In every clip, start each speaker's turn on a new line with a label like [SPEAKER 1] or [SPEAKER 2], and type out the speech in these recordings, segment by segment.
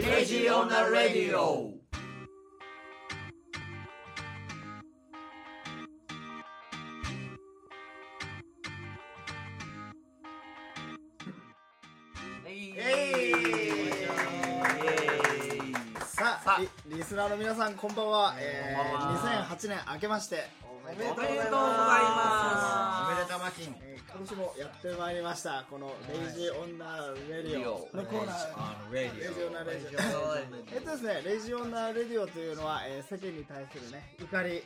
[SPEAKER 1] レジオナレディオ
[SPEAKER 2] えい
[SPEAKER 3] さ
[SPEAKER 1] さ
[SPEAKER 3] あ
[SPEAKER 1] あ
[SPEAKER 3] リリスナーの皆さんこんばんは、え
[SPEAKER 1] こんばんは
[SPEAKER 3] ー、2008年明けましておめでとうござい
[SPEAKER 1] おめでとうござい
[SPEAKER 3] ま
[SPEAKER 1] ますす
[SPEAKER 2] おめでたまきん
[SPEAKER 3] えー今年もやってまいりましたこの「レイジオンナレディオ」のコーナー
[SPEAKER 2] あのレディオ
[SPEAKER 3] レジオナレディえっとですね「レジオンナレディオ」というのは、えー世間に対するね怒り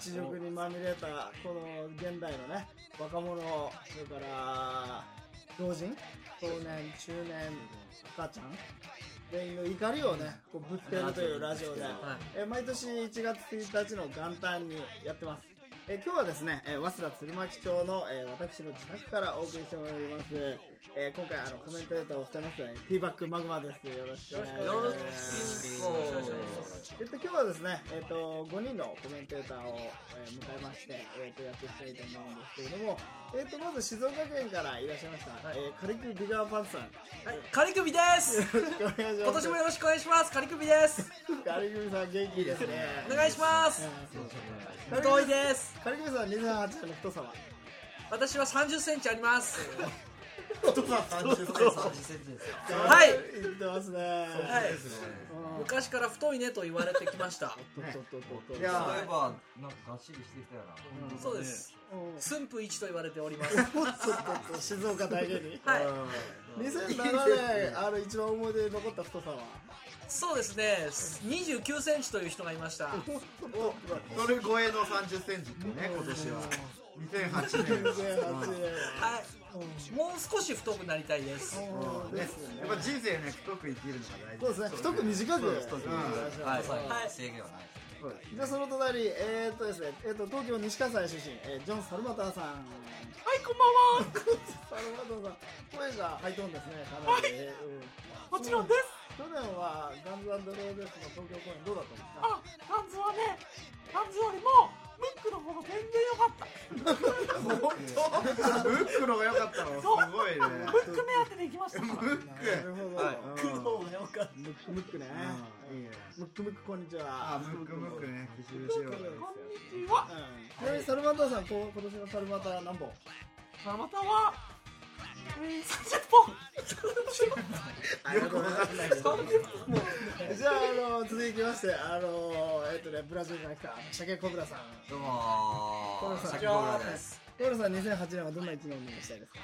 [SPEAKER 3] 地獄にまみれたこの現代のね若者それから老人少年中年赤ちゃん全員の怒りをねこうぶつけるというラジオで、えー毎年1月1日の元旦にやってますえー今日はですね、えー、早稲田鶴巻町の、えー私の自宅からお送りしております、えー今回あのコメンテーターをしてます、ね、ティーバックマグマですよろしくお願いし
[SPEAKER 1] よろしく
[SPEAKER 3] ます
[SPEAKER 1] お願いし
[SPEAKER 3] えっと、今日はですね、えっと、5人のコメンテーターを、えー迎えまして、えっと、やっていきたいと思うんですけれども、えっと、まず静岡県からいらっしゃいました、えー、カリクビガーパンツさん。よ
[SPEAKER 1] はいカリクビです
[SPEAKER 3] ろしくお願いします。
[SPEAKER 1] 今年もよろしくお願いしますカリクビです
[SPEAKER 3] カリクビさん元気ですね。
[SPEAKER 1] お願いします太いです
[SPEAKER 3] カリクビさん2008年の太さは
[SPEAKER 1] 私は3 0センチあります
[SPEAKER 3] 太さ
[SPEAKER 2] 30センチですよ
[SPEAKER 1] はい
[SPEAKER 3] 言ってますね。
[SPEAKER 1] はい
[SPEAKER 3] うん
[SPEAKER 1] 昔から太いねと言われてきました
[SPEAKER 3] とっとっとっとっと
[SPEAKER 2] いや
[SPEAKER 3] うん
[SPEAKER 2] 例えばなんかがっしりしてきたよな
[SPEAKER 1] そうです寸布一と言われております
[SPEAKER 3] おっとっとっと静岡だけに。
[SPEAKER 1] はい
[SPEAKER 3] 2007年、あの、一番思い出に残った太さは
[SPEAKER 1] そうですね2 9センチという人がいました
[SPEAKER 3] おっとっとっと
[SPEAKER 4] それ超えの三十センチってね、今年は。二千八年。
[SPEAKER 1] はいもう少し太くなりたいです
[SPEAKER 4] うんね、やっぱ人生ね、太く生きるの
[SPEAKER 3] そ
[SPEAKER 4] が大
[SPEAKER 3] う
[SPEAKER 4] 事。
[SPEAKER 3] ですね、太く短く。
[SPEAKER 2] はい
[SPEAKER 1] はい
[SPEAKER 2] 制限はない
[SPEAKER 3] じゃあその隣、えー、っとですね、えー、っと東京西葛西出身、えー、ジョン・サルマターさん。はい、こんばんは。サルマターさん、声がハイトーンですね、かなり。えーうん、もちろんです。去年はガンズローゼスの東京公演どうだったんですか。
[SPEAKER 5] あ、ハンズはね、ハンズよりも、ムックの方が全然良かった。
[SPEAKER 4] 本当。ムックのが良かったの、すごいね。
[SPEAKER 5] ムック目当てで行きましたか
[SPEAKER 4] ム
[SPEAKER 5] ら。
[SPEAKER 4] ッ
[SPEAKER 3] なるほど。
[SPEAKER 2] はい
[SPEAKER 4] ク。うん
[SPEAKER 3] ムックムックね。
[SPEAKER 4] うんいいね。
[SPEAKER 3] ムックムックこんにち
[SPEAKER 4] あ、
[SPEAKER 3] は。
[SPEAKER 4] ムックムックね。
[SPEAKER 5] ムック、こんにち
[SPEAKER 3] う
[SPEAKER 5] は。
[SPEAKER 3] ん。ちなみにサルマターさん、こう今年のサルマター何本？
[SPEAKER 5] ままたは、えー、30本。
[SPEAKER 3] ありがとうございます
[SPEAKER 5] 30本。
[SPEAKER 3] じゃあ、あの続きまして、あのえっとね、ブラジルから来た、シャケコブラさん。
[SPEAKER 2] どうも
[SPEAKER 3] こんに
[SPEAKER 2] ー
[SPEAKER 3] ち
[SPEAKER 2] シャキ
[SPEAKER 3] は
[SPEAKER 2] コブラです
[SPEAKER 3] コブラさん、2008年はどんな一年にしたいですか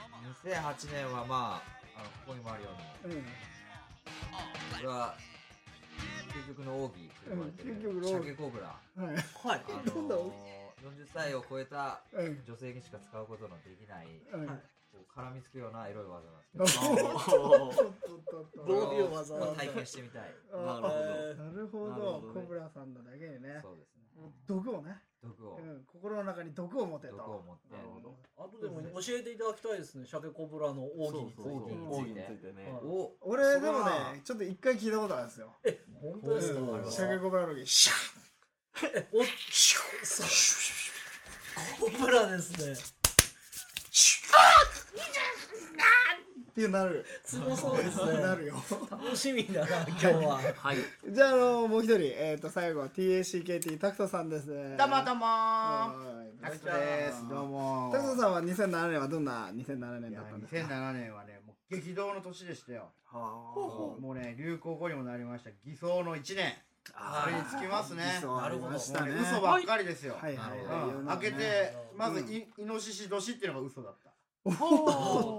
[SPEAKER 2] 2008年はまああのここにもあるように
[SPEAKER 3] うん。
[SPEAKER 2] これは究極の奥義と呼ばれてる
[SPEAKER 3] うん究極の奥
[SPEAKER 2] シ
[SPEAKER 3] 義
[SPEAKER 2] ャケコブラ
[SPEAKER 3] はい。
[SPEAKER 1] はい
[SPEAKER 2] あの
[SPEAKER 3] どんな奥
[SPEAKER 2] 40歳を超えた
[SPEAKER 3] うん。
[SPEAKER 2] 女性にしか使うことのできない
[SPEAKER 3] うん。
[SPEAKER 2] こう絡みつくようなエロい技なんですけ
[SPEAKER 3] お
[SPEAKER 2] ど
[SPEAKER 3] お
[SPEAKER 2] どういう
[SPEAKER 3] 技
[SPEAKER 2] まあ体験してみたい
[SPEAKER 3] な
[SPEAKER 1] る
[SPEAKER 3] なるほど、コブラさんのだけにね
[SPEAKER 2] そ、うですね
[SPEAKER 3] 毒をね、
[SPEAKER 2] 毒を
[SPEAKER 3] うん、心の中に毒を持て
[SPEAKER 2] 毒
[SPEAKER 3] と。
[SPEAKER 2] を持って
[SPEAKER 1] あとでも教えていただきたいですね鮭コブラの奥義について
[SPEAKER 2] 奥義について
[SPEAKER 1] はい
[SPEAKER 2] お
[SPEAKER 3] 俺、で
[SPEAKER 2] それ
[SPEAKER 3] も
[SPEAKER 2] は
[SPEAKER 3] ね、ちょっと一回聞いたことあるんですよ。
[SPEAKER 1] え本当ですか
[SPEAKER 2] うん
[SPEAKER 1] あれは
[SPEAKER 3] シャケコブラの時、シャッ
[SPEAKER 1] えおシュッそうコブラですね
[SPEAKER 3] ってなる。
[SPEAKER 1] すごそうですね
[SPEAKER 3] なるよ。
[SPEAKER 1] 楽しみだな今日ははい
[SPEAKER 3] じゃあ、あの、もう一人、えっと、最後は TACKT タクトさんですね。
[SPEAKER 4] たまたま。
[SPEAKER 3] タ
[SPEAKER 4] タクトです。どうも。
[SPEAKER 3] タクトさんは2007年はどんな2007
[SPEAKER 4] い
[SPEAKER 3] 年だ
[SPEAKER 4] や
[SPEAKER 3] ったんですか
[SPEAKER 4] 2007年はね、もう激動の年でしたよ。
[SPEAKER 3] は
[SPEAKER 4] もうね、流行語にもなりました。偽装の一年。
[SPEAKER 3] あ
[SPEAKER 4] それにつきますね。
[SPEAKER 3] そうありましたね。
[SPEAKER 4] もうね嘘ばっかりですよ。
[SPEAKER 3] はいはい
[SPEAKER 2] な
[SPEAKER 3] はい
[SPEAKER 4] う
[SPEAKER 2] る
[SPEAKER 4] ん
[SPEAKER 3] 世の中
[SPEAKER 4] 開け
[SPEAKER 3] ね。
[SPEAKER 4] て、まずイ、イノシシ年っていうのが嘘だった。
[SPEAKER 3] おっ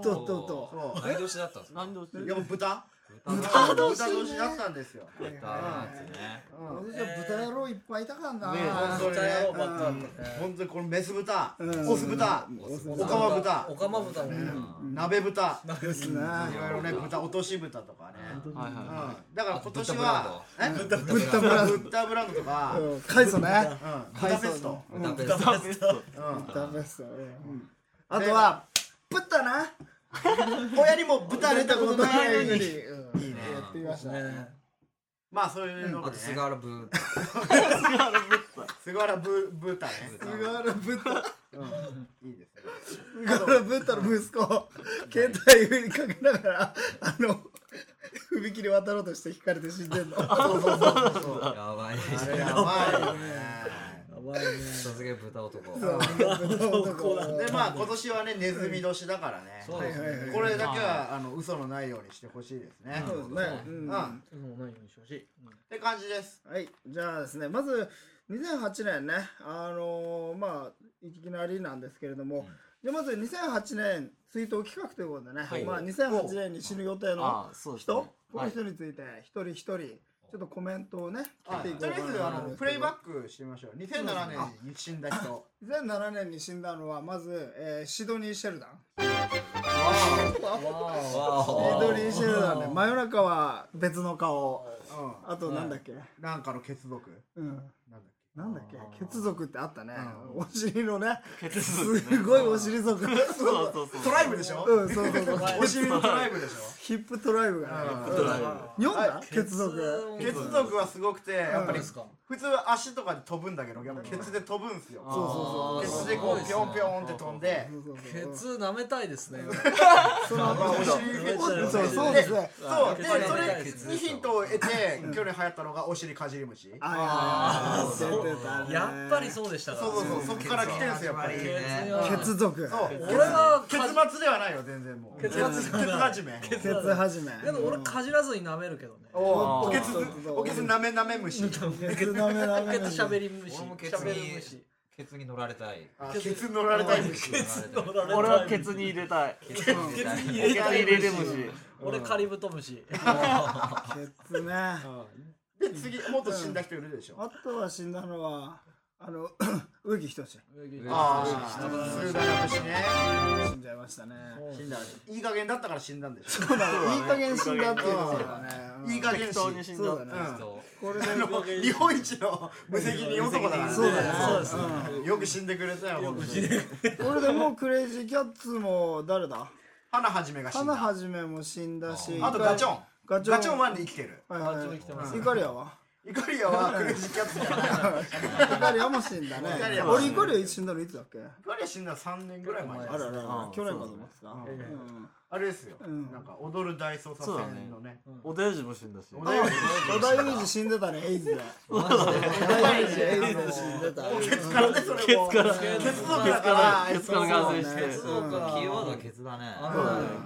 [SPEAKER 3] とっとっ
[SPEAKER 4] そ
[SPEAKER 3] と。
[SPEAKER 2] 何年だったんですか
[SPEAKER 4] う。いや、もう豚
[SPEAKER 2] 豚の
[SPEAKER 4] 豚年だったんですよ。
[SPEAKER 3] はい
[SPEAKER 2] 豚なんですね
[SPEAKER 4] うん
[SPEAKER 3] 私は豚野郎いっぱいいたからな。
[SPEAKER 4] ね
[SPEAKER 1] 本当にやろうばっかりね
[SPEAKER 4] 本当にこのメス豚、
[SPEAKER 3] うん
[SPEAKER 4] オス豚、
[SPEAKER 3] オス
[SPEAKER 4] オ
[SPEAKER 3] 豚
[SPEAKER 4] カマ豚
[SPEAKER 1] オカマ豚も
[SPEAKER 2] うん
[SPEAKER 4] 鍋豚、
[SPEAKER 3] ですね。
[SPEAKER 4] いろいろね、豚、落とし豚とかね。
[SPEAKER 2] はい
[SPEAKER 4] うん
[SPEAKER 2] は
[SPEAKER 4] だから今年は、え
[SPEAKER 3] 豚豚ブラン
[SPEAKER 4] 豚ブランドとか、うん、
[SPEAKER 3] ド。カイソね。
[SPEAKER 4] ブタペスト。
[SPEAKER 2] い豚ペスト
[SPEAKER 4] うん
[SPEAKER 3] ダメですよ。うんあとは、豚な。
[SPEAKER 4] 親にも豚出たことない のに。
[SPEAKER 3] うん
[SPEAKER 4] いいね
[SPEAKER 3] やってみました。
[SPEAKER 1] ね
[SPEAKER 4] まあそういうの
[SPEAKER 2] あ
[SPEAKER 4] が
[SPEAKER 2] と
[SPEAKER 4] ね。
[SPEAKER 2] 菅原ブー
[SPEAKER 4] 菅原ぶ豚ね。
[SPEAKER 3] すがる豚、
[SPEAKER 4] いいですね。
[SPEAKER 3] すがる豚の息子、携帯にかけながら、あの、踏切渡ろうとして引かれて死んでんの。
[SPEAKER 4] そうそうそうそうそう
[SPEAKER 2] やばいね
[SPEAKER 4] あれやばいね
[SPEAKER 3] ばいね。
[SPEAKER 2] さすが豚男
[SPEAKER 4] でまあ今年はねネズミ年だからね
[SPEAKER 2] そうです
[SPEAKER 3] はいはいは
[SPEAKER 2] ね
[SPEAKER 3] い
[SPEAKER 4] これだけはあの嘘のないようにしてほしいですね
[SPEAKER 3] そうですね。う。
[SPEAKER 4] うんん
[SPEAKER 3] は
[SPEAKER 5] そもないようにしてほしい。うん
[SPEAKER 4] って感じです
[SPEAKER 3] い。じゃあですね、まず2008年ね、あのーまあ、いきなりなんですけれども、じゃあまず2008年追悼企画ということでね、
[SPEAKER 1] はい
[SPEAKER 3] まあ2008年に死ぬ予定の
[SPEAKER 1] あそうです
[SPEAKER 3] 人、
[SPEAKER 1] ね
[SPEAKER 3] こ
[SPEAKER 1] はい
[SPEAKER 3] の人について一人一人、ちょっとコメントをね、し
[SPEAKER 4] あ
[SPEAKER 3] ていこう
[SPEAKER 4] とりあえ
[SPEAKER 3] か
[SPEAKER 4] ず
[SPEAKER 3] な
[SPEAKER 4] あ
[SPEAKER 3] と思うん
[SPEAKER 4] の
[SPEAKER 3] です
[SPEAKER 4] プ
[SPEAKER 3] けど
[SPEAKER 4] レイバックしてみましょう2007年に死んだ人
[SPEAKER 3] 2007年に死んだのはまず、えーシドニー・シェルダン
[SPEAKER 4] あ
[SPEAKER 2] わ
[SPEAKER 3] シ
[SPEAKER 2] ー
[SPEAKER 3] ドニー・シェルダンで真夜中は別の顔
[SPEAKER 4] あ
[SPEAKER 3] あとなんだっけ、
[SPEAKER 4] うんなんかの血族
[SPEAKER 3] うん
[SPEAKER 4] なんだっけ
[SPEAKER 3] なんだっけ血族ってあったね
[SPEAKER 4] う
[SPEAKER 3] お尻のね
[SPEAKER 1] 血族
[SPEAKER 3] す
[SPEAKER 1] ね
[SPEAKER 3] ごいお尻族
[SPEAKER 1] そうそうそう
[SPEAKER 4] トライブでしょ
[SPEAKER 3] うんそう そうそう
[SPEAKER 4] お尻のトライブでしょ
[SPEAKER 3] ヒップトライブがね
[SPEAKER 4] うん
[SPEAKER 1] ヒップトライブ
[SPEAKER 3] 読んだ血族
[SPEAKER 4] 血族はすごくてやっぱり
[SPEAKER 1] か
[SPEAKER 4] 普通足とかで飛ぶんだけどやっぱケツで飛ぶんすよ
[SPEAKER 3] そうそうそ
[SPEAKER 1] あー
[SPEAKER 3] う
[SPEAKER 4] ケツでこうピョンピョンって飛んで
[SPEAKER 3] そうそうそう
[SPEAKER 1] ケツ舐めたいですね
[SPEAKER 3] その
[SPEAKER 4] まあお尻ケツ
[SPEAKER 1] そう
[SPEAKER 3] そうそうですね
[SPEAKER 4] そう
[SPEAKER 1] ケ
[SPEAKER 4] で
[SPEAKER 1] ツ舐めた
[SPEAKER 4] それ
[SPEAKER 1] い
[SPEAKER 4] にヒントを得て去年流行ったのがお尻かじり虫
[SPEAKER 3] あ
[SPEAKER 1] あー
[SPEAKER 3] ー出てたね
[SPEAKER 1] やっぱりそうでしたか
[SPEAKER 4] そうそうそうそっから来てるんすよやっぱり
[SPEAKER 2] いい
[SPEAKER 1] ケツ
[SPEAKER 2] ね
[SPEAKER 1] は
[SPEAKER 3] 血族
[SPEAKER 4] そう
[SPEAKER 1] 俺は
[SPEAKER 4] ケツ末ではないよ全然もう
[SPEAKER 1] ケツ末
[SPEAKER 4] ケツ始め
[SPEAKER 1] ケ
[SPEAKER 3] 血始め
[SPEAKER 5] でも俺かじらずに舐めるけどね。
[SPEAKER 4] おおケツ
[SPEAKER 3] そうそうそう
[SPEAKER 4] おケツなめなめ虫
[SPEAKER 3] 血舐め舐め
[SPEAKER 5] ケツしゃべり虫。
[SPEAKER 2] 俺もケツ
[SPEAKER 5] しゃべり虫。
[SPEAKER 2] ケツに乗られたい
[SPEAKER 4] あケツ乗られたい虫
[SPEAKER 2] ケツ乗られたい
[SPEAKER 6] 俺はケツに入れたい。
[SPEAKER 2] ケツに入れたい
[SPEAKER 6] ケツに入れる虫。
[SPEAKER 5] 俺カリブトムシ。
[SPEAKER 3] 血ね
[SPEAKER 4] で次もっと死んだ人いるでしょ
[SPEAKER 3] あとは死んだのはあの植木仁志
[SPEAKER 4] あ
[SPEAKER 2] あー
[SPEAKER 4] あスーダラ虫ね
[SPEAKER 3] 死んじゃいましたね
[SPEAKER 4] 死んだいい加減だったから死んだんでしょ
[SPEAKER 3] そうだねいい加減死んだっていうのがねうん
[SPEAKER 4] いい加減
[SPEAKER 6] 適
[SPEAKER 4] 死
[SPEAKER 6] 当に死んじゃ
[SPEAKER 3] そ
[SPEAKER 6] っ
[SPEAKER 3] うだ
[SPEAKER 6] た
[SPEAKER 3] ね
[SPEAKER 2] そう
[SPEAKER 3] これで
[SPEAKER 4] あの日本一の無責任男だからね
[SPEAKER 3] そうだね
[SPEAKER 5] そうですね
[SPEAKER 4] うんよく死んでくれたよ本当に
[SPEAKER 3] これでもうクレイジーキャッツも誰だ
[SPEAKER 4] 花はじめが死ん
[SPEAKER 3] 花
[SPEAKER 4] だ
[SPEAKER 3] はじめも死んだし
[SPEAKER 4] あとガチョン
[SPEAKER 3] ガチョン
[SPEAKER 4] ガチョンワンで生きてる
[SPEAKER 3] はいはい
[SPEAKER 5] ガチョン生きてます
[SPEAKER 3] イカリアは
[SPEAKER 4] イカリアはクレイジーキャッツじゃないイ
[SPEAKER 3] イカリアも死んだね
[SPEAKER 4] イカリアも
[SPEAKER 3] 俺イカリア死んだのいつだっけあ
[SPEAKER 4] カリア死んだの3年ぐらい前
[SPEAKER 3] ららら
[SPEAKER 6] うん
[SPEAKER 3] 去年かと思ってた
[SPEAKER 4] うん
[SPEAKER 3] うん
[SPEAKER 4] あれですよ
[SPEAKER 3] うん
[SPEAKER 4] なんか踊る大捜査線のね
[SPEAKER 6] おだやじも死んだし。
[SPEAKER 4] おだより
[SPEAKER 3] 織田裕二死んでたねエイズで織田裕二エイズで死んでた
[SPEAKER 4] ケツからねそれも
[SPEAKER 6] ケツから
[SPEAKER 4] ケツ族だから
[SPEAKER 6] ケツから感染して
[SPEAKER 3] そうね
[SPEAKER 2] ケツのキーワードはケツだね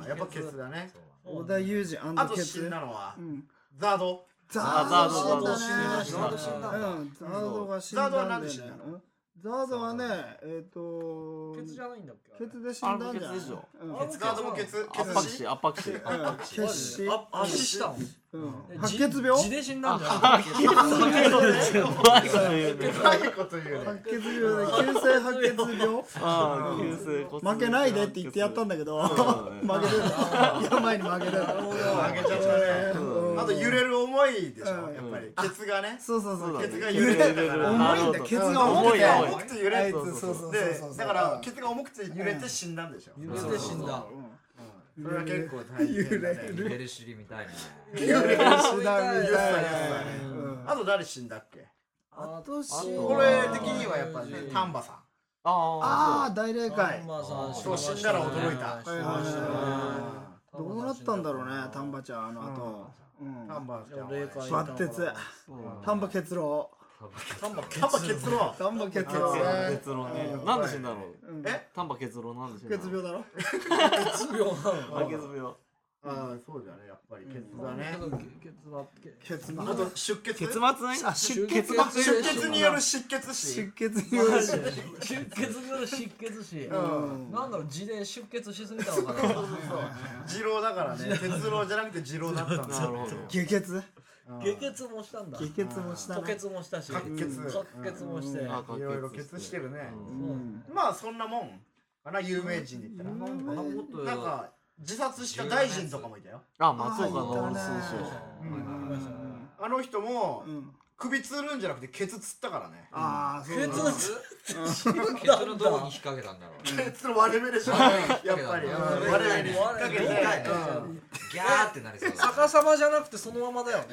[SPEAKER 4] うんやっぱケツだね
[SPEAKER 3] 織田裕二
[SPEAKER 4] あと
[SPEAKER 3] ケ
[SPEAKER 4] 死ん
[SPEAKER 3] ツ
[SPEAKER 4] だのは
[SPEAKER 3] うん
[SPEAKER 4] ザード
[SPEAKER 3] ザ
[SPEAKER 6] ード
[SPEAKER 3] 死んだね
[SPEAKER 2] ザード死んだ
[SPEAKER 3] うん、ザードが死ん
[SPEAKER 4] ザ
[SPEAKER 3] だ
[SPEAKER 4] ー
[SPEAKER 3] ん
[SPEAKER 4] ド
[SPEAKER 3] だ
[SPEAKER 4] は
[SPEAKER 3] よ
[SPEAKER 4] なん
[SPEAKER 3] ね
[SPEAKER 4] で死んだの
[SPEAKER 3] うんザードはね、えっ、と
[SPEAKER 5] ケツじゃないんだっけ。
[SPEAKER 3] ケツで死んだんじゃない
[SPEAKER 6] あれもケツでしょ
[SPEAKER 3] うん
[SPEAKER 5] あれも
[SPEAKER 3] ケツ
[SPEAKER 4] ザードもケツ
[SPEAKER 6] 圧
[SPEAKER 4] ケ
[SPEAKER 6] 迫
[SPEAKER 4] ツ死
[SPEAKER 6] 死、圧迫死。
[SPEAKER 3] うん血死
[SPEAKER 5] あ、足したの。
[SPEAKER 3] うん白血病
[SPEAKER 5] 自で死んだんじゃない。
[SPEAKER 6] マジで言うね。
[SPEAKER 4] 深いこと言うね
[SPEAKER 3] 白血病で急性白血病
[SPEAKER 6] ああ、急性骨折
[SPEAKER 3] 負けないでって言ってやったんだけど、
[SPEAKER 6] そうだ
[SPEAKER 3] 負けてた病に負けてた
[SPEAKER 4] あげちゃったね
[SPEAKER 3] うん
[SPEAKER 4] あと揺れる思いでしょや
[SPEAKER 3] う
[SPEAKER 4] っ
[SPEAKER 3] ん
[SPEAKER 4] ぱりケツがね
[SPEAKER 3] そうそうそう
[SPEAKER 4] ケツが
[SPEAKER 6] 揺
[SPEAKER 4] 揺
[SPEAKER 6] れ
[SPEAKER 4] れ
[SPEAKER 6] る
[SPEAKER 4] てたから
[SPEAKER 3] 重いん
[SPEAKER 6] なる
[SPEAKER 3] だ
[SPEAKER 6] ほど
[SPEAKER 3] ケツが重くて
[SPEAKER 6] 重い
[SPEAKER 4] 重くて揺
[SPEAKER 3] あい
[SPEAKER 4] れ
[SPEAKER 3] つ
[SPEAKER 4] て
[SPEAKER 3] そうそうそう
[SPEAKER 4] で
[SPEAKER 3] そう
[SPEAKER 4] だからケツが重くて揺れて死んだんでしょ
[SPEAKER 1] 揺れて死んだ
[SPEAKER 4] うんそれは結構大変だね
[SPEAKER 2] 揺れる尻みたいね
[SPEAKER 3] 揺 れる手段みたい
[SPEAKER 4] 痛い
[SPEAKER 3] ね
[SPEAKER 4] 痛い
[SPEAKER 3] うん
[SPEAKER 4] あと誰死んだっけ
[SPEAKER 3] あと死
[SPEAKER 6] あと
[SPEAKER 4] これ的にはやっぱね丹波さん
[SPEAKER 6] あ
[SPEAKER 3] ああ大霊界
[SPEAKER 1] まあさ
[SPEAKER 4] そう死んだら驚いた
[SPEAKER 1] 死にましたね
[SPEAKER 3] どうなったんだろうね丹波ちゃんあの後うん
[SPEAKER 4] 丹波ちゃんは
[SPEAKER 5] 霊界
[SPEAKER 3] バッテツ丹波結郎
[SPEAKER 4] 丹波丹波ケツの
[SPEAKER 3] 丹波結
[SPEAKER 6] あ。
[SPEAKER 3] 郎ね
[SPEAKER 6] 結論ね。なんで死んだの
[SPEAKER 3] うん
[SPEAKER 4] え
[SPEAKER 6] 丹波結論なんで死んだ
[SPEAKER 3] 白血
[SPEAKER 6] の
[SPEAKER 3] 病だろ
[SPEAKER 1] 血病なの
[SPEAKER 6] あ、血病。
[SPEAKER 4] ああそうだねやっぱりケツだね
[SPEAKER 3] 結末
[SPEAKER 4] あと出血
[SPEAKER 6] 結末ね。
[SPEAKER 3] あ出血
[SPEAKER 4] あ出血による失血死
[SPEAKER 3] 出血によるし
[SPEAKER 1] 出血による失血死
[SPEAKER 4] うん
[SPEAKER 1] なんだろう自伝出血しすぎたのかな
[SPEAKER 4] 二郎だからね鉄郎じゃなくて二郎だったんだ
[SPEAKER 6] なるほど。
[SPEAKER 3] 下血
[SPEAKER 4] うん
[SPEAKER 1] 下血もしたんだ
[SPEAKER 3] 下血もした
[SPEAKER 1] 吐
[SPEAKER 3] ね
[SPEAKER 1] 血もしたし
[SPEAKER 4] 白血
[SPEAKER 1] 白血もして
[SPEAKER 6] あ
[SPEAKER 4] いろいろケツしてるね
[SPEAKER 6] うん
[SPEAKER 3] うん
[SPEAKER 4] まあそんなもんかな有名人で言った
[SPEAKER 3] 有
[SPEAKER 2] あ
[SPEAKER 3] 名
[SPEAKER 2] の
[SPEAKER 4] ら
[SPEAKER 2] こと
[SPEAKER 4] なんか自殺した大臣とかもいたよ
[SPEAKER 6] あ、松
[SPEAKER 3] あ
[SPEAKER 6] 岡
[SPEAKER 3] い
[SPEAKER 6] の水
[SPEAKER 3] たね
[SPEAKER 6] 晶。
[SPEAKER 3] うん
[SPEAKER 4] あの人も
[SPEAKER 3] うん
[SPEAKER 4] 首つるんじゃなくてケツつったからね
[SPEAKER 3] ああそうだ
[SPEAKER 1] 血
[SPEAKER 3] ね
[SPEAKER 2] ケツのどこに引っ掛けたんだろう
[SPEAKER 4] ケツの割れ目でしょやっぱり
[SPEAKER 2] うん
[SPEAKER 4] 割れ目に引っ掛けて
[SPEAKER 1] うん
[SPEAKER 2] ギャーってなりそうだ
[SPEAKER 5] 逆さまじゃなくてそのままだよね。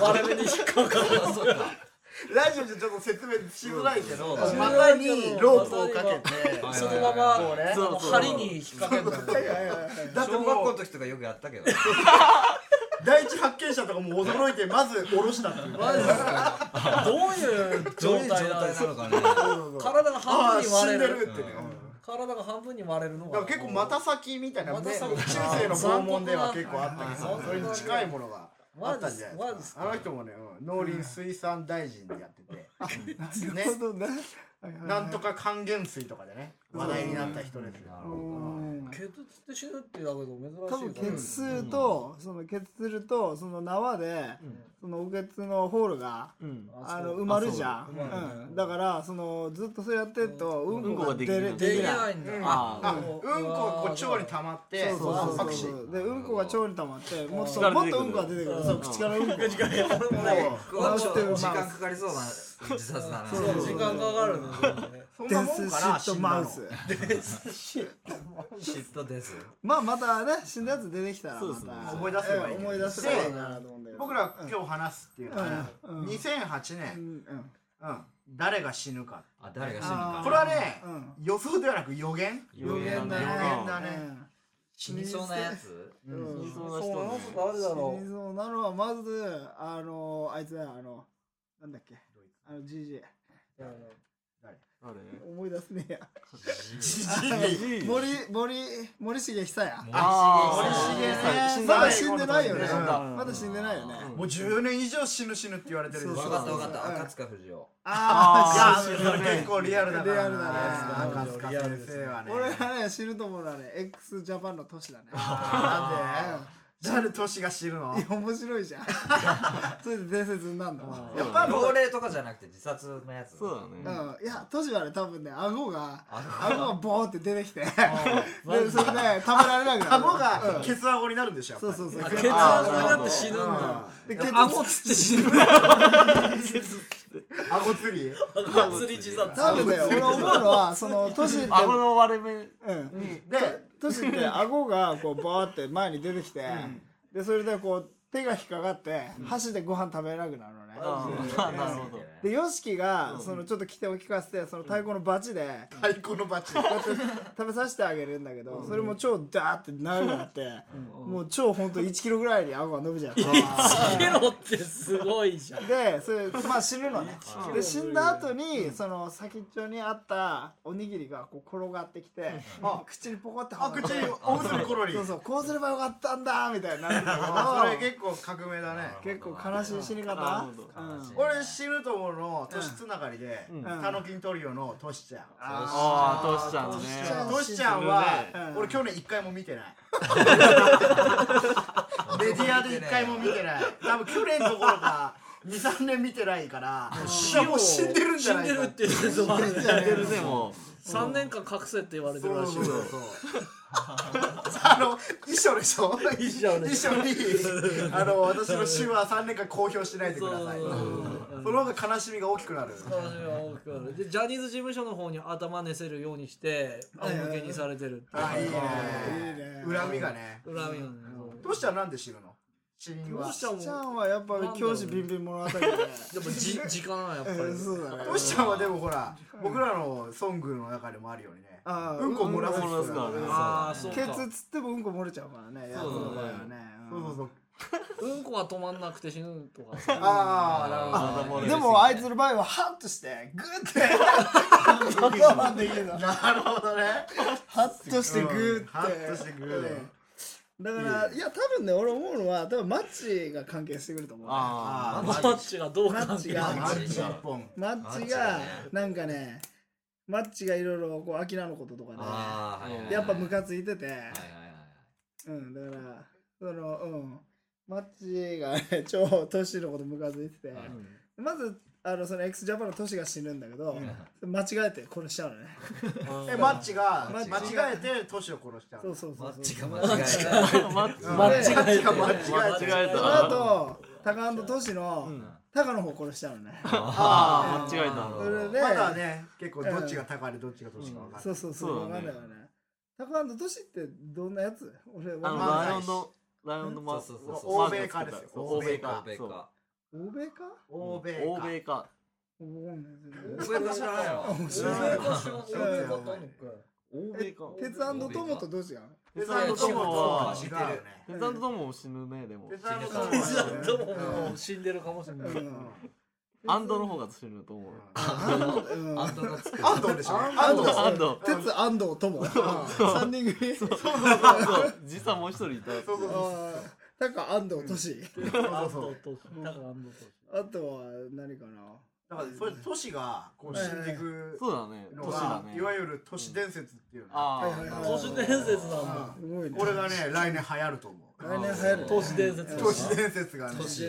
[SPEAKER 5] 割れ目に引っかかる。
[SPEAKER 2] そうか
[SPEAKER 4] ラジオじゃちょっと説明しづらいけど
[SPEAKER 2] うんそう
[SPEAKER 4] 股にロープをかけて
[SPEAKER 2] はい
[SPEAKER 5] そのまま
[SPEAKER 4] こうね
[SPEAKER 5] あの針に引っ掛けるんだよ。
[SPEAKER 4] だって
[SPEAKER 2] 小学校
[SPEAKER 4] も
[SPEAKER 2] の
[SPEAKER 4] う
[SPEAKER 2] 時とかよくやったけど
[SPEAKER 4] 第一発見者とかもう驚いてまず下ろしたっていう
[SPEAKER 1] マジですかどういう
[SPEAKER 2] どう
[SPEAKER 1] 状
[SPEAKER 2] いう
[SPEAKER 1] 態
[SPEAKER 2] 状態
[SPEAKER 1] なんですか
[SPEAKER 2] なのかね。
[SPEAKER 1] 体が
[SPEAKER 4] あ
[SPEAKER 1] 半
[SPEAKER 4] あ
[SPEAKER 1] 分に割
[SPEAKER 4] 死
[SPEAKER 1] れ
[SPEAKER 4] んで
[SPEAKER 1] る
[SPEAKER 4] るってね、
[SPEAKER 2] うん
[SPEAKER 1] 体が半分に割れるの
[SPEAKER 4] だ
[SPEAKER 1] が
[SPEAKER 4] から結構また先みたいな、ね、
[SPEAKER 1] 股
[SPEAKER 4] 中
[SPEAKER 1] 先
[SPEAKER 4] 世の拷問では結構あったけ
[SPEAKER 1] 残酷
[SPEAKER 4] ど
[SPEAKER 1] な
[SPEAKER 4] それに近いものがあったんじゃない
[SPEAKER 1] マジっ
[SPEAKER 4] ですす
[SPEAKER 1] か
[SPEAKER 4] かあの人もね、うん農林水産大臣でやってて、ね
[SPEAKER 3] なるほどねはいはいはい
[SPEAKER 4] なんとか還元水とかでね話題になった人ですよ
[SPEAKER 2] な
[SPEAKER 3] う
[SPEAKER 2] るほ
[SPEAKER 3] ん
[SPEAKER 1] 血って死ぬってだけど
[SPEAKER 3] 多
[SPEAKER 1] 珍しい
[SPEAKER 3] 分
[SPEAKER 1] から
[SPEAKER 3] 血すると、その血するとその縄で、そのおけつのホールが
[SPEAKER 6] ど。うん。
[SPEAKER 3] あ
[SPEAKER 1] そ
[SPEAKER 3] の
[SPEAKER 1] う
[SPEAKER 3] 埋まるじゃん
[SPEAKER 1] 埋まる
[SPEAKER 3] うん、だからそのずっとそうやってると
[SPEAKER 1] う
[SPEAKER 3] うんんこが出れ
[SPEAKER 6] うんこが
[SPEAKER 1] で
[SPEAKER 3] で
[SPEAKER 1] き
[SPEAKER 3] き
[SPEAKER 1] な
[SPEAKER 3] ない
[SPEAKER 1] いんだ
[SPEAKER 6] あ
[SPEAKER 4] あうんこがこう腸に溜まって
[SPEAKER 3] そうそう
[SPEAKER 4] 圧
[SPEAKER 3] そ
[SPEAKER 4] 迫
[SPEAKER 3] う
[SPEAKER 4] し
[SPEAKER 3] そうでうんこが腸に溜まってもっと
[SPEAKER 1] 口
[SPEAKER 6] から
[SPEAKER 3] もっ
[SPEAKER 6] 出てく
[SPEAKER 3] とうんこが
[SPEAKER 6] る
[SPEAKER 3] 出て
[SPEAKER 1] うん
[SPEAKER 3] くるそう口からうんこ
[SPEAKER 1] 口からやるのね
[SPEAKER 2] ど。
[SPEAKER 3] まあ
[SPEAKER 2] ちょっと時
[SPEAKER 3] まあ
[SPEAKER 2] 間かかりそうな自殺だな。
[SPEAKER 1] そう時間かかるんですよね
[SPEAKER 4] そん
[SPEAKER 3] デ
[SPEAKER 4] なもん
[SPEAKER 3] スシ
[SPEAKER 4] かな
[SPEAKER 3] ッ
[SPEAKER 4] 死
[SPEAKER 3] ト
[SPEAKER 4] んだ
[SPEAKER 3] マウ
[SPEAKER 4] の
[SPEAKER 3] ス
[SPEAKER 2] 嫉妬です。
[SPEAKER 3] まあまたね死んだやつ出てきたら
[SPEAKER 6] そう
[SPEAKER 3] ま
[SPEAKER 6] ですね
[SPEAKER 3] た
[SPEAKER 4] 思い出せばいい
[SPEAKER 3] うん思い出せばいいなと思うんだけど
[SPEAKER 4] 僕ら今日話すっていうのは、
[SPEAKER 3] うんうん
[SPEAKER 4] 2008年、
[SPEAKER 3] うん
[SPEAKER 4] うん、誰が死ぬか
[SPEAKER 2] あ、誰が死ぬ
[SPEAKER 3] あ
[SPEAKER 2] か
[SPEAKER 3] ー。
[SPEAKER 4] これはね
[SPEAKER 3] う、ん
[SPEAKER 4] 予想ではなく予言
[SPEAKER 3] 予言だね
[SPEAKER 4] 予言だね
[SPEAKER 2] 死にそうなやつ。
[SPEAKER 3] うう
[SPEAKER 4] うん
[SPEAKER 6] 死に
[SPEAKER 3] ん
[SPEAKER 6] そうな
[SPEAKER 1] そ
[SPEAKER 6] 人
[SPEAKER 1] うな
[SPEAKER 6] ね
[SPEAKER 1] ん。とあるだろ
[SPEAKER 3] 死に
[SPEAKER 1] う
[SPEAKER 3] そうなのはまずあのあいつだよあのなんだっけあのジジイ
[SPEAKER 6] あれ。
[SPEAKER 3] 思い出すねえや
[SPEAKER 4] じじ
[SPEAKER 3] あ
[SPEAKER 4] い
[SPEAKER 6] ジジイ
[SPEAKER 3] 森森森重久也
[SPEAKER 2] あ
[SPEAKER 4] 森重ね
[SPEAKER 3] まだ死んでないよね
[SPEAKER 4] 死ん
[SPEAKER 6] だ
[SPEAKER 3] まだ死んでないよね
[SPEAKER 4] もう10年以上死ぬ死ぬって言われてる
[SPEAKER 3] そう
[SPEAKER 2] わ
[SPEAKER 3] そう
[SPEAKER 2] かったわかった。赤塚不二夫。
[SPEAKER 3] あ
[SPEAKER 4] い
[SPEAKER 3] ー
[SPEAKER 4] や
[SPEAKER 3] 死んで
[SPEAKER 4] それ結構リアルだから
[SPEAKER 3] リアルだね
[SPEAKER 4] 赤塚先生はね
[SPEAKER 3] 俺がね死ぬと思うのはね x ジャパンの都市だね
[SPEAKER 4] なんで誰年が死ぬの
[SPEAKER 3] いや面白いじゃん それで伝説になるの
[SPEAKER 2] やっぱ老齢とかじゃなくて自殺のやつ。
[SPEAKER 6] そう
[SPEAKER 3] う
[SPEAKER 6] だね。
[SPEAKER 3] んいや都市はね多分ね顎が
[SPEAKER 2] あ
[SPEAKER 3] 顎がボーって出てきてでそれで食べられなくなる
[SPEAKER 4] 顎
[SPEAKER 3] う
[SPEAKER 4] が
[SPEAKER 3] ん
[SPEAKER 4] ケツ顎になるんでしょ
[SPEAKER 3] そうそうそう
[SPEAKER 1] 血圧になって死ぬんだ
[SPEAKER 3] でケツ
[SPEAKER 1] 顎つって死ぬ
[SPEAKER 4] 顎釣り
[SPEAKER 1] 顎つり自殺
[SPEAKER 3] 多分ね俺思うのはその都市って
[SPEAKER 6] 顎の割れ目。
[SPEAKER 3] うん
[SPEAKER 4] で
[SPEAKER 3] トシ って顎がこうバーって前に出てきて、でそれでこう手が引っかかって箸でご飯食べれなくなるのね、
[SPEAKER 6] ああ、なるほど。
[SPEAKER 3] でヨシキがそのちょっと来てお聞かせてその太鼓のバチで
[SPEAKER 4] 太鼓のバチ
[SPEAKER 3] 食べさせてあげるんだけど、それも超ダーって長くなって、もう超ほんと1キロぐらいに顎が伸びちゃう
[SPEAKER 1] ケロってすごいじゃん
[SPEAKER 3] でそれまあ死ぬのねで死んだ後にその先っちょにあったおにぎりがこう転がってきて、口にポコって
[SPEAKER 4] あ
[SPEAKER 3] はまって
[SPEAKER 4] 口おむすびコロリ
[SPEAKER 3] そうそうこうすればよかったんだみたいになるんだけど
[SPEAKER 4] あそれ結構革命だね
[SPEAKER 3] 結構悲しい死に
[SPEAKER 6] なる
[SPEAKER 3] 方
[SPEAKER 6] ほど
[SPEAKER 3] うん
[SPEAKER 2] 悲しい
[SPEAKER 4] 俺死ぬと思うの年つながりで
[SPEAKER 6] うん
[SPEAKER 4] タノキントリオのトシちゃん
[SPEAKER 6] ああ、トシちゃん
[SPEAKER 3] ゃん
[SPEAKER 6] ね。
[SPEAKER 4] トシちゃんは
[SPEAKER 3] うん
[SPEAKER 4] 俺去年一回も見てないメディアで一回も見てない多分去年どころか23年見てないからもう死んでるんじゃない
[SPEAKER 1] 死んで
[SPEAKER 4] か
[SPEAKER 1] るって言うとあるね
[SPEAKER 6] やってるね、もう。
[SPEAKER 1] 3年間隠せって言われて
[SPEAKER 4] そ
[SPEAKER 1] るら
[SPEAKER 4] う
[SPEAKER 1] しい
[SPEAKER 4] そうそうあの衣装でしょ衣
[SPEAKER 1] 装で
[SPEAKER 4] にあの私の死は3年間公表しないでください
[SPEAKER 1] そうそうそう
[SPEAKER 4] その方が悲しみが大きくなる
[SPEAKER 1] 悲しみは大きくなるでジャニーズ事務所の方に頭寝せるようにして仰向けにされてるって
[SPEAKER 4] あい
[SPEAKER 3] い
[SPEAKER 4] いね
[SPEAKER 3] いね
[SPEAKER 4] 恨みがね
[SPEAKER 1] 恨みがね
[SPEAKER 4] トシちゃんなんで死ぬの死因
[SPEAKER 1] どう
[SPEAKER 4] は
[SPEAKER 1] したも
[SPEAKER 3] ちゃ
[SPEAKER 1] ん
[SPEAKER 3] んはやっぱり教師ビンビン物語で
[SPEAKER 1] でもじ時間はやっぱり
[SPEAKER 3] うんそうだね
[SPEAKER 4] トシちゃんはでもほら僕らのソングの中でもあるようにね
[SPEAKER 3] あー
[SPEAKER 4] うんこ漏らす人
[SPEAKER 6] うんこ漏らすからね
[SPEAKER 1] ああそう
[SPEAKER 3] ケ
[SPEAKER 1] か
[SPEAKER 3] ツつってもうんこ漏れちゃうからねやつの場合はね
[SPEAKER 4] そうそうそう
[SPEAKER 1] うんこが止まんなくて死ぬとかさ
[SPEAKER 4] ああなるほど
[SPEAKER 6] あー
[SPEAKER 3] うんでもあいつの場合はハッとしてグーって我慢できるの
[SPEAKER 4] なるほどね。
[SPEAKER 3] ハッとしてグーって
[SPEAKER 4] ハッとしてグーで
[SPEAKER 3] うんだからいや多分ね俺思うのは多分マッチが関係してくると思うね
[SPEAKER 6] あ
[SPEAKER 4] あ
[SPEAKER 1] マッチがどう
[SPEAKER 3] マ
[SPEAKER 1] 関
[SPEAKER 3] ッチ
[SPEAKER 1] 係
[SPEAKER 3] が
[SPEAKER 1] ある
[SPEAKER 4] マッチ一本。
[SPEAKER 3] マッチがなんかねマッチがいろいろこうアキラのこととかね
[SPEAKER 2] あー、はいはいはい。
[SPEAKER 3] やっぱムカついてて、
[SPEAKER 2] はいはいはい。
[SPEAKER 3] うん、だから、その、うん、マッチがね、 超トシのことムカついてて、まず、あの、その x ジャパンのトシが死ぬんだけど、間違えて殺しちゃうのね。
[SPEAKER 4] え、マッチが
[SPEAKER 3] マッチが
[SPEAKER 4] 間違えてトシを殺しちゃ。
[SPEAKER 3] そううそうそ
[SPEAKER 2] マ
[SPEAKER 3] う
[SPEAKER 2] ッチ
[SPEAKER 3] そう。
[SPEAKER 2] が間違えた。
[SPEAKER 6] あ。
[SPEAKER 4] マ
[SPEAKER 3] ッチが
[SPEAKER 4] マッチが間違えて。
[SPEAKER 6] 間違え
[SPEAKER 3] その
[SPEAKER 6] た。
[SPEAKER 3] 後、タカトシの、タカの方殺しちゃうのね。
[SPEAKER 6] ああ、間違えた。
[SPEAKER 3] それで、
[SPEAKER 4] まだね、結構どっちが高でどっちがトシか分かん
[SPEAKER 3] そう
[SPEAKER 4] ない。
[SPEAKER 3] そうそう、
[SPEAKER 6] そうだ
[SPEAKER 3] わか
[SPEAKER 6] ね
[SPEAKER 3] んないよね。タカトシってどんなやつ俺、
[SPEAKER 6] あ
[SPEAKER 3] わかんない。
[SPEAKER 6] の、ライオンの、ライオンのマス
[SPEAKER 2] そうそうそう
[SPEAKER 4] 欧米化ですよ
[SPEAKER 6] 欧米化
[SPEAKER 2] 欧。米
[SPEAKER 6] そう
[SPEAKER 2] か。
[SPEAKER 3] 欧米か
[SPEAKER 4] 欧米
[SPEAKER 6] 欧
[SPEAKER 4] か。
[SPEAKER 6] 米化。
[SPEAKER 3] わかんない
[SPEAKER 2] 欧米化知らないよ。
[SPEAKER 3] 面
[SPEAKER 1] そ
[SPEAKER 3] 白
[SPEAKER 1] れ
[SPEAKER 3] い。
[SPEAKER 1] が知らん
[SPEAKER 4] そうだよ
[SPEAKER 1] 俺が分かんのか
[SPEAKER 6] 欧
[SPEAKER 3] え
[SPEAKER 6] 米化。
[SPEAKER 3] 鉄アンドトモとどう違うの
[SPEAKER 6] え
[SPEAKER 4] ペザントとも違うよね
[SPEAKER 6] ペザントどもも死ぬねでも
[SPEAKER 4] ペザントとも
[SPEAKER 5] ペザント
[SPEAKER 4] 違う
[SPEAKER 5] も
[SPEAKER 4] よね
[SPEAKER 5] もう死んでるかもしれない。
[SPEAKER 6] アンドの方が死ぬと思う
[SPEAKER 2] あんたがつく。
[SPEAKER 4] 安藤でしょ
[SPEAKER 3] 安
[SPEAKER 4] 安
[SPEAKER 3] 藤
[SPEAKER 4] 藤
[SPEAKER 6] 安藤
[SPEAKER 3] 鉄安藤とも三人組
[SPEAKER 6] そうそう実はもう一人いた
[SPEAKER 4] そうそうそ
[SPEAKER 3] あ
[SPEAKER 4] う
[SPEAKER 3] ータカ安藤俊
[SPEAKER 5] あ
[SPEAKER 4] そうそ
[SPEAKER 5] と
[SPEAKER 4] う
[SPEAKER 5] とだからあんのと
[SPEAKER 3] あとは何かな
[SPEAKER 4] だからそれ都市がこう死んでいく
[SPEAKER 6] そうだね
[SPEAKER 4] の
[SPEAKER 6] 年
[SPEAKER 4] が
[SPEAKER 6] だ、
[SPEAKER 4] いわ
[SPEAKER 6] ね
[SPEAKER 4] ゆる都市伝説っていうの
[SPEAKER 6] あ
[SPEAKER 3] はいはいは
[SPEAKER 6] あ
[SPEAKER 3] い
[SPEAKER 5] 都市伝説なんだ。
[SPEAKER 4] う
[SPEAKER 3] すごい
[SPEAKER 4] ん
[SPEAKER 3] ね
[SPEAKER 4] これがね来年流行ると思う
[SPEAKER 3] 来年流行るね
[SPEAKER 5] 都市伝説
[SPEAKER 4] 都市伝説がね
[SPEAKER 2] 都市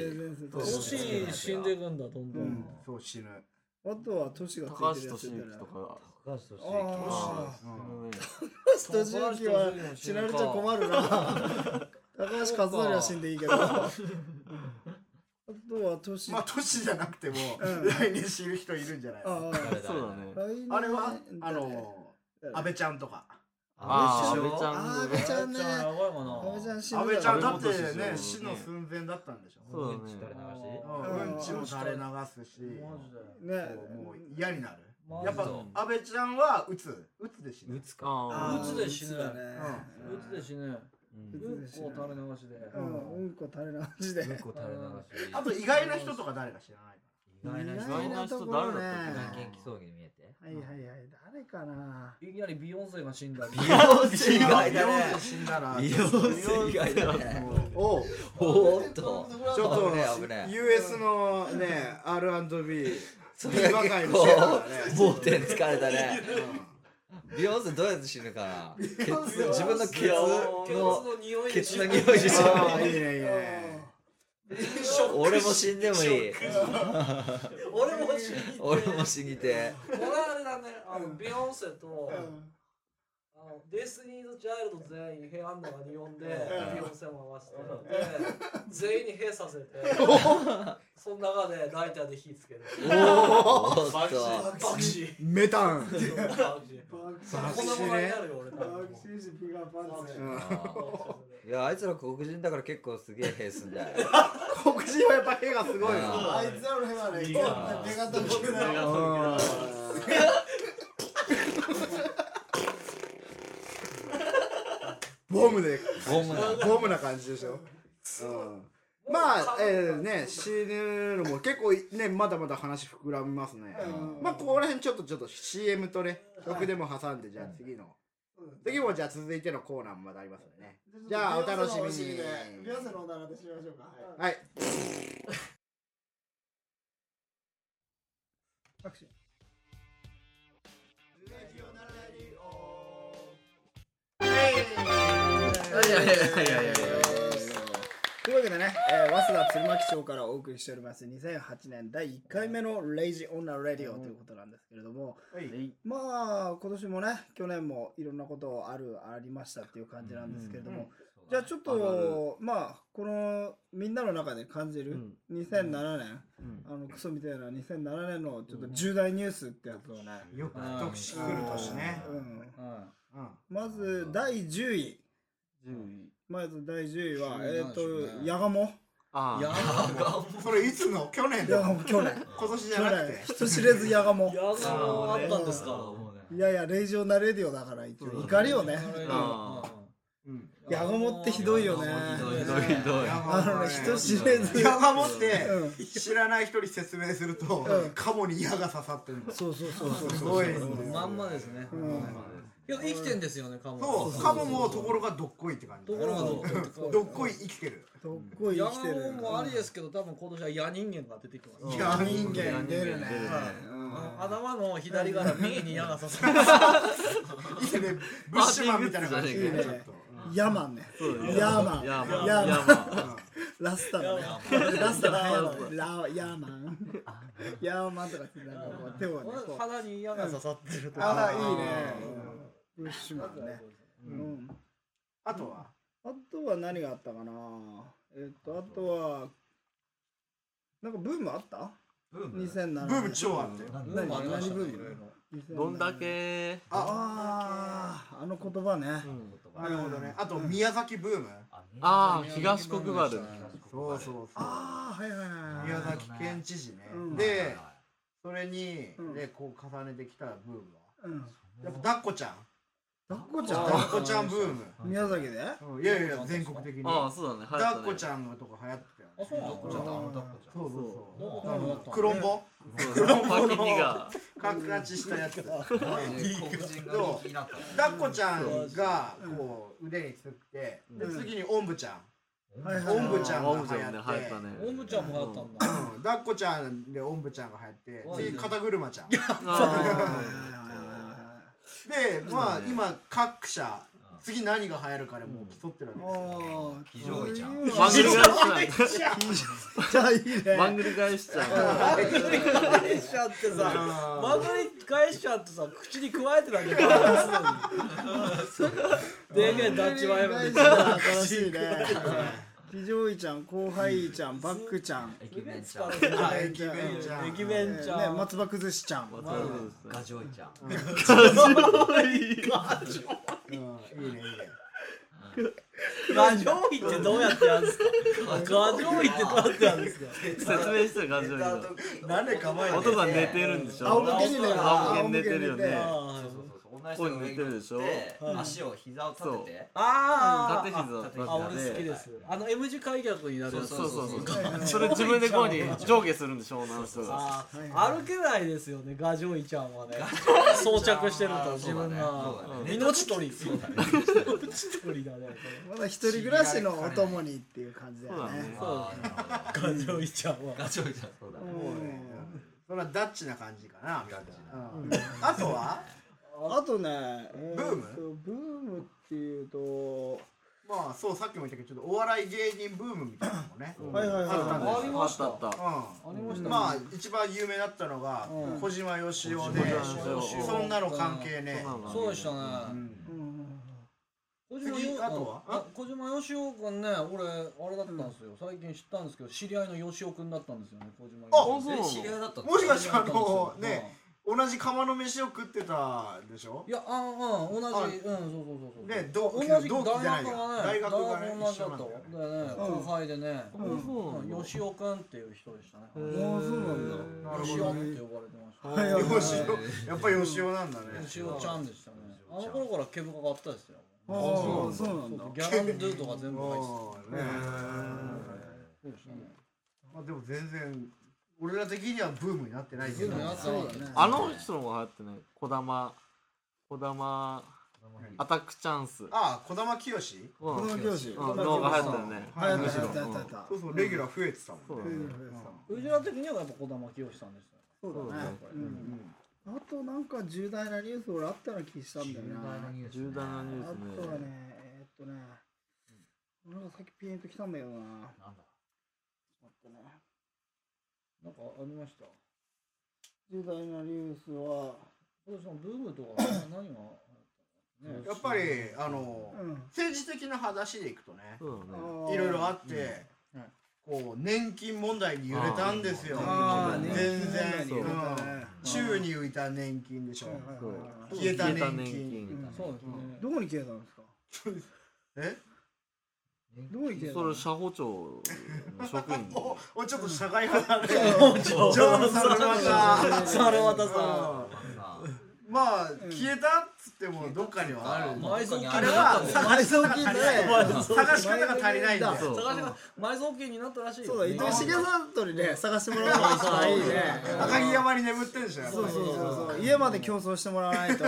[SPEAKER 5] 都市死んでいくんだどんど
[SPEAKER 4] うんん。そう死ぬ
[SPEAKER 3] あとは俊がつ
[SPEAKER 6] 高
[SPEAKER 3] いてる
[SPEAKER 6] 橋
[SPEAKER 3] やつ
[SPEAKER 6] 俊
[SPEAKER 3] みたい
[SPEAKER 6] 之
[SPEAKER 3] な
[SPEAKER 6] とか
[SPEAKER 2] 高橋とし
[SPEAKER 3] あ
[SPEAKER 6] 死ぬ
[SPEAKER 3] ー
[SPEAKER 6] ね
[SPEAKER 3] 高橋俊之は死なれちゃ困るな高橋和成は死んでいいけどあとは俊
[SPEAKER 4] まあ都市じゃなくても
[SPEAKER 3] うん
[SPEAKER 4] 来年死ぬ人いるんじゃない
[SPEAKER 3] あー
[SPEAKER 2] 誰だ
[SPEAKER 6] そうだね
[SPEAKER 3] 来年
[SPEAKER 4] あれはあの
[SPEAKER 3] 誰
[SPEAKER 4] 安倍ちゃんとか
[SPEAKER 6] ああ
[SPEAKER 3] 安
[SPEAKER 6] 安
[SPEAKER 3] 倍
[SPEAKER 6] 倍
[SPEAKER 3] ち
[SPEAKER 6] ち
[SPEAKER 3] ゃ
[SPEAKER 6] ゃ
[SPEAKER 3] ん
[SPEAKER 6] ん
[SPEAKER 3] 安倍ちゃん
[SPEAKER 5] じ
[SPEAKER 6] ね
[SPEAKER 5] ゃあやばいかな。
[SPEAKER 3] 安倍ちゃん死ぬ
[SPEAKER 4] 安倍ち
[SPEAKER 3] だ
[SPEAKER 4] ゃ
[SPEAKER 3] ろ
[SPEAKER 4] んだって
[SPEAKER 6] 安倍元首相
[SPEAKER 4] ね死の寸前だったんでしょ
[SPEAKER 6] そうだ
[SPEAKER 2] う
[SPEAKER 6] ね
[SPEAKER 2] んち垂れ流し
[SPEAKER 4] うんうんちも垂れ流すし
[SPEAKER 5] マジで。
[SPEAKER 3] ね
[SPEAKER 4] そうもう嫌になる
[SPEAKER 5] マジ
[SPEAKER 4] やっぱ安倍ちゃんはうつうつで死ぬ
[SPEAKER 2] 打つか。
[SPEAKER 6] あ
[SPEAKER 5] ー
[SPEAKER 6] あ
[SPEAKER 5] 鬱で死ぬ
[SPEAKER 3] だね
[SPEAKER 5] うつで死ぬ。
[SPEAKER 2] うん
[SPEAKER 5] うんこを垂れ流しで。
[SPEAKER 3] うんうんこ垂れ流し
[SPEAKER 2] うん
[SPEAKER 3] で
[SPEAKER 2] こ垂れ流し。
[SPEAKER 4] あと意外な人とか誰か知らない
[SPEAKER 2] 意外な
[SPEAKER 3] 意
[SPEAKER 2] 人。
[SPEAKER 3] 外
[SPEAKER 2] 元
[SPEAKER 3] なところね
[SPEAKER 2] 気そうに見えて。
[SPEAKER 3] はいはいはい誰かない
[SPEAKER 5] きなりビヨンセが死んだ。
[SPEAKER 2] 水以外だね
[SPEAKER 4] 死んだら
[SPEAKER 2] 美容室以外だね。
[SPEAKER 4] おう
[SPEAKER 2] おーっと。
[SPEAKER 4] ちょっと
[SPEAKER 2] 危ねえ危ねえ
[SPEAKER 4] US のね R&B
[SPEAKER 2] そ
[SPEAKER 4] ビ
[SPEAKER 2] れ
[SPEAKER 4] ーバー界
[SPEAKER 2] 結
[SPEAKER 4] の人だ
[SPEAKER 2] 構
[SPEAKER 4] ね
[SPEAKER 2] 盲点疲れたね。ビヨンセどうやって死ぬかな。ケツ自分のケツの
[SPEAKER 5] 匂
[SPEAKER 2] ケツの匂いで死
[SPEAKER 4] ああ
[SPEAKER 2] ぬ。
[SPEAKER 4] いいねいいね
[SPEAKER 2] 俺も死んでもいい。
[SPEAKER 5] 俺も死にて
[SPEAKER 2] 俺も死にて。
[SPEAKER 5] 俺あれだねあのビヨンセとあのディスニーズ・ジャイルド全員部屋の中に呼んで
[SPEAKER 2] うん
[SPEAKER 5] ビヨンセを回してで全員に閉させてその中でライターで火つける
[SPEAKER 2] おーっと。
[SPEAKER 5] 爆死
[SPEAKER 4] メタン
[SPEAKER 5] 爆死
[SPEAKER 3] 爆
[SPEAKER 5] こんなものになるよ俺多分
[SPEAKER 3] 爆死しピガパンツ
[SPEAKER 4] うん
[SPEAKER 2] いやあいつら黒人だから結構すげえ兵すんだよ。
[SPEAKER 4] 黒人はやっぱ屁がすごい
[SPEAKER 2] あ
[SPEAKER 4] よ
[SPEAKER 2] ー
[SPEAKER 3] あいつらの辺はね
[SPEAKER 5] いい
[SPEAKER 3] 出
[SPEAKER 5] な
[SPEAKER 3] 方僕だよ
[SPEAKER 4] ボムで
[SPEAKER 2] ゴムな。
[SPEAKER 4] ボムな感じでしょ、うん、まあ、えー、ね死ぬのも結構ねまだまだ話膨らみますね、
[SPEAKER 3] うん
[SPEAKER 4] まあここら辺ちょっとちょっと CM とね曲でも挟んでじゃあ次の、次もじゃあ続いてのコーナーもまだありますよねじゃあお楽しみに
[SPEAKER 3] ビヨンセのおならでしましょうかはい
[SPEAKER 4] はい
[SPEAKER 3] 拍手
[SPEAKER 2] いやいやいやいやいや
[SPEAKER 3] というわけでね、えー、早稲田鶴巻町からお送りしております2008年第1回目の「レイジ・オン・ラ・レディオ」ということなんですけれども、まあ今年もね去年もいろんなことあるありましたっていう感じなんですけれども、じゃあちょっとまあこのみんなの中で感じる
[SPEAKER 6] うん
[SPEAKER 3] 2007年、
[SPEAKER 6] うん
[SPEAKER 3] あのクソみたいな2007年のちょっと重大ニュースってやつをね、
[SPEAKER 4] よく特殊来る年ね、
[SPEAKER 3] うん、
[SPEAKER 4] うん
[SPEAKER 3] まず第10位
[SPEAKER 6] 10位
[SPEAKER 3] まず第10位は
[SPEAKER 5] そうなん
[SPEAKER 3] えっ、
[SPEAKER 5] ですね
[SPEAKER 3] とヤガモ
[SPEAKER 6] あ
[SPEAKER 5] や
[SPEAKER 6] あ
[SPEAKER 4] それいつの去年
[SPEAKER 3] ヤ
[SPEAKER 4] だ
[SPEAKER 3] ガモ去年
[SPEAKER 4] 今年じゃ
[SPEAKER 3] 去
[SPEAKER 4] なく
[SPEAKER 3] 年
[SPEAKER 4] て
[SPEAKER 3] 人知れずヤガモ
[SPEAKER 5] やがもあったんですか
[SPEAKER 3] いやいやレイジオナレディオだから一応怒りをね
[SPEAKER 4] うん
[SPEAKER 3] ヤガモってひどいよね
[SPEAKER 2] ひどい
[SPEAKER 6] ひどいひどい
[SPEAKER 3] あのね人知れず
[SPEAKER 4] ヤガモって
[SPEAKER 3] うん
[SPEAKER 4] 知らない人に説明すると、
[SPEAKER 3] うん
[SPEAKER 4] カモに矢が刺さってるの
[SPEAKER 3] そうそうそうそう
[SPEAKER 4] すごいですね
[SPEAKER 5] まんまですね
[SPEAKER 3] うん
[SPEAKER 5] いや生きてんですよねカ
[SPEAKER 4] そ
[SPEAKER 5] モ
[SPEAKER 4] うカモもところがどっこいって感じ
[SPEAKER 5] ところがどっこいって感じ
[SPEAKER 4] どっこい生きてる
[SPEAKER 3] どっこい
[SPEAKER 5] ヤ
[SPEAKER 3] 生きて
[SPEAKER 5] ガ
[SPEAKER 3] る
[SPEAKER 5] モもありですけど多分今年はヤ人間が出てきます
[SPEAKER 4] い
[SPEAKER 3] ヤ
[SPEAKER 4] や
[SPEAKER 3] 人間出るね
[SPEAKER 6] 出るね
[SPEAKER 5] あの頭の左から右に矢が刺さる。
[SPEAKER 4] いいねブッシュマンみたいな感じ
[SPEAKER 3] いいね
[SPEAKER 4] ちょっと
[SPEAKER 3] ヤマンね
[SPEAKER 6] そうだよ
[SPEAKER 3] ヤーマン
[SPEAKER 6] ヤーマン
[SPEAKER 3] ヤーマン
[SPEAKER 6] ヤーマン
[SPEAKER 3] ラスタだねラスタだねラヤーマンヤーマンとかってなんかこう手をねこう
[SPEAKER 5] 肌に矢が刺さってると
[SPEAKER 3] あ
[SPEAKER 5] か。
[SPEAKER 3] あいいねブッシュマンねう
[SPEAKER 4] うん
[SPEAKER 3] ん
[SPEAKER 4] あとは
[SPEAKER 3] あとは何があったかなえっとあとはなんかブームあった
[SPEAKER 2] ブーム
[SPEAKER 3] ?2007
[SPEAKER 4] ブーム超あったよ
[SPEAKER 5] ブームありました
[SPEAKER 3] 何ブ
[SPEAKER 5] ね
[SPEAKER 3] ーム
[SPEAKER 5] いろいろ
[SPEAKER 3] 2007
[SPEAKER 6] どんだけ
[SPEAKER 3] あああの言葉ね
[SPEAKER 4] なるほどねあと宮崎ブーム
[SPEAKER 6] ああ東国原
[SPEAKER 4] そうそうそう
[SPEAKER 3] ああはいはいはい
[SPEAKER 4] 宮崎県知事ね
[SPEAKER 3] うん
[SPEAKER 4] でそれに
[SPEAKER 3] うん
[SPEAKER 4] ねこう重ねてきたブームは
[SPEAKER 3] うん
[SPEAKER 4] やっぱ抱っこちゃん
[SPEAKER 3] だっこちゃん
[SPEAKER 4] だっこちゃんブーム
[SPEAKER 3] 宮崎であ
[SPEAKER 4] うんいやいや全国的に
[SPEAKER 6] ああ
[SPEAKER 4] だ
[SPEAKER 6] そうだね
[SPEAKER 4] っこち
[SPEAKER 6] ん
[SPEAKER 4] ゃんのとか流行ってたよね
[SPEAKER 5] そうなの
[SPEAKER 3] ちゃんだ
[SPEAKER 5] だ
[SPEAKER 4] そうそうそう
[SPEAKER 5] どこ
[SPEAKER 4] う
[SPEAKER 5] か
[SPEAKER 4] ん
[SPEAKER 5] の
[SPEAKER 4] クロンボ
[SPEAKER 6] そうだねパキニが
[SPEAKER 4] カクカチしたやつだ
[SPEAKER 2] 黒人が人気になったね
[SPEAKER 4] っこちゃんがこう腕につってで
[SPEAKER 3] うん
[SPEAKER 4] 次におんぶちゃん
[SPEAKER 3] はいはい
[SPEAKER 4] おんぶちゃんが
[SPEAKER 6] オンブちゃ
[SPEAKER 4] 流
[SPEAKER 6] んね流
[SPEAKER 4] 行
[SPEAKER 6] 行
[SPEAKER 4] っ
[SPEAKER 6] ってたね
[SPEAKER 5] おんぶちゃんもやったんだ。
[SPEAKER 4] うんだっこちゃんでおんぶちゃんが流行って次肩車ちゃん
[SPEAKER 6] あ
[SPEAKER 4] でまあ
[SPEAKER 6] そうだね
[SPEAKER 4] 今各社次何が流行るかでもう競ってるわけですよ
[SPEAKER 2] 非常位ちゃん
[SPEAKER 6] あ番組
[SPEAKER 3] じ
[SPEAKER 6] 返しちゃ
[SPEAKER 3] ゃあいいね
[SPEAKER 6] う番組返しちゃう
[SPEAKER 5] 返しちゃってさ、マグリ返しちゃってさ、口に加えてたけど、でけえダッチワ イムで。
[SPEAKER 3] 新しいね非常位ちゃん後輩位ちゃんバックちゃん
[SPEAKER 2] イケメンちゃん
[SPEAKER 4] あ駅弁ちゃん
[SPEAKER 5] 駅弁ちゃ
[SPEAKER 3] ね
[SPEAKER 5] ん。
[SPEAKER 3] 松葉崩しちゃん
[SPEAKER 6] またそうですね
[SPEAKER 2] ガジョイちゃん
[SPEAKER 4] うんいいねいいね
[SPEAKER 5] ガジョイってどうやってやるんですかガジョイってどうや ってやるんですか
[SPEAKER 6] 説明してる感じだけ
[SPEAKER 4] なんで構え
[SPEAKER 6] どお父さん寝てるんでしょ
[SPEAKER 3] 仰向けにね
[SPEAKER 6] 仰向けに寝てるよね
[SPEAKER 5] あー
[SPEAKER 2] そうそうそう同じ人の上に乗って足を膝を立てて
[SPEAKER 5] あ
[SPEAKER 6] 縦
[SPEAKER 5] ー、
[SPEAKER 6] 膝立て
[SPEAKER 5] あ俺好き
[SPEAKER 6] て
[SPEAKER 5] です。あの M 字開脚になるやつ。
[SPEAKER 6] そうそうそう
[SPEAKER 2] ガ
[SPEAKER 3] ジョイ
[SPEAKER 6] それ自分でこうに上下するんでしょ女の人が
[SPEAKER 5] あ
[SPEAKER 3] はい
[SPEAKER 5] ー歩けないですよね、ガジョイちゃんはね。装着してると自分が。命取り。命取りだね。こ
[SPEAKER 3] ま
[SPEAKER 5] れ
[SPEAKER 3] だ一人暮らしのお供にっていう感じだ
[SPEAKER 6] そう
[SPEAKER 3] よ
[SPEAKER 6] だ
[SPEAKER 3] ね
[SPEAKER 6] ね
[SPEAKER 2] あーなるほど
[SPEAKER 5] ガジョイちゃんは。
[SPEAKER 2] ガジョイちゃんそうだね
[SPEAKER 4] もうねそれはダッチな感じかな
[SPEAKER 2] ガジョイちゃん
[SPEAKER 4] うんあとは
[SPEAKER 3] あとねえ
[SPEAKER 4] ブーム
[SPEAKER 3] ーとブームっていうと
[SPEAKER 4] まあそうさっきも言ったけどちょっとお笑い芸人ブームみたいなのもね
[SPEAKER 3] はいはいはい
[SPEAKER 4] あったん
[SPEAKER 5] あ
[SPEAKER 4] で
[SPEAKER 5] り
[SPEAKER 4] すよ
[SPEAKER 5] ました
[SPEAKER 6] あったあった
[SPEAKER 4] うん
[SPEAKER 5] ありましたね
[SPEAKER 4] まあ一番有名だったのが
[SPEAKER 3] うん
[SPEAKER 4] 小島よしお
[SPEAKER 2] 小
[SPEAKER 4] で
[SPEAKER 6] 島よしお
[SPEAKER 4] そんなの関係ね
[SPEAKER 6] そんなの
[SPEAKER 5] そうでしたね。
[SPEAKER 4] えう
[SPEAKER 3] う
[SPEAKER 4] ん
[SPEAKER 3] ん
[SPEAKER 5] 小
[SPEAKER 4] 次
[SPEAKER 5] よ
[SPEAKER 4] あとは
[SPEAKER 5] あ小島よしおくんね、俺あれだったんですよ。最近知ったんですけど、知り合いのよしおくんだったんですよね。小島よしお
[SPEAKER 6] あそう
[SPEAKER 2] え知り合いだったの
[SPEAKER 4] もしか
[SPEAKER 5] 知
[SPEAKER 4] し
[SPEAKER 5] り
[SPEAKER 4] て
[SPEAKER 5] 合
[SPEAKER 4] あ
[SPEAKER 5] いだったんですよ
[SPEAKER 4] のね。同じ釜の飯を食ってたでしょ
[SPEAKER 5] いや、あーうん、同じ、うん、そうそうそうそう。
[SPEAKER 4] ね同期
[SPEAKER 5] 同じ大
[SPEAKER 4] 同期
[SPEAKER 5] 学
[SPEAKER 4] じゃな
[SPEAKER 5] が
[SPEAKER 4] い
[SPEAKER 5] ね
[SPEAKER 4] よ、大学がね
[SPEAKER 5] 大同
[SPEAKER 4] 一
[SPEAKER 5] じだ
[SPEAKER 4] 緒
[SPEAKER 5] っ
[SPEAKER 4] なん
[SPEAKER 5] た
[SPEAKER 4] だ
[SPEAKER 5] わ
[SPEAKER 4] よね。
[SPEAKER 5] でね、
[SPEAKER 3] うん
[SPEAKER 5] 後輩でね、
[SPEAKER 6] あそうなんだ
[SPEAKER 5] よしおくんっていう人でしたね。
[SPEAKER 6] へ
[SPEAKER 5] よ
[SPEAKER 6] ー
[SPEAKER 3] あーそうなん
[SPEAKER 4] なる
[SPEAKER 5] し
[SPEAKER 4] ほ
[SPEAKER 5] お
[SPEAKER 4] ど
[SPEAKER 5] っ
[SPEAKER 4] ね
[SPEAKER 5] て呼ばれてました。
[SPEAKER 3] はいはいはい
[SPEAKER 4] よしおやっぱりよしおなんだね
[SPEAKER 5] よしおちゃんでしたね。あの頃から毛深かったですよ。
[SPEAKER 3] ああそうなんだ
[SPEAKER 5] そうギャランドゥとか全部入ってた。
[SPEAKER 4] もうね
[SPEAKER 5] そうですね。
[SPEAKER 4] まあでも全然俺ら的にはブームになってないけど
[SPEAKER 5] ブームになって
[SPEAKER 3] そうだね
[SPEAKER 6] あの人の方が流行ってねこだまこだまアタックチャンス
[SPEAKER 4] ああ児玉清
[SPEAKER 6] うん
[SPEAKER 3] 子
[SPEAKER 6] うん
[SPEAKER 3] 供教師
[SPEAKER 6] の方が流行ったよね
[SPEAKER 3] はやっ
[SPEAKER 4] む
[SPEAKER 3] た
[SPEAKER 4] しろ
[SPEAKER 3] やったやったやった
[SPEAKER 4] そうそうレギュラー増えてたもん
[SPEAKER 6] そう
[SPEAKER 4] ね
[SPEAKER 6] だ
[SPEAKER 3] う
[SPEAKER 6] ね
[SPEAKER 3] ん
[SPEAKER 5] うちら的にはやっぱ児玉清さんでしたね。
[SPEAKER 3] そうだね
[SPEAKER 5] そうだね
[SPEAKER 3] うんあとなんか重大なニュース俺あったような気したんだよな
[SPEAKER 6] 重大なニュ
[SPEAKER 3] あとは
[SPEAKER 6] ース
[SPEAKER 3] ね
[SPEAKER 6] ね
[SPEAKER 3] えーっとねなんかさっきピンときたんだよな
[SPEAKER 2] なんだ
[SPEAKER 3] 待ってね
[SPEAKER 5] なんかありました。
[SPEAKER 3] 重大なニュースは
[SPEAKER 5] そうですね。ブームとかね何が。ね
[SPEAKER 4] やっぱりあの
[SPEAKER 3] うん
[SPEAKER 4] 政治的な話でいくとね
[SPEAKER 6] そうだね
[SPEAKER 4] いろいろあ
[SPEAKER 3] っ
[SPEAKER 4] って
[SPEAKER 5] うんはい
[SPEAKER 4] こう年金問題に揺れたんですよ
[SPEAKER 3] あー
[SPEAKER 4] 全
[SPEAKER 3] 年金問題に揺れ
[SPEAKER 4] 然
[SPEAKER 3] たね
[SPEAKER 4] うん宙に浮いた年金でしょ
[SPEAKER 3] はいはい
[SPEAKER 6] そう
[SPEAKER 3] はい
[SPEAKER 4] 消えた年金
[SPEAKER 3] うん
[SPEAKER 5] そうですね。
[SPEAKER 3] どこに消えたんですか
[SPEAKER 4] え
[SPEAKER 3] どこに消えた
[SPEAKER 6] そ
[SPEAKER 3] の
[SPEAKER 6] れ社保庁の職 員
[SPEAKER 4] おおちょっと社会派だね
[SPEAKER 5] ょ
[SPEAKER 4] ジョンされました
[SPEAKER 5] それまた
[SPEAKER 4] う
[SPEAKER 5] さ
[SPEAKER 4] ん。まあ消えたっつってもどっかにはある
[SPEAKER 5] 埋蔵金
[SPEAKER 4] あれは探し方が足りない探し方が足りないんだよ
[SPEAKER 6] そう
[SPEAKER 5] 探しが埋蔵金になったらしいよ。
[SPEAKER 3] そうだ伊藤茂さんとにね探してもらうのが一番いいね
[SPEAKER 4] 赤城山に眠ってんでしょやっぱ
[SPEAKER 3] そ
[SPEAKER 4] り
[SPEAKER 3] うそうそうそう家まで競争してもらわないとう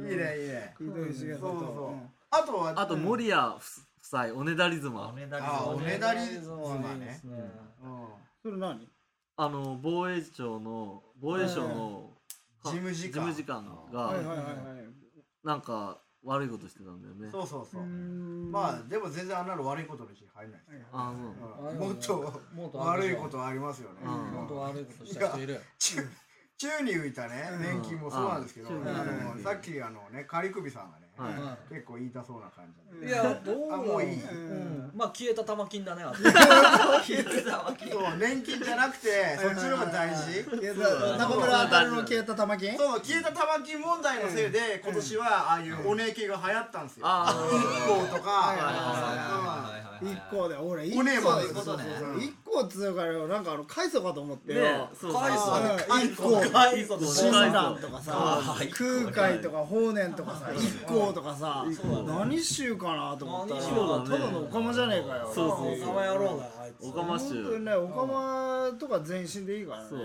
[SPEAKER 3] ん
[SPEAKER 4] ねいいねいいね
[SPEAKER 3] 伊藤茂さん
[SPEAKER 4] そうそうそう
[SPEAKER 3] と
[SPEAKER 4] あとは
[SPEAKER 6] あと守谷夫妻おねだり
[SPEAKER 2] お
[SPEAKER 6] 妻
[SPEAKER 2] ねだり
[SPEAKER 4] あおねだり妻
[SPEAKER 5] はいいで
[SPEAKER 4] ね
[SPEAKER 5] すね。
[SPEAKER 4] うん
[SPEAKER 3] それ何
[SPEAKER 6] あの防衛庁の防衛省の
[SPEAKER 4] 事務次官
[SPEAKER 6] 事務次官
[SPEAKER 3] はいはい
[SPEAKER 6] が
[SPEAKER 3] はいはい
[SPEAKER 6] なんか悪いことしてたんだよね
[SPEAKER 4] そうそうそうう
[SPEAKER 3] ーん
[SPEAKER 4] まあでも全然あんなの悪いことのうちに入んないですよ
[SPEAKER 6] あそう
[SPEAKER 4] うんもっと
[SPEAKER 5] もっと
[SPEAKER 4] 悪いことはありますよね
[SPEAKER 6] うん
[SPEAKER 5] もっと
[SPEAKER 4] うん
[SPEAKER 5] 悪いことした人いる。
[SPEAKER 4] 宙宙に浮いたね年金もそうなんですけど
[SPEAKER 6] うん
[SPEAKER 4] あの
[SPEAKER 6] うん
[SPEAKER 4] さっきあのね仮首さんがね
[SPEAKER 6] はい
[SPEAKER 5] は
[SPEAKER 4] 結構言いたそうな感じ
[SPEAKER 5] いいやどう
[SPEAKER 4] あ
[SPEAKER 5] だろ
[SPEAKER 4] もういい
[SPEAKER 5] うんまあ消えた玉金だね。あと
[SPEAKER 4] そう年金じゃなくてそっちの方が大事
[SPEAKER 3] 消えた中村あたるの消えた玉金
[SPEAKER 4] そう消えた玉金問題のせいで今年はああいうおねけが流行ったんですよ
[SPEAKER 6] あー
[SPEAKER 4] 一行と
[SPEAKER 3] はいはい
[SPEAKER 4] か
[SPEAKER 2] はいはいはいはいはい
[SPEAKER 3] 一個で俺一
[SPEAKER 4] おねえまで
[SPEAKER 3] そうそうそう
[SPEAKER 4] そうそうそう
[SPEAKER 3] 一個構強いからよなんかあの海藻かと思ってよ、
[SPEAKER 6] ねそう
[SPEAKER 5] 海
[SPEAKER 3] あ
[SPEAKER 5] 藻
[SPEAKER 3] あ一個
[SPEAKER 5] 海藻
[SPEAKER 3] 新
[SPEAKER 5] のね
[SPEAKER 3] 山とかさ空海とか法然とかさ一行とかさ何宗かなと思ったら
[SPEAKER 5] 何宗だ
[SPEAKER 6] ね
[SPEAKER 3] ただのオカマじゃねえかよ
[SPEAKER 6] そうそう
[SPEAKER 5] お前やろうがあいつ
[SPEAKER 6] オカマ
[SPEAKER 3] 本当にねオカマとか全身でいいからね
[SPEAKER 6] そう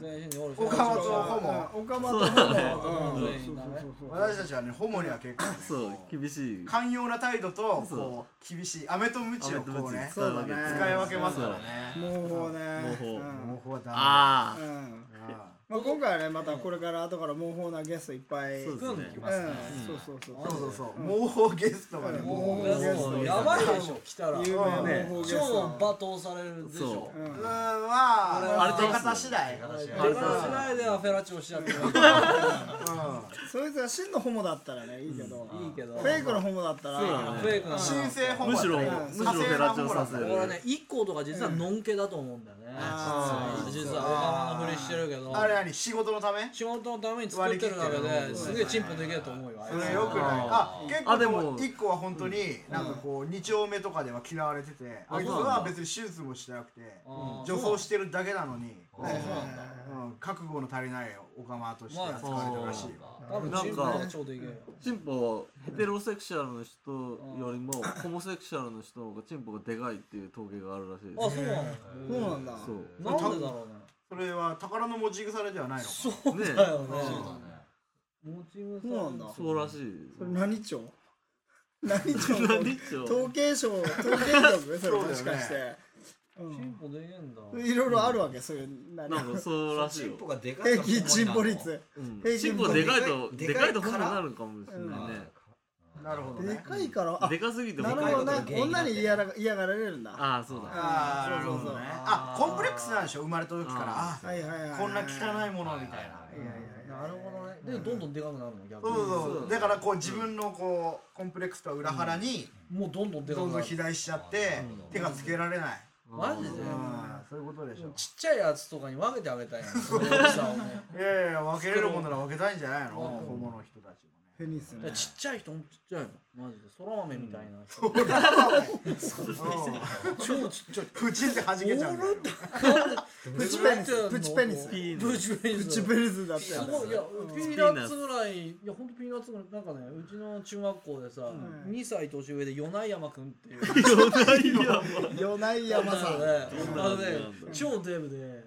[SPEAKER 5] 全員におるし
[SPEAKER 4] オカマとホモ
[SPEAKER 3] うんオカマとホモうん
[SPEAKER 5] 全員だね
[SPEAKER 4] 私たちはねホモには結構ね
[SPEAKER 6] そう
[SPEAKER 4] こう
[SPEAKER 6] 厳しい
[SPEAKER 4] 寛容な態度と
[SPEAKER 6] そう
[SPEAKER 4] こう厳しい飴とムチをこうね
[SPEAKER 3] そうだね
[SPEAKER 4] 使い分けますからね
[SPEAKER 3] 毛包ね
[SPEAKER 6] 毛包
[SPEAKER 3] うん
[SPEAKER 4] 毛包はダメ
[SPEAKER 6] あ
[SPEAKER 3] う
[SPEAKER 6] あ
[SPEAKER 3] ん
[SPEAKER 4] あ
[SPEAKER 3] まあ今回はねまたこれから後から毛包なゲストいっぱい
[SPEAKER 6] そうですね
[SPEAKER 3] うんそうそうそう
[SPEAKER 4] ーそうそうそう毛包ゲストがね
[SPEAKER 5] も
[SPEAKER 4] も
[SPEAKER 5] う
[SPEAKER 4] う
[SPEAKER 5] やもうやばいでしょ来たら
[SPEAKER 3] 有名な毛包ゲス
[SPEAKER 5] 超
[SPEAKER 3] ト
[SPEAKER 5] 罵倒されるでしょ
[SPEAKER 6] そううん
[SPEAKER 4] うんまあ
[SPEAKER 6] あれ
[SPEAKER 4] 出方次第うん
[SPEAKER 5] 出方次第ではフェラチオしちゃってるい
[SPEAKER 3] そいつが真のホモだったらねいいけど
[SPEAKER 5] いけど
[SPEAKER 3] フェイクのホモだったら
[SPEAKER 6] そうだね
[SPEAKER 5] フェイクなの
[SPEAKER 4] 神聖ホモ
[SPEAKER 6] むし
[SPEAKER 4] だ
[SPEAKER 6] ろむ
[SPEAKER 4] っ
[SPEAKER 6] したろ
[SPEAKER 4] ね
[SPEAKER 6] フェラチオさせ
[SPEAKER 5] だ
[SPEAKER 6] る
[SPEAKER 5] からね一個とか実はのんけだと思うんだよね
[SPEAKER 3] あ
[SPEAKER 4] ー
[SPEAKER 5] 実はオカマのふりしてるけど
[SPEAKER 4] あれ何仕事のため
[SPEAKER 5] 仕事のために作ってる中ですげえチンプできると思うよあい
[SPEAKER 4] そ
[SPEAKER 5] つ
[SPEAKER 4] れよくないあ
[SPEAKER 6] あー
[SPEAKER 4] 結
[SPEAKER 6] あで
[SPEAKER 4] 構
[SPEAKER 6] も
[SPEAKER 4] 一個は本当になんかこう二丁目とかでは嫌われてて
[SPEAKER 6] あ
[SPEAKER 4] あいつ
[SPEAKER 6] そうなん
[SPEAKER 4] は
[SPEAKER 6] だ
[SPEAKER 4] 別に手術もしてなくて
[SPEAKER 5] あー
[SPEAKER 4] 女装してるだけなのに
[SPEAKER 5] そうなんだ
[SPEAKER 4] うん覚悟の足りないオカマとして扱われてるらしいよ
[SPEAKER 5] 多分チンプはちょうどいけるよ
[SPEAKER 6] チンポヘテロセクシャルの人よりもホモセクシャルの人の方がチンポがでかいっていう統計があるらしいで
[SPEAKER 5] あ
[SPEAKER 6] す
[SPEAKER 5] そうな
[SPEAKER 3] そ
[SPEAKER 5] の
[SPEAKER 3] うなんだ
[SPEAKER 6] そう
[SPEAKER 5] なんでだろうね
[SPEAKER 4] それは宝の持ち腐れではないのか
[SPEAKER 5] そう
[SPEAKER 6] ね
[SPEAKER 5] だよねモチムさ
[SPEAKER 3] そうなんだ
[SPEAKER 6] そうらしい
[SPEAKER 3] それ何 町何町の
[SPEAKER 6] 何ちょ
[SPEAKER 3] 統計省統計局それ
[SPEAKER 4] そうだよね
[SPEAKER 3] もしかしてう
[SPEAKER 5] チン
[SPEAKER 3] ん
[SPEAKER 5] プできんだ
[SPEAKER 3] いろいろあるわけそういうな
[SPEAKER 6] なんかそうらしい
[SPEAKER 2] チ
[SPEAKER 6] よ
[SPEAKER 2] ンポがでかい
[SPEAKER 3] 平均チンポ率
[SPEAKER 6] うん
[SPEAKER 3] 平均
[SPEAKER 6] チンポでかいと
[SPEAKER 2] で
[SPEAKER 6] で
[SPEAKER 2] か
[SPEAKER 6] か
[SPEAKER 2] い
[SPEAKER 6] いと
[SPEAKER 2] でかいか
[SPEAKER 6] ホモ
[SPEAKER 2] ら
[SPEAKER 6] になるかもしれないね
[SPEAKER 4] なるほど
[SPEAKER 3] で
[SPEAKER 4] ね
[SPEAKER 3] かいからあ
[SPEAKER 6] でかすぎて
[SPEAKER 3] な
[SPEAKER 6] も
[SPEAKER 3] るほどな女に嫌ら嫌がられるんだ
[SPEAKER 6] ああそうだ
[SPEAKER 4] あーな
[SPEAKER 3] あー
[SPEAKER 4] るほどねあ
[SPEAKER 5] あー
[SPEAKER 4] コンプレックスなんでしょ生まれた時からあ
[SPEAKER 3] はいはいはい
[SPEAKER 4] こんな汚いものみたいない
[SPEAKER 3] やいや
[SPEAKER 5] なるほどねでどんどんでかくなるの逆
[SPEAKER 4] そう
[SPEAKER 5] に
[SPEAKER 4] そう
[SPEAKER 6] う
[SPEAKER 4] そうんだからこう自分のこうコンプレックスとは裏腹に
[SPEAKER 5] もうどんどんでか
[SPEAKER 4] ど
[SPEAKER 5] く
[SPEAKER 4] ん
[SPEAKER 5] なん
[SPEAKER 4] ど
[SPEAKER 5] る
[SPEAKER 4] 肥大しちゃって手がつけられない
[SPEAKER 5] マジで
[SPEAKER 4] う
[SPEAKER 5] うん
[SPEAKER 4] んそういうことでしょ
[SPEAKER 5] ちっちゃいやつとかに分けてあげたいな その大きさをね
[SPEAKER 4] いやいや分けれるもんなら分けたいんじゃないの
[SPEAKER 5] うん
[SPEAKER 4] ホモの人たちもね
[SPEAKER 3] ペニス
[SPEAKER 5] だか
[SPEAKER 3] ね
[SPEAKER 5] らちっちゃい人ほんとちっちゃいのマジでそら豆みたいな人
[SPEAKER 4] うん
[SPEAKER 5] 超ちっちゃい
[SPEAKER 4] プチって弾けちゃうんだよ
[SPEAKER 5] プ
[SPEAKER 3] チペニスプチペニス
[SPEAKER 5] プチペ
[SPEAKER 3] プ
[SPEAKER 5] ニス
[SPEAKER 3] チペニスだっ
[SPEAKER 5] す
[SPEAKER 3] た
[SPEAKER 5] ご
[SPEAKER 3] よ
[SPEAKER 5] いいやピーナッツぐらいいやほんとピーナッツぐらいなんかねうちの中学校でさ、
[SPEAKER 3] ん
[SPEAKER 5] 2歳年上で米内山くんっていう
[SPEAKER 3] 夜ない山さんうん
[SPEAKER 5] あのね超デブで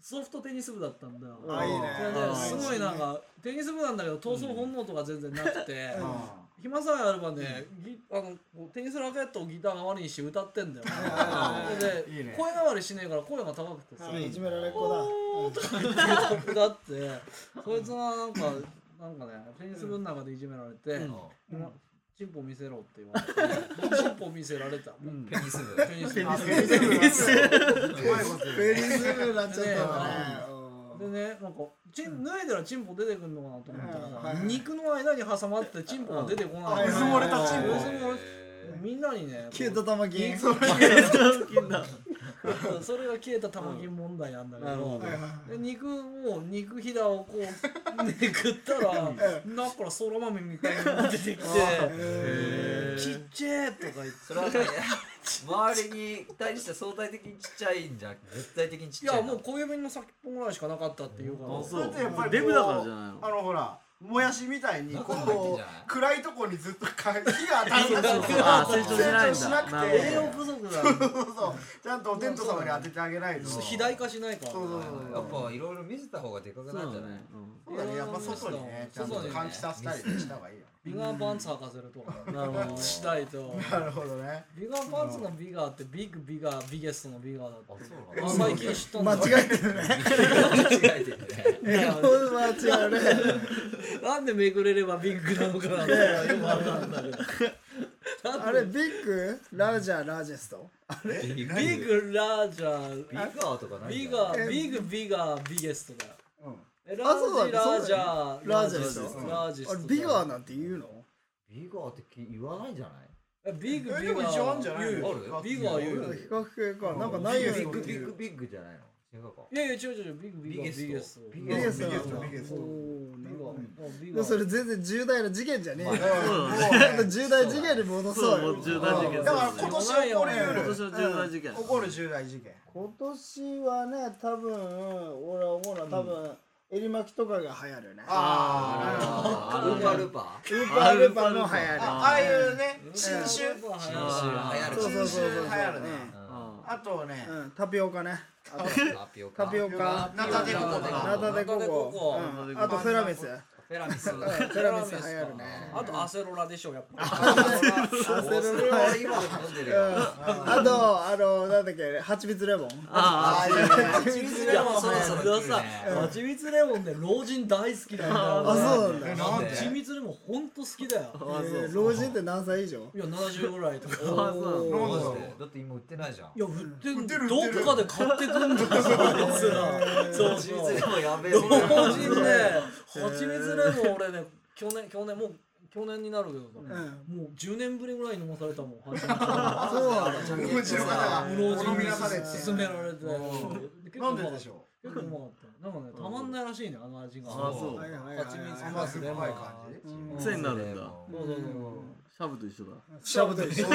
[SPEAKER 5] ソフトテニス部だったんだよ
[SPEAKER 3] あいいね
[SPEAKER 5] それで
[SPEAKER 3] あ
[SPEAKER 5] すごいなんかテニス部なんだけど闘争本能とか全然なくて、
[SPEAKER 4] うん
[SPEAKER 5] 暇さえあればね、ぎあのこうテニスラケットをギター代わりにして歌ってんだよ、
[SPEAKER 3] うん
[SPEAKER 5] それで
[SPEAKER 4] いいね
[SPEAKER 5] 声変わりしねえから声が高くてさ、
[SPEAKER 3] あいじめられっ子だ
[SPEAKER 5] おーとか言って歌ってそいつがなんかなんかねテニス部の中でいじめられて、なチンポ見せろって言われてチンポ見せられた、
[SPEAKER 2] ペニス部
[SPEAKER 5] テニス部
[SPEAKER 4] あペニス部なんだうまいこと言
[SPEAKER 3] ペ
[SPEAKER 4] う
[SPEAKER 3] ニス部になっちゃったわね
[SPEAKER 5] でね、なんかチン脱いだらチンポ出てくるのかなと思ったら
[SPEAKER 3] うん
[SPEAKER 5] さ、
[SPEAKER 3] はいはい
[SPEAKER 5] 肉の間に挟まってチンポが出てこ
[SPEAKER 3] は
[SPEAKER 5] ないい。
[SPEAKER 3] はいはい
[SPEAKER 5] もれた
[SPEAKER 3] チンポ
[SPEAKER 5] うずもれみんなにね、
[SPEAKER 3] 消えた玉金
[SPEAKER 5] 金そ
[SPEAKER 6] だ
[SPEAKER 5] れが消えた玉金問題なんだけ
[SPEAKER 6] なるほ
[SPEAKER 5] ど
[SPEAKER 6] ど、
[SPEAKER 3] はいはい
[SPEAKER 5] で肉を肉ひだをこうめくったら、なんかそら豆みたいなのが出てきて、ちっちゃいとか言って。
[SPEAKER 2] それはね周りに対して相対的にちっちゃいんじゃ絶対的にち
[SPEAKER 5] い
[SPEAKER 2] っちゃい
[SPEAKER 5] やもう小指の先っぽぐらいしかなかったっていうから、
[SPEAKER 6] あ
[SPEAKER 5] そ
[SPEAKER 6] そ
[SPEAKER 4] れってやっぱりこう
[SPEAKER 6] うデブだからじゃないの
[SPEAKER 4] あのほらもやしみたいに
[SPEAKER 2] 中に入ってん
[SPEAKER 4] こ
[SPEAKER 2] じゃないう
[SPEAKER 4] 暗いとこにずっとか火が当たるんだ
[SPEAKER 5] そうそう
[SPEAKER 6] あー成長しな
[SPEAKER 4] 成
[SPEAKER 6] いんだ
[SPEAKER 4] 長しなくて
[SPEAKER 6] なる
[SPEAKER 5] 栄養不足だよ。
[SPEAKER 4] そうそうちゃんとお天道様に当ててあげないと
[SPEAKER 5] 肥大化しないからね。
[SPEAKER 4] そうそう
[SPEAKER 2] やっぱいろいろ見せた方がでかく
[SPEAKER 6] そう
[SPEAKER 2] なるんじ
[SPEAKER 6] だ
[SPEAKER 2] ゃない
[SPEAKER 6] ねうん
[SPEAKER 4] そうだねやっぱ外にねちゃんと換気させたりした方がいいよ
[SPEAKER 5] ビガンパンツ履かせるとか
[SPEAKER 6] なるほど
[SPEAKER 5] したいと。
[SPEAKER 4] なるほどね
[SPEAKER 5] ビガンパンツのビガーってビッグビガービゲストのビガーだった。
[SPEAKER 2] そうな
[SPEAKER 5] あ最近知ったんだ
[SPEAKER 3] 間違えてるね
[SPEAKER 2] の間違えてるね
[SPEAKER 3] 英語は違うね
[SPEAKER 5] なんでめくれればビッグなのかなってよくわかんない。
[SPEAKER 3] あれビッグラージャーラージェスト
[SPEAKER 2] ビ
[SPEAKER 5] ビッグラージャ
[SPEAKER 2] ビガーとかない
[SPEAKER 5] ービ
[SPEAKER 2] んじゃな
[SPEAKER 5] ガー
[SPEAKER 2] い
[SPEAKER 5] ビッグビガービゲストだよ。えラ
[SPEAKER 3] あそうだ
[SPEAKER 5] ー
[SPEAKER 3] ね
[SPEAKER 5] ジラージャー
[SPEAKER 3] ラージェスト
[SPEAKER 5] ラージェ
[SPEAKER 3] あ
[SPEAKER 5] ス
[SPEAKER 3] れ
[SPEAKER 5] ト
[SPEAKER 3] ビガーなんて言うの
[SPEAKER 2] ビガーって言わないんじゃない
[SPEAKER 5] えビッグビガー
[SPEAKER 4] えでも一緒なんじゃない
[SPEAKER 5] 言うよ
[SPEAKER 2] ある
[SPEAKER 5] ビガー言う
[SPEAKER 3] 比
[SPEAKER 5] よ
[SPEAKER 3] 較系かなんかないよ
[SPEAKER 2] ビ
[SPEAKER 3] ね
[SPEAKER 2] ッグビッグビッグじゃないの映画か
[SPEAKER 5] いやいや、違う違う違う、ビッグビッグ
[SPEAKER 2] ビ
[SPEAKER 5] ビ
[SPEAKER 2] ゲ
[SPEAKER 5] ゲ
[SPEAKER 2] ス
[SPEAKER 5] ス
[SPEAKER 2] ト
[SPEAKER 5] ト。
[SPEAKER 3] ビゲストビ
[SPEAKER 5] ビゲ
[SPEAKER 3] ゲ
[SPEAKER 5] ス
[SPEAKER 3] ス
[SPEAKER 5] ト
[SPEAKER 3] ト
[SPEAKER 5] ビ
[SPEAKER 3] ビ
[SPEAKER 5] ゲ
[SPEAKER 3] ゲ
[SPEAKER 5] ス
[SPEAKER 3] ス
[SPEAKER 5] ト。
[SPEAKER 3] ト
[SPEAKER 5] おー、ビガ。ビ
[SPEAKER 3] も
[SPEAKER 5] ガ。
[SPEAKER 3] うそれ全然重大な事件じゃねえよ。
[SPEAKER 6] そうだね
[SPEAKER 3] もう重大事件に戻そうよ。
[SPEAKER 6] そうもう重大事件
[SPEAKER 3] だから今年起こり
[SPEAKER 6] 今
[SPEAKER 3] う
[SPEAKER 6] 年
[SPEAKER 3] る。
[SPEAKER 6] は重大事件、
[SPEAKER 3] 起こる重大事件。今年はね、多分、俺はほら、多分、襟巻きとかが流行るね。
[SPEAKER 4] あ
[SPEAKER 2] あールーパールーパ
[SPEAKER 3] ウーパールーパーも流行る。
[SPEAKER 4] あああいうね新
[SPEAKER 1] 流
[SPEAKER 4] 種
[SPEAKER 1] 行
[SPEAKER 2] ー新種流
[SPEAKER 3] そう
[SPEAKER 2] 行
[SPEAKER 3] そ
[SPEAKER 2] る
[SPEAKER 3] うそうそう。
[SPEAKER 4] 新種流行るね
[SPEAKER 2] う
[SPEAKER 4] あとね
[SPEAKER 3] うん、タピオカね。
[SPEAKER 2] んタピオカ
[SPEAKER 3] タピオカ。
[SPEAKER 4] ナタデココ
[SPEAKER 3] ナタデコ
[SPEAKER 1] ナタデコ
[SPEAKER 3] コ
[SPEAKER 1] コ。
[SPEAKER 3] うんあとフェラミス。
[SPEAKER 2] フェラミス
[SPEAKER 3] うんフェラミス流行るね。
[SPEAKER 1] あとアセロラでしょ、やっぱり。
[SPEAKER 2] それは今でも飲んでる
[SPEAKER 3] うん
[SPEAKER 2] よ
[SPEAKER 3] あと、あの、なんだっけ、蜂蜜レモン。
[SPEAKER 6] あー
[SPEAKER 1] 蜂蜜レモン
[SPEAKER 2] そろそろ来るね
[SPEAKER 5] 蜂蜜レモンで老人大好きなんだよ。
[SPEAKER 3] あ、そうな
[SPEAKER 5] う。
[SPEAKER 3] んだ。
[SPEAKER 4] え
[SPEAKER 3] え
[SPEAKER 4] なんで
[SPEAKER 5] 蜂蜜レモンほんと好きだよ。
[SPEAKER 3] ー老人って何歳以上
[SPEAKER 5] いや、70ぐらいとか。
[SPEAKER 6] あそう
[SPEAKER 4] なんだ
[SPEAKER 2] マジでだって今売ってないじゃん
[SPEAKER 5] いや、売って
[SPEAKER 4] 売
[SPEAKER 5] ん
[SPEAKER 4] ってる
[SPEAKER 5] ど
[SPEAKER 4] 売って
[SPEAKER 5] っ
[SPEAKER 4] る
[SPEAKER 5] かで買ってくんだよ、あいつら。 そう
[SPEAKER 2] 蜂
[SPEAKER 5] そう
[SPEAKER 2] 蜜。でもやべえ
[SPEAKER 5] 老人ね、 蜂蜜レモン俺ね、去年、去年、もう去年になるけど
[SPEAKER 3] う
[SPEAKER 5] さ、
[SPEAKER 3] ん。
[SPEAKER 5] もう10年ぶりぐらいに飲まされたもん、蜂蜜
[SPEAKER 3] あ、そうなんだ。
[SPEAKER 4] 無事の方が
[SPEAKER 5] 老
[SPEAKER 4] お
[SPEAKER 5] 人
[SPEAKER 4] 飲み
[SPEAKER 5] に
[SPEAKER 4] なされて
[SPEAKER 5] 勧められて。
[SPEAKER 4] なんででしょ
[SPEAKER 5] 結構うまかった。なんかね、たまんないらしいね、あの味が。
[SPEAKER 2] あそう
[SPEAKER 3] はいはいはい
[SPEAKER 5] 蜂蜜
[SPEAKER 4] 甘酸っぱい
[SPEAKER 5] レモン
[SPEAKER 4] 感じ
[SPEAKER 3] うん
[SPEAKER 6] 癖になるんだ
[SPEAKER 5] そうそうそう
[SPEAKER 6] シャブと一緒だ
[SPEAKER 3] しゃぶと一緒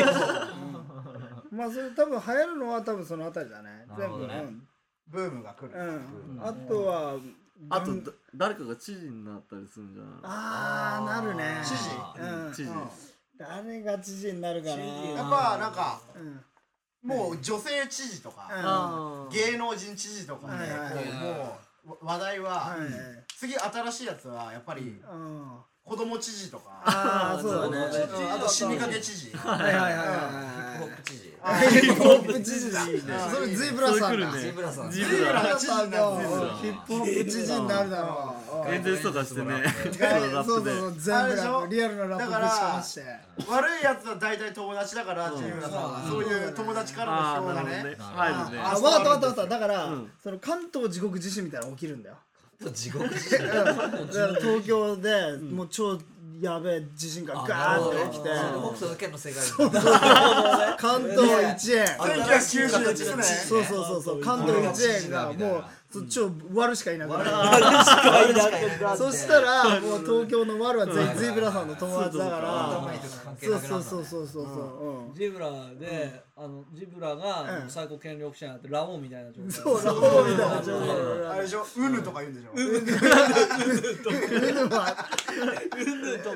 [SPEAKER 3] まあそれ多分流行るのは多分そのあたりだね
[SPEAKER 2] なる
[SPEAKER 3] 全
[SPEAKER 2] ほ
[SPEAKER 3] 部
[SPEAKER 2] どね
[SPEAKER 4] ブームが来る
[SPEAKER 3] うん、うん、あとは
[SPEAKER 6] あとだ誰かが知事になったりするんじゃない
[SPEAKER 3] ああなるね
[SPEAKER 4] 知事
[SPEAKER 3] うん
[SPEAKER 6] 知事
[SPEAKER 4] うん
[SPEAKER 3] 誰が知事になるかな
[SPEAKER 4] やっぱなんか
[SPEAKER 3] うん
[SPEAKER 4] もう女性知事と
[SPEAKER 3] うん
[SPEAKER 4] か
[SPEAKER 6] あー
[SPEAKER 4] 芸能人知事とかね
[SPEAKER 3] はいはい
[SPEAKER 2] はい
[SPEAKER 4] もう話題は
[SPEAKER 3] はい
[SPEAKER 4] 次新しいやつはやっぱり
[SPEAKER 3] うん
[SPEAKER 4] 子供知事とかあ
[SPEAKER 3] ああそうだね
[SPEAKER 4] あと死にかけ知事
[SPEAKER 3] はいはいはい
[SPEAKER 2] ヒップホ
[SPEAKER 3] は
[SPEAKER 2] ップ知事
[SPEAKER 3] いヒップホップ知事だそれズイブラさんだ
[SPEAKER 6] それ来るね
[SPEAKER 2] ジブラさん
[SPEAKER 6] ジ
[SPEAKER 4] ブラ
[SPEAKER 3] ズイブラさんの
[SPEAKER 4] ズイブ
[SPEAKER 2] ラ
[SPEAKER 3] ヒップホップ知事になるだろう
[SPEAKER 6] 演説とかしてね
[SPEAKER 3] 一
[SPEAKER 6] その
[SPEAKER 3] 回
[SPEAKER 6] ラ
[SPEAKER 3] そ
[SPEAKER 6] ッ
[SPEAKER 3] う
[SPEAKER 6] プで
[SPEAKER 3] そうそう全部ラッ
[SPEAKER 4] あ
[SPEAKER 3] プ
[SPEAKER 4] れでしょ
[SPEAKER 3] リアルなラップぶちかまして
[SPEAKER 4] 悪いやつは大体友達だからっていうのはそういう友達から
[SPEAKER 6] あ
[SPEAKER 4] の票
[SPEAKER 6] あ
[SPEAKER 4] が
[SPEAKER 6] なるほど
[SPEAKER 4] ね
[SPEAKER 6] ね入るね
[SPEAKER 3] あ
[SPEAKER 4] あ
[SPEAKER 3] あ
[SPEAKER 4] そう
[SPEAKER 3] わかったわかったわかっただから、
[SPEAKER 6] うん
[SPEAKER 3] その関東地獄地震みたいなの起きるんだよ
[SPEAKER 2] 地獄知事
[SPEAKER 3] だから東京で、もう超やべえ地震がガーンって起きて
[SPEAKER 2] 北斗の剣の世界だ
[SPEAKER 3] 関東一円
[SPEAKER 4] 1997年
[SPEAKER 3] そうそうそうそう関東一円がもうそう超悪しかいなくなるそしたらもう東京の悪は全員ズイブラさんの友達だからそうそうそうそうそうそう
[SPEAKER 5] ジブラで、あのジブラが
[SPEAKER 3] うん
[SPEAKER 5] 最高権力者になってラオウみたいな状態
[SPEAKER 3] そうラオウみたいな状態
[SPEAKER 4] あれでしょウヌとか言うんでしょ
[SPEAKER 3] うんウヌは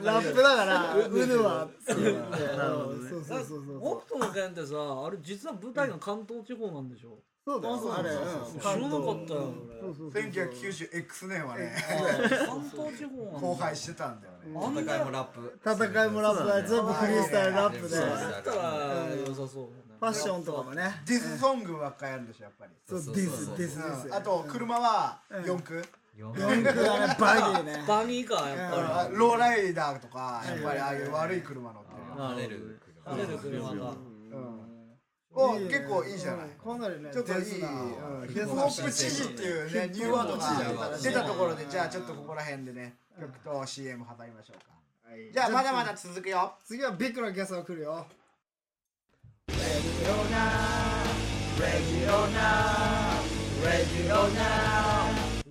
[SPEAKER 3] ラップだからウヌはって言ってそうそうそうそう
[SPEAKER 5] 北斗の剣ってさあれ実は舞台が関東地方なんでしょ
[SPEAKER 3] そうだよあれうん
[SPEAKER 5] 知らなかったよ
[SPEAKER 3] そうそうそう
[SPEAKER 4] 1990X 年はね
[SPEAKER 5] 俺関東地方なんだ
[SPEAKER 4] 荒廃してたんだよね
[SPEAKER 5] あんな
[SPEAKER 2] 戦いも
[SPEAKER 5] だっ
[SPEAKER 2] ラップ
[SPEAKER 3] 戦いもラップは全部フリースタイルラップで
[SPEAKER 2] そうそう
[SPEAKER 3] フ
[SPEAKER 5] たら良さそう
[SPEAKER 3] ァッションとかもね
[SPEAKER 4] ディスソングばっかやるんでしょやっぱり
[SPEAKER 3] そう
[SPEAKER 2] そう
[SPEAKER 3] ディ
[SPEAKER 2] そう
[SPEAKER 3] スディスディ
[SPEAKER 4] うん
[SPEAKER 3] ス
[SPEAKER 4] あと車は
[SPEAKER 3] うん
[SPEAKER 4] 四駆
[SPEAKER 2] 四
[SPEAKER 3] 四駆だねバギーね
[SPEAKER 5] バニーかやっぱ
[SPEAKER 4] あローライダーとかやっぱりああいう悪い車乗って
[SPEAKER 2] あー晴れる
[SPEAKER 5] り晴れる車が
[SPEAKER 4] るうんお
[SPEAKER 3] いいね
[SPEAKER 4] 結構いいじゃない
[SPEAKER 3] かなりね
[SPEAKER 4] ちょっといい
[SPEAKER 3] デスな
[SPEAKER 4] うんヒ
[SPEAKER 3] デ
[SPEAKER 4] ッ
[SPEAKER 3] ス
[SPEAKER 4] プ
[SPEAKER 3] な
[SPEAKER 4] ホップ知事っていうねニューワードが出たところで
[SPEAKER 3] うん
[SPEAKER 4] じゃあちょっとここら辺でね曲と CM 挟みましょうか
[SPEAKER 3] はい
[SPEAKER 4] じゃあまだまだ続くよ
[SPEAKER 3] 次はビッグなゲストが来るよ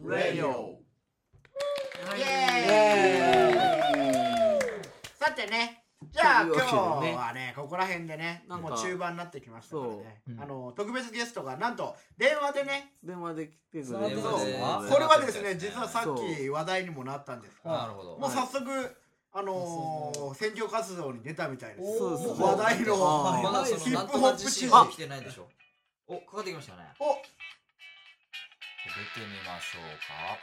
[SPEAKER 6] レイオ
[SPEAKER 4] イエーイさてねじゃあ
[SPEAKER 6] とい
[SPEAKER 4] 今
[SPEAKER 6] うわ
[SPEAKER 4] 日
[SPEAKER 6] けでね
[SPEAKER 4] はねここら辺でね
[SPEAKER 6] なんか
[SPEAKER 4] もう中盤になってきましたからね
[SPEAKER 2] そううん
[SPEAKER 4] あの特別ゲストがなんと電話でね
[SPEAKER 6] 電話で来てく
[SPEAKER 5] 電話
[SPEAKER 6] れる
[SPEAKER 5] で
[SPEAKER 4] そう
[SPEAKER 2] 電話で
[SPEAKER 4] これはですね実はさっき話題にもなったんです
[SPEAKER 2] な
[SPEAKER 4] が
[SPEAKER 2] るほど
[SPEAKER 4] もう早速あのー選挙活動に出たみたいです
[SPEAKER 6] そうです
[SPEAKER 4] 話題の
[SPEAKER 6] あ
[SPEAKER 2] まだその
[SPEAKER 4] ヒップホップ知事
[SPEAKER 2] なんとか自身来てないんでしょおかかってきましたね
[SPEAKER 4] お
[SPEAKER 2] 出てみましょうか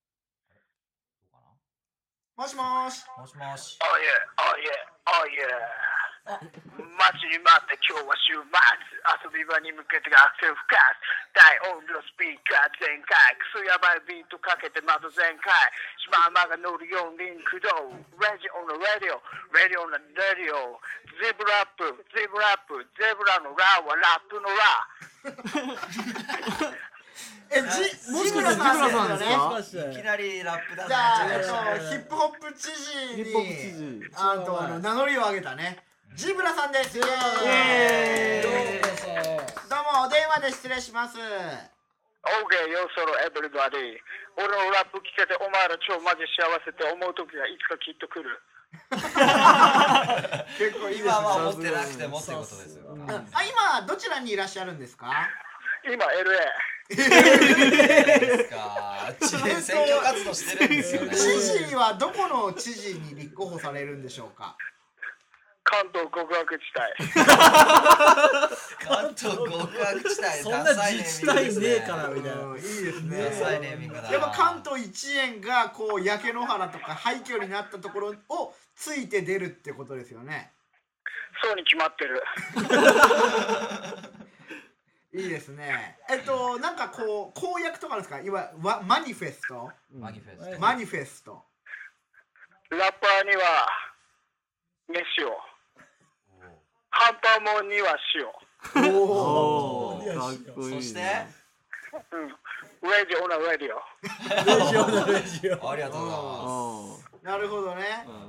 [SPEAKER 2] どうか
[SPEAKER 4] もしもーし
[SPEAKER 2] なもしもし
[SPEAKER 7] おいえ、おいえ、おいえ。待ちに待って今日は週末遊び場に向けてアクセル復活大音量スピーカー全開クソやばいビートかけてまた全開シマウマが乗るように駆動レジオのレディオレディオのレディオゼブラップゼブラップゼブラのラはラップのラ
[SPEAKER 4] えじもしか
[SPEAKER 6] ジブラさんですか
[SPEAKER 5] し
[SPEAKER 2] いきなりラップだ
[SPEAKER 4] じゃあ
[SPEAKER 2] な
[SPEAKER 4] えっとヒップホップ知
[SPEAKER 6] ヒ
[SPEAKER 4] 事
[SPEAKER 6] ップ
[SPEAKER 4] に
[SPEAKER 6] ホップ知事
[SPEAKER 4] あとあの名乗りを上げたねジブラさんですイエーイどう
[SPEAKER 5] ようこそ
[SPEAKER 4] もお電話で失礼します
[SPEAKER 7] ーよそろエブリバディ俺のラップ聞けてお前ら超マジ幸せって思う時がいつかきっと来る
[SPEAKER 4] 結構いいですね
[SPEAKER 2] 今は持ってなくてもってことですよ。
[SPEAKER 4] あ今どちらにいらっしゃるんですか
[SPEAKER 7] 今 LA
[SPEAKER 2] ですか。地で選挙活動してるんですよね
[SPEAKER 4] 知。事はどこの知事に立候補されるんでしょう か
[SPEAKER 7] 関東極悪地帯
[SPEAKER 2] 関東極悪地帯。
[SPEAKER 5] そんな自治体ねえから
[SPEAKER 2] ダ
[SPEAKER 5] みたい
[SPEAKER 4] うんいいですね
[SPEAKER 2] サいネーミングだな。
[SPEAKER 4] やっぱ関東一円がこう焼け野原とか廃墟になったところをついて出るってことですよね
[SPEAKER 7] そうに決まってる
[SPEAKER 4] いいですねえっとなんかこう公約とかあるんですかいわわマニフェスト
[SPEAKER 2] マニフェスト。
[SPEAKER 4] マニフェスト
[SPEAKER 7] ラッパーには飯をハンパーモンには塩
[SPEAKER 6] おおかっこいい
[SPEAKER 2] そして
[SPEAKER 7] レディオなレディオ
[SPEAKER 2] ありがとうございます。
[SPEAKER 6] あ
[SPEAKER 4] なるほどね、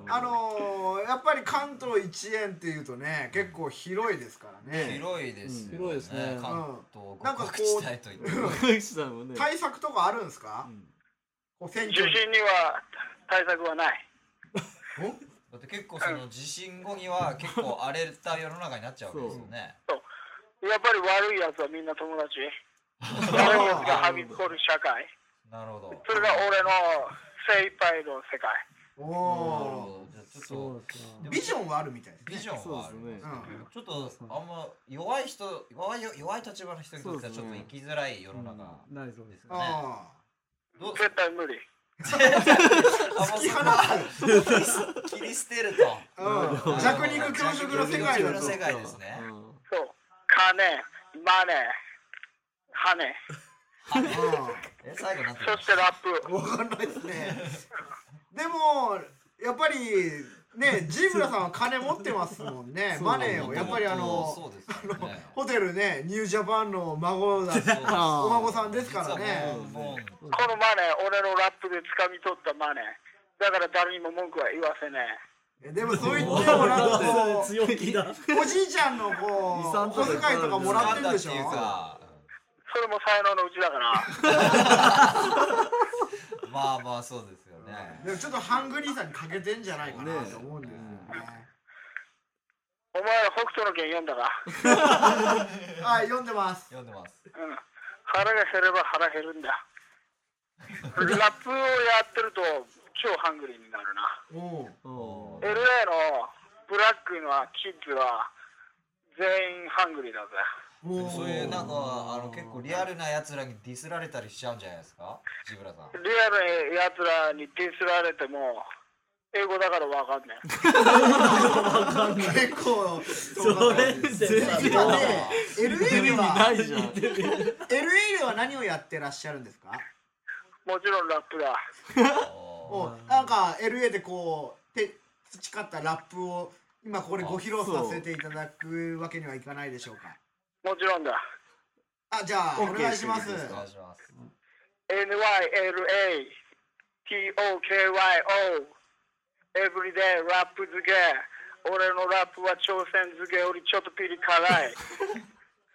[SPEAKER 4] あのー、やっぱり関東一円っていうとね結構広いですからね
[SPEAKER 2] 広いですよ、ね
[SPEAKER 5] 広いですね
[SPEAKER 2] 関東極悪地帯といっても
[SPEAKER 6] あ福地さんもね
[SPEAKER 4] 対策とかあるんですか、こう選
[SPEAKER 7] 受
[SPEAKER 4] 挙に
[SPEAKER 7] 信には対策はない
[SPEAKER 2] だって結構その地震後には結構荒れた世の中になっちゃうわけですよね
[SPEAKER 7] やっぱり悪いやつはみんな友達悪いやつがはびこる社会
[SPEAKER 2] なるほど
[SPEAKER 7] それが俺の精一杯の世界
[SPEAKER 4] お
[SPEAKER 2] なるほ
[SPEAKER 4] お
[SPEAKER 2] どじゃあちょっ
[SPEAKER 4] ービジョンはあるみたいですね
[SPEAKER 2] とビジョン
[SPEAKER 6] そう
[SPEAKER 2] は
[SPEAKER 6] で
[SPEAKER 2] あ
[SPEAKER 6] す
[SPEAKER 2] る、
[SPEAKER 6] ね
[SPEAKER 4] うん
[SPEAKER 2] ちょっとあんま弱い人弱い弱い立場の人にとってはちょっと生きづらい世の中
[SPEAKER 5] なりそうで
[SPEAKER 2] ですすよね、
[SPEAKER 4] あ
[SPEAKER 2] どう
[SPEAKER 7] 絶対無理
[SPEAKER 2] あ
[SPEAKER 4] あ突き放す
[SPEAKER 2] 切り捨てると
[SPEAKER 4] うん弱肉強食の世界だ
[SPEAKER 2] 弱肉強食の
[SPEAKER 4] と
[SPEAKER 2] 世界ですね
[SPEAKER 7] そう金マネー羽
[SPEAKER 2] え最後なんて言
[SPEAKER 7] そう
[SPEAKER 2] の
[SPEAKER 7] してラップ
[SPEAKER 4] わかんないですねでもやっぱりねジブラさんは金持ってますもんねマネーをやっぱりあの
[SPEAKER 2] そうですよね
[SPEAKER 4] ホテルねニュージャパンの孫だ
[SPEAKER 2] そうです
[SPEAKER 4] お孫さんですからね
[SPEAKER 2] 実はもうもう
[SPEAKER 7] このマネー俺のラップで掴み取ったマネーだから誰にも文句は言わせね
[SPEAKER 4] でもそう言ってもらってこ
[SPEAKER 5] 強気だ
[SPEAKER 4] うおじいちゃんのこう
[SPEAKER 6] 遺産
[SPEAKER 4] お小
[SPEAKER 6] とか
[SPEAKER 4] 遣いとかもらってるでしょ
[SPEAKER 2] 掴んだっていうか
[SPEAKER 7] えそれも才能のうちだから
[SPEAKER 2] まあまあそうですよね。
[SPEAKER 4] でもちょっとハングリーさんに欠けてんじゃないかなと思うんですよね
[SPEAKER 7] お前ら北斗の拳読んだか
[SPEAKER 4] はい読んでます
[SPEAKER 2] 読んでます。
[SPEAKER 7] うん腹が減れば腹減るんだラップをやってると超ハングリーになるな
[SPEAKER 4] おう
[SPEAKER 6] お
[SPEAKER 7] LA のブラックのキッズは全員ハングリーだぜ
[SPEAKER 4] お
[SPEAKER 2] そういうなんかあの結構リアルな奴らにディスられたりしちゃうんじゃないですか、ジブラさん。
[SPEAKER 7] リアルやつらにディスられても英語だからわかんない
[SPEAKER 4] 結構
[SPEAKER 5] それってさ
[SPEAKER 4] 今ね LA では
[SPEAKER 6] ないじゃん
[SPEAKER 4] LA では何をやってらっしゃるんですか
[SPEAKER 7] もちろんラップだ
[SPEAKER 2] おー
[SPEAKER 4] おなんか LA でこうて培ったラップを今ここでご披露させていただくわけにはいかないでしょうか
[SPEAKER 7] もちろんだ
[SPEAKER 4] あじゃあお願いします
[SPEAKER 2] お願いします。
[SPEAKER 7] NYLATOKYO エブリデイラップ漬け俺のラップは朝鮮漬けよりちょっとピリ辛い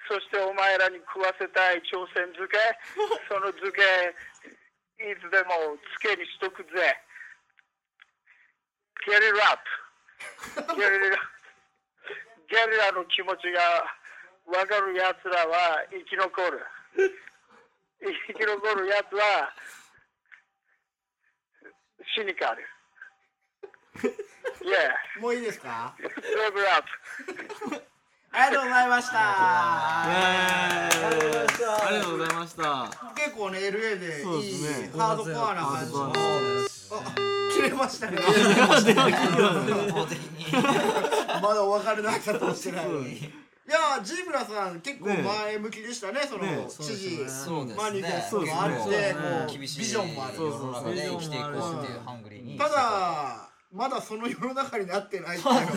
[SPEAKER 7] そしてお前らに食わせたい朝鮮漬けその漬けいつでも漬けにしとくぜ Get it up Get it up Get it up の気持ちがわかるやつらは生き残る生き残るやつは死に変わる。yeah,
[SPEAKER 4] もういいですか
[SPEAKER 7] level up.
[SPEAKER 4] ありがとうございました
[SPEAKER 6] ありがとうございました
[SPEAKER 4] 結構ね LA で
[SPEAKER 6] そう
[SPEAKER 4] い
[SPEAKER 6] で
[SPEAKER 4] い
[SPEAKER 6] すね
[SPEAKER 4] ハードコアな感じ
[SPEAKER 6] ハード
[SPEAKER 4] の
[SPEAKER 6] コ
[SPEAKER 4] あ切れましたね
[SPEAKER 2] 法的に。
[SPEAKER 4] まだお別れの挨拶もしてないのに。いやージブラさん結構前向きでしたねその
[SPEAKER 6] ねえ
[SPEAKER 4] 知事
[SPEAKER 2] そうですね
[SPEAKER 4] マニフェストもあって
[SPEAKER 2] そ
[SPEAKER 4] こ
[SPEAKER 2] うですね
[SPEAKER 4] うビ
[SPEAKER 2] 厳しい
[SPEAKER 4] ジョンもある
[SPEAKER 2] 世の中で生きていこうっていうハングリーに。
[SPEAKER 4] ただまだその世の中になってないっていうのがね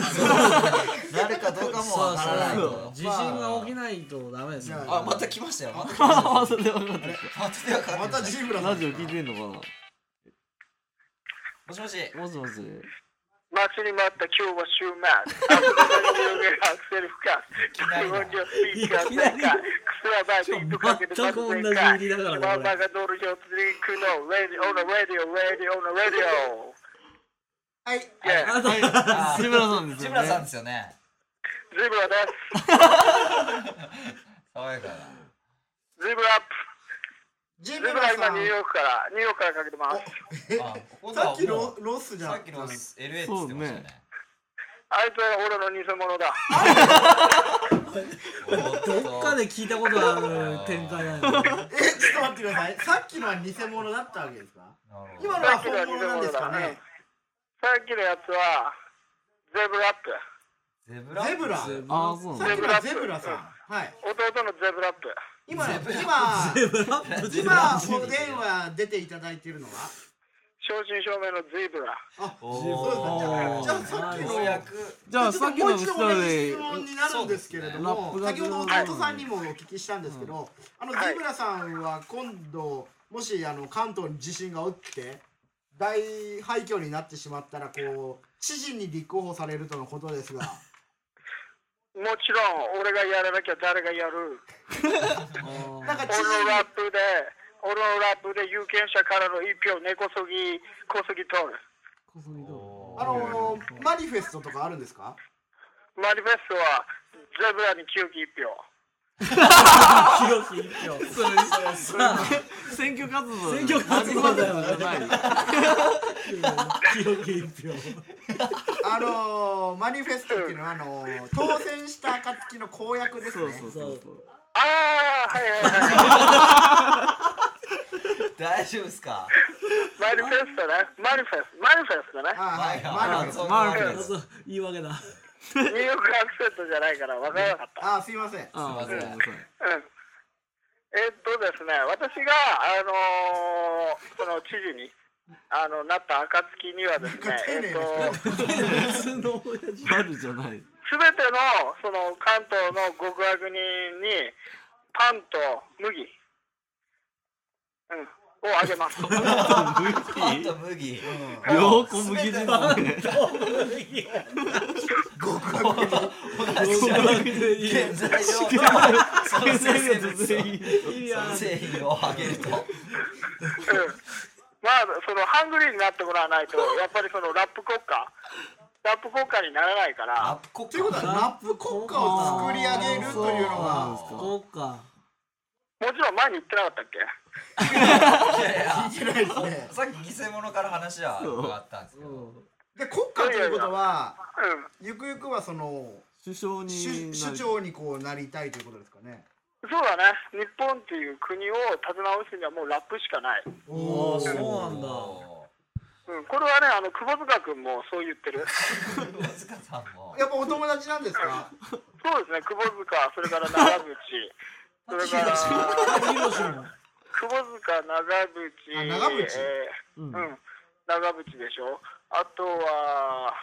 [SPEAKER 2] なるかどうかもわからないと。
[SPEAKER 5] 地震が起きないとダメですよ
[SPEAKER 4] ま
[SPEAKER 2] あまた来ましたよ。また来ましたよ。
[SPEAKER 6] あそれで分かった
[SPEAKER 2] また手がかか
[SPEAKER 4] ま
[SPEAKER 2] ってま
[SPEAKER 4] た
[SPEAKER 2] し
[SPEAKER 4] ジブラ
[SPEAKER 2] た
[SPEAKER 4] さ
[SPEAKER 6] ラ
[SPEAKER 4] ん
[SPEAKER 6] ジオ聞いてんのか
[SPEAKER 2] もしもし。
[SPEAKER 6] なもしもし
[SPEAKER 7] 待ちに待った今日は週末。あそこまで広げるアクセル深す。大音量スピーカー全開。クソやばいビートかけて
[SPEAKER 5] ちょ全く同じ
[SPEAKER 7] 全
[SPEAKER 5] 入
[SPEAKER 7] 開。
[SPEAKER 5] りだからね
[SPEAKER 7] ママが乗るよ、続くの。レディオ、のレディオ、レディオ、のレディオ。
[SPEAKER 4] はい。
[SPEAKER 7] Yeah
[SPEAKER 5] あと、
[SPEAKER 6] 志村さんです
[SPEAKER 2] 志
[SPEAKER 6] よ
[SPEAKER 2] 村さん
[SPEAKER 6] ね
[SPEAKER 2] ですよね。
[SPEAKER 7] ズブラです。
[SPEAKER 2] 爽やかな。
[SPEAKER 7] ズブラアップ。
[SPEAKER 4] ジ
[SPEAKER 7] ズ
[SPEAKER 4] ブ
[SPEAKER 7] ブ
[SPEAKER 4] ラ
[SPEAKER 7] ラ
[SPEAKER 4] さ
[SPEAKER 7] 今
[SPEAKER 4] ん
[SPEAKER 7] ニューヨークから、ニューヨークからかけてます。
[SPEAKER 2] あここだ
[SPEAKER 4] さっき
[SPEAKER 2] も
[SPEAKER 4] の
[SPEAKER 2] う
[SPEAKER 4] ロスじゃん。
[SPEAKER 2] さっきの LA って言ってましたよね。
[SPEAKER 7] あいつは俺の偽物だ。
[SPEAKER 5] どっかで聞いたことある展開なんだけど
[SPEAKER 4] え、ちょっと待ってください。さっきのは偽物だったわけですか今のは
[SPEAKER 7] さっき
[SPEAKER 4] 本
[SPEAKER 7] のは偽
[SPEAKER 4] 物なんで
[SPEAKER 7] 物
[SPEAKER 4] すか
[SPEAKER 7] だ
[SPEAKER 4] ね
[SPEAKER 7] ね。。さっきのやつは、ゼブラップ。
[SPEAKER 2] ゼブラ
[SPEAKER 4] ゼブラ。さ
[SPEAKER 5] ゼ
[SPEAKER 4] っ
[SPEAKER 5] ブ
[SPEAKER 6] ああそうなんだ
[SPEAKER 4] きのはゼブラさん。はい。
[SPEAKER 7] 弟のゼブラップ。
[SPEAKER 4] 今、今、
[SPEAKER 5] ラップ
[SPEAKER 4] 今、お電話出ていただいているのは
[SPEAKER 7] 正真正銘のゼブラ。
[SPEAKER 4] あ、そうですね。じゃあさっきの
[SPEAKER 2] ようやく
[SPEAKER 6] じゃあさっき
[SPEAKER 4] もう
[SPEAKER 6] の
[SPEAKER 4] 一度
[SPEAKER 6] 人
[SPEAKER 4] 同じ
[SPEAKER 6] で
[SPEAKER 4] 質問になるんですけれども、
[SPEAKER 6] そうですね
[SPEAKER 4] 先ほど
[SPEAKER 6] ラップが
[SPEAKER 4] 弟さんにもお聞きしたんですけど、あの
[SPEAKER 7] はい
[SPEAKER 4] ゼブラさんは今度もしあの関東に地震が起きて大廃墟になってしまったらこう知事に立候補されるとのことですが、
[SPEAKER 7] もちろん、俺がやらなきゃ誰がやる。
[SPEAKER 4] なんか知
[SPEAKER 7] 俺
[SPEAKER 4] 事
[SPEAKER 7] の
[SPEAKER 4] に
[SPEAKER 7] ラップで、俺のラップで有権者からの一票根こそぎ、こそぎ取る。
[SPEAKER 4] あのマニフェストとかあるんですか？
[SPEAKER 7] マニフェストは、ゼブラに清き一票。
[SPEAKER 6] 選挙活動
[SPEAKER 5] 選挙活動だよね
[SPEAKER 4] あのマニフェストっていうのはあの当選した暁の公約ですね。
[SPEAKER 6] そうそうそう
[SPEAKER 7] ああ、はいはいはい。
[SPEAKER 2] 大丈夫ですか
[SPEAKER 7] マニフェストね。マニフェスト、マニフェストね。
[SPEAKER 4] あはい
[SPEAKER 2] マ
[SPEAKER 4] マニフェスト。
[SPEAKER 2] そう
[SPEAKER 6] マニフ
[SPEAKER 2] マ
[SPEAKER 6] ェ
[SPEAKER 2] ニフェ
[SPEAKER 6] ス
[SPEAKER 2] ス
[SPEAKER 5] そ
[SPEAKER 2] ト
[SPEAKER 5] う言い訳だ
[SPEAKER 7] ニューヨークアクセントじゃないから分からなかった。
[SPEAKER 4] あすいません。
[SPEAKER 6] ああごめんなさい
[SPEAKER 7] うんえっとですね、私が、あのーその知事にあのなった暁にはですね、
[SPEAKER 4] 丁
[SPEAKER 7] え
[SPEAKER 4] 寧
[SPEAKER 7] っ
[SPEAKER 4] な
[SPEAKER 7] と、
[SPEAKER 5] 普通の親父
[SPEAKER 6] バルじゃない
[SPEAKER 7] すべてのその関東の極悪人に、パンと麦、うん、をあ げます。
[SPEAKER 2] パンと麦
[SPEAKER 6] 両小麦ですね
[SPEAKER 2] 同じじゃん原材料その生鮮物その製品をあげると
[SPEAKER 7] うんまあ、そのハングリーになってもらわないと、やっぱりそのラップ国家、ラップ国家にならないから。
[SPEAKER 2] ラップコ
[SPEAKER 4] ということはラップ国家を作り上げるというのが。
[SPEAKER 5] そうか
[SPEAKER 7] もちろん前に言ってなかったっ
[SPEAKER 2] い
[SPEAKER 7] け
[SPEAKER 2] やいや
[SPEAKER 4] 聞いてないですね。
[SPEAKER 2] さっき偽物から話は伺ったんですけど
[SPEAKER 4] で国家ということは
[SPEAKER 7] うん、
[SPEAKER 4] ゆくゆくはその
[SPEAKER 6] 首相に
[SPEAKER 4] 首
[SPEAKER 6] な
[SPEAKER 4] 首
[SPEAKER 6] り
[SPEAKER 4] 長にこうなりたいということですかね。
[SPEAKER 7] そうだね。日本っていう国を立て直すにはもうラップしかない。
[SPEAKER 4] お
[SPEAKER 5] おー
[SPEAKER 4] ー
[SPEAKER 5] そうなんだ
[SPEAKER 2] お
[SPEAKER 7] うん、これはね、あの、窪塚君もそう言ってる。
[SPEAKER 2] ー大塚さんも
[SPEAKER 4] やっぱお友達なんですか。
[SPEAKER 7] そうですね、窪塚、それから長渕、それから、
[SPEAKER 4] あ長渕
[SPEAKER 7] 窪塚、長渕、え
[SPEAKER 6] う
[SPEAKER 7] ー
[SPEAKER 6] ん
[SPEAKER 7] うん、長渕でしょ。あとは、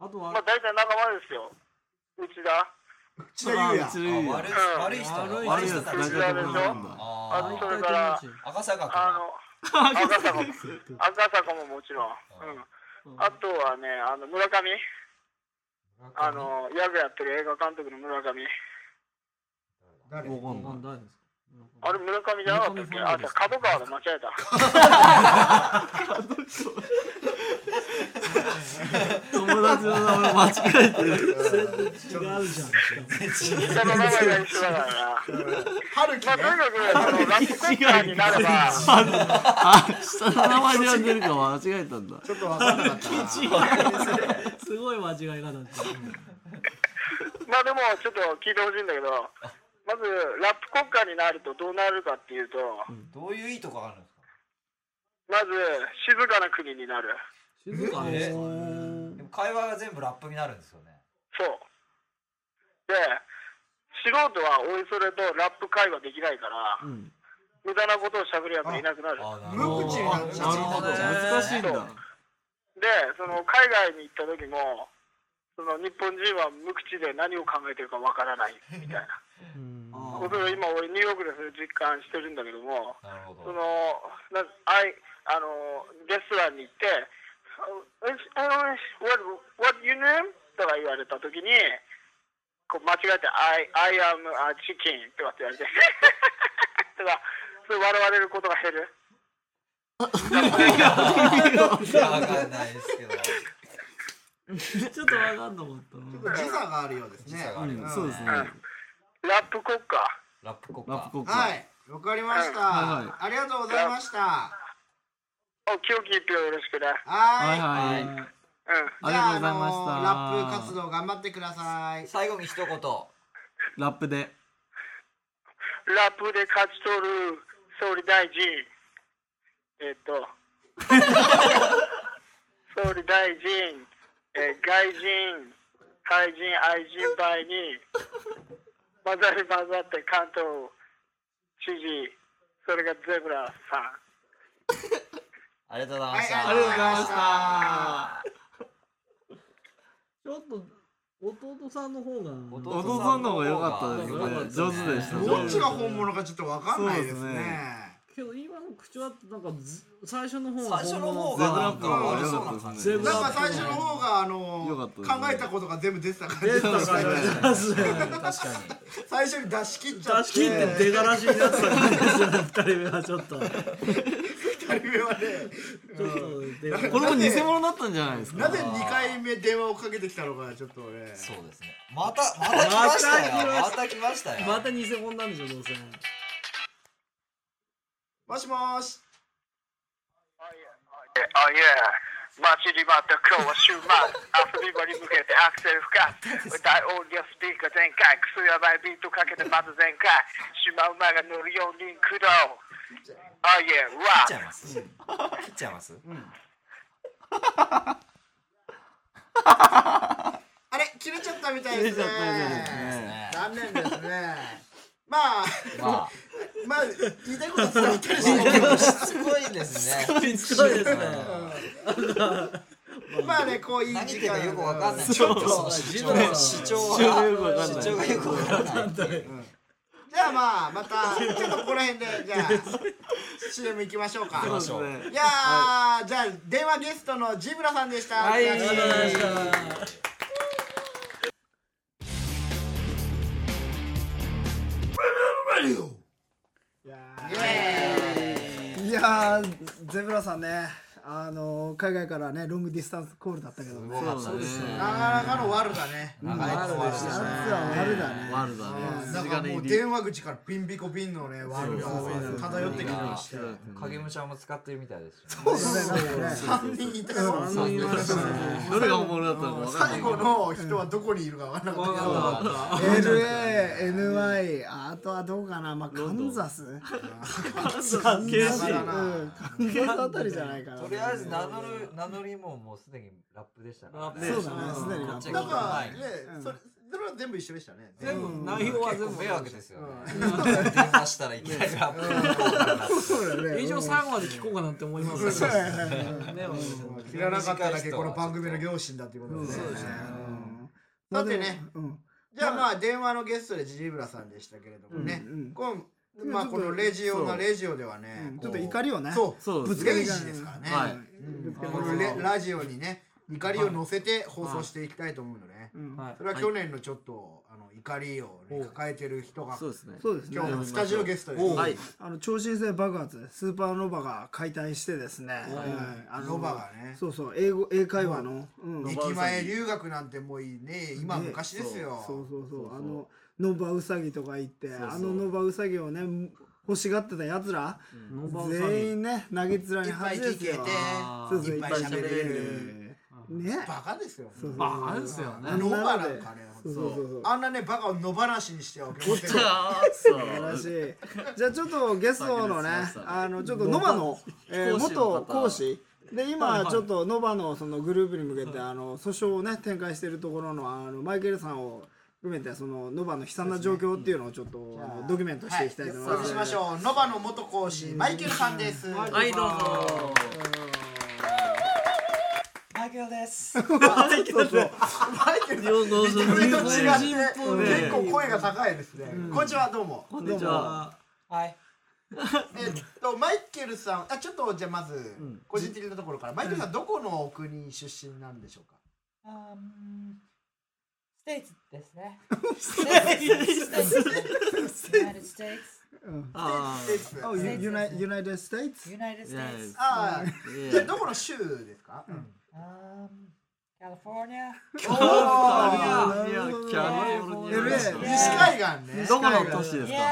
[SPEAKER 5] あと
[SPEAKER 7] まあ
[SPEAKER 5] は
[SPEAKER 7] 大体仲間ですよ。内田、
[SPEAKER 4] 内田優也。
[SPEAKER 2] あ悪
[SPEAKER 6] 一塁
[SPEAKER 2] い悪い人
[SPEAKER 6] 悪いやつ
[SPEAKER 2] た
[SPEAKER 6] 大
[SPEAKER 2] ち
[SPEAKER 6] 丈夫なんだ
[SPEAKER 7] あ
[SPEAKER 2] あ
[SPEAKER 7] とそ
[SPEAKER 2] ー
[SPEAKER 7] れから、
[SPEAKER 2] 赤坂君
[SPEAKER 7] あの、赤坂も、赤坂ももちろん。うん、あとはね、あの、村上、あの、ヤグやってる映画監督の村上。
[SPEAKER 4] 誰？
[SPEAKER 6] わかんない
[SPEAKER 5] 何です
[SPEAKER 7] あれ村上じゃなかったっけあ、じゃあ角川だ、間違えた。
[SPEAKER 6] 友達の名前間違えて
[SPEAKER 5] か違う
[SPEAKER 6] る
[SPEAKER 5] じゃん
[SPEAKER 7] 人の名前が一緒だからな。
[SPEAKER 4] 春樹
[SPEAKER 7] まあ、とに
[SPEAKER 4] ね。
[SPEAKER 7] かく、あの、ラップコンターになれば、
[SPEAKER 6] あ下の名前で呼んでるか間違えたんだ
[SPEAKER 4] ちょっとわかんなかった な。
[SPEAKER 5] すごい間違い方です
[SPEAKER 7] まあでも、ちょっと聞いてほしいんだけど、まず、ラップ国家になるとどうなるかっていうと、
[SPEAKER 2] どういういいとこあるんですか
[SPEAKER 7] まず、静かな国になる。
[SPEAKER 5] 静か
[SPEAKER 2] え
[SPEAKER 5] ね
[SPEAKER 2] でも会話が全部ラップになるんですよね
[SPEAKER 7] そう。で、素人はおいそれとラップ会話できないから、
[SPEAKER 6] うん
[SPEAKER 7] 無駄なことを喋るやつがいなくなる。
[SPEAKER 2] あー
[SPEAKER 4] 無口になっち
[SPEAKER 6] なるほど
[SPEAKER 4] ゃう。
[SPEAKER 6] 難しいんだ
[SPEAKER 7] で、その、海外に行った時も、その、日本人は無口で何を考えてるかわからない、みたいな。
[SPEAKER 5] あ
[SPEAKER 7] 僕は今俺ニューヨークでそれ実感してるんだけども
[SPEAKER 2] なるほど
[SPEAKER 7] そのなあいあのレストランに行って「I I don't know what, われた時にこう間違えて「I, I am a chicken」とかって言われて とかそう笑われることが減る
[SPEAKER 2] いや、わかんないですけど。
[SPEAKER 5] ちょっとわかんなかったな
[SPEAKER 4] 時差があるようです
[SPEAKER 2] 時
[SPEAKER 4] ね
[SPEAKER 2] 差があるよ
[SPEAKER 4] ん
[SPEAKER 6] そうですね。
[SPEAKER 7] ラップ国歌
[SPEAKER 2] ラップ国
[SPEAKER 6] ラップ
[SPEAKER 2] 家。
[SPEAKER 6] 国
[SPEAKER 4] は
[SPEAKER 6] 家。
[SPEAKER 4] いわかりました、
[SPEAKER 6] はいはい
[SPEAKER 4] ありがとうございました
[SPEAKER 7] お清き一票よろしくね
[SPEAKER 6] はい
[SPEAKER 4] は
[SPEAKER 6] はい。
[SPEAKER 5] は
[SPEAKER 7] うん
[SPEAKER 4] い
[SPEAKER 6] あ
[SPEAKER 4] じ
[SPEAKER 6] り
[SPEAKER 4] ゃ
[SPEAKER 6] が
[SPEAKER 4] あ
[SPEAKER 6] とうございま
[SPEAKER 4] あ
[SPEAKER 6] した。
[SPEAKER 4] のーラップ活動頑張ってください
[SPEAKER 2] 最後に一言。
[SPEAKER 6] ラップで。
[SPEAKER 7] ラップで勝ち取る総理大臣、えっと、総理大臣、えー外人、怪人、愛人倍に混ざり混ざって関東知事、それがゼブラさん。
[SPEAKER 2] ありがとうござい
[SPEAKER 4] は
[SPEAKER 2] ま
[SPEAKER 4] い
[SPEAKER 2] した。
[SPEAKER 4] ありがとうございました
[SPEAKER 5] いちょっと弟さんの方が
[SPEAKER 2] お父
[SPEAKER 6] お父さんの方が良かったです
[SPEAKER 5] 良かった
[SPEAKER 6] ね。
[SPEAKER 5] ですね
[SPEAKER 6] 上手でした。
[SPEAKER 5] す
[SPEAKER 4] どっちが
[SPEAKER 5] が
[SPEAKER 4] 本物かちょっとわかんないです
[SPEAKER 6] そう
[SPEAKER 4] ね
[SPEAKER 6] です
[SPEAKER 5] けど今の口はなんかず最初の方が
[SPEAKER 2] 最初の
[SPEAKER 5] 本物
[SPEAKER 2] 方が
[SPEAKER 5] の
[SPEAKER 2] なんか悪そうな感じ。
[SPEAKER 5] ゼブ
[SPEAKER 4] な
[SPEAKER 5] ラ
[SPEAKER 4] んか最初の方があの
[SPEAKER 6] よか
[SPEAKER 4] ー
[SPEAKER 6] った
[SPEAKER 4] 考
[SPEAKER 6] ですね
[SPEAKER 4] えたことが全部出てた感
[SPEAKER 5] 出
[SPEAKER 4] じ
[SPEAKER 5] た感じ
[SPEAKER 2] 確かに。
[SPEAKER 4] 最初に出し切っちゃ
[SPEAKER 5] 出
[SPEAKER 4] っ
[SPEAKER 5] して切って出がらしになってた感じですよね二人目はちょっとちょっ
[SPEAKER 4] 二人目はね
[SPEAKER 5] と出がらし
[SPEAKER 6] これも偽物だったんじゃないです
[SPEAKER 4] な
[SPEAKER 6] か。
[SPEAKER 4] ぜ2回目電話をかけてきたのかちょっとね
[SPEAKER 2] そうですね。また、また来ましたよ。また来ましたよ。
[SPEAKER 5] また偽物なんでしょどうせ
[SPEAKER 4] もしもーし
[SPEAKER 7] えあいえ待ちに待った今日は週末遊び場に向けてアクセル深く大音量スピーカー全開クソやばいビートかけてまず全開シマウマが乗るように駆動あいえ
[SPEAKER 2] 切
[SPEAKER 7] わ
[SPEAKER 2] っちゃいます。切っちゃいます。
[SPEAKER 4] あれ切れちゃったみたいですね
[SPEAKER 6] 切れちゃったみたいですね
[SPEAKER 4] 残念ですねまあ
[SPEAKER 2] まあ、
[SPEAKER 4] まあ言いたいこと伝わってるし
[SPEAKER 2] しつこいですね。
[SPEAKER 5] すごいですね
[SPEAKER 4] まあねこういい
[SPEAKER 2] 何言
[SPEAKER 4] 時
[SPEAKER 2] ってる
[SPEAKER 4] 間
[SPEAKER 2] かよくわかんない。
[SPEAKER 4] うん
[SPEAKER 2] ちょっとその主張が、主張
[SPEAKER 6] 主張がよくわかんない
[SPEAKER 2] 主張がよくわかんない。
[SPEAKER 4] じゃあまあまたちょっとここら辺でじゃあ CM 行きましょうか
[SPEAKER 2] 行きましょう
[SPEAKER 6] そうです
[SPEAKER 4] い
[SPEAKER 6] ね。
[SPEAKER 4] やーじゃあ電話ゲストのジブラさんでした
[SPEAKER 5] はい
[SPEAKER 4] お疲れ様でした
[SPEAKER 5] ありがとうございました
[SPEAKER 3] いやーゼブラさんねあのー海外からねロングディスタンスコールだったけどね
[SPEAKER 6] そうですね。
[SPEAKER 4] なかなかの悪だね
[SPEAKER 2] 長いことでし
[SPEAKER 3] 夏
[SPEAKER 2] たね。
[SPEAKER 3] は悪だね
[SPEAKER 6] 悪だね。
[SPEAKER 4] なんかもう電話口からピンピコピンのね悪が漂ってきてまして
[SPEAKER 2] 影武者も使ってるみたいですよね。
[SPEAKER 4] そうだねなんかね3人いたよ
[SPEAKER 6] どれが本物だったのかわかんない
[SPEAKER 4] 最。後の人はどこにいるかわからなかったけど
[SPEAKER 3] LANY あとはどうかなまあカンザスカンザスうんカンザスあたりじゃないかな
[SPEAKER 2] とりあえず名乗る名乗りももうすでにラップでしたからね。
[SPEAKER 3] そうだねすでに
[SPEAKER 2] こ
[SPEAKER 3] ラ
[SPEAKER 2] っ
[SPEAKER 3] ッ
[SPEAKER 2] ち
[SPEAKER 3] プ
[SPEAKER 2] が
[SPEAKER 4] なん
[SPEAKER 2] 来る
[SPEAKER 4] か
[SPEAKER 2] 前に
[SPEAKER 4] ねそれそれは全部一緒でしたね
[SPEAKER 5] 全部内容は
[SPEAKER 2] 結
[SPEAKER 5] 全
[SPEAKER 2] 構
[SPEAKER 5] 部
[SPEAKER 2] 迷惑ですよね。電話したらいきなりラップのコーナーになって
[SPEAKER 3] そうだよね
[SPEAKER 5] 以上最後まで聞こうかなって思いますねね
[SPEAKER 4] 知らなかっただけこの番組の両親だっていうことですね
[SPEAKER 3] まあ
[SPEAKER 4] だってね
[SPEAKER 3] うん
[SPEAKER 4] じゃあまあ電話のゲストでジジブラさんでしたけれどもね
[SPEAKER 3] うんうん
[SPEAKER 4] こうまあこのレジオなレジオではね
[SPEAKER 3] ちょっと怒りをね
[SPEAKER 4] そう
[SPEAKER 6] そう
[SPEAKER 4] ぶ
[SPEAKER 6] で
[SPEAKER 4] つ
[SPEAKER 6] す
[SPEAKER 4] け
[SPEAKER 6] ね。
[SPEAKER 4] レイジですからね、
[SPEAKER 6] はい
[SPEAKER 4] うんこのレラジオにね怒りを乗せて放送していきたいと思うのね、
[SPEAKER 3] うん
[SPEAKER 5] はい
[SPEAKER 4] それは去年のちょっとあの怒りをね、抱えてる人が
[SPEAKER 6] そうですね。
[SPEAKER 3] そうですね
[SPEAKER 4] 今日のスタジオゲストです、
[SPEAKER 6] はい。
[SPEAKER 3] あの超新星爆発スーパーノバが解体してですね、うんあの
[SPEAKER 4] ノバがね
[SPEAKER 3] そうそう英語英会話の、うん
[SPEAKER 4] 駅前留学なんてもういいね今昔ですよ、
[SPEAKER 3] そうそうそうあのノバウサギとか言ってあのノバウサギをね欲しがってたやつら、全員ね投げ面に恥ですよ
[SPEAKER 4] いっぱい聞けて
[SPEAKER 3] そうそう
[SPEAKER 4] いっぱい喋れる
[SPEAKER 3] ね
[SPEAKER 4] バカですよ
[SPEAKER 3] そうそう
[SPEAKER 5] バカですよね
[SPEAKER 4] ノバなんかね
[SPEAKER 3] そうそうそうそう
[SPEAKER 4] あんなねバカを野放しにしてはおけません
[SPEAKER 3] らしい。じゃあちょっとゲストのね
[SPEAKER 6] さっきの質問、した
[SPEAKER 3] あのちょっとノバの、えー
[SPEAKER 6] 講師の方
[SPEAKER 3] 元講師で今ちょっとノバのそのグループに向けてあの訴訟をね展開しているところのあのマイケルさんを含めてそのノバの悲惨な状況っていうのをちょっとあのドキュメントしていきたいと思い
[SPEAKER 4] は
[SPEAKER 3] ま
[SPEAKER 4] お呼び
[SPEAKER 3] す
[SPEAKER 4] し。ましょうノバの元講師マイケルさんです、
[SPEAKER 5] はいどうぞ
[SPEAKER 2] マイケルです。
[SPEAKER 3] そうそう
[SPEAKER 4] マイケルさん
[SPEAKER 6] ようこ
[SPEAKER 4] 見た目と違
[SPEAKER 6] そ。
[SPEAKER 4] って結構声が高いですね、こんにちはどうも
[SPEAKER 6] こんにちは。
[SPEAKER 2] はい。
[SPEAKER 4] えっと、マイケルさん、あ、ちょっと、じゃ、まず、個人的なところから、マイケルさん、どこの国出身なんでしょうか。
[SPEAKER 2] あーん
[SPEAKER 8] テイツですね。ステイツですね。United States。
[SPEAKER 6] ああ。
[SPEAKER 3] Oh, U- Uni- United States?
[SPEAKER 8] United States.
[SPEAKER 4] ああ、じゃあ
[SPEAKER 6] Yeah.
[SPEAKER 4] どこの州ですか、
[SPEAKER 8] Um, California.
[SPEAKER 4] おー
[SPEAKER 6] キャリフォルニア
[SPEAKER 3] LA
[SPEAKER 4] 西海岸ね。
[SPEAKER 6] どこの都市ですか
[SPEAKER 8] Yeah.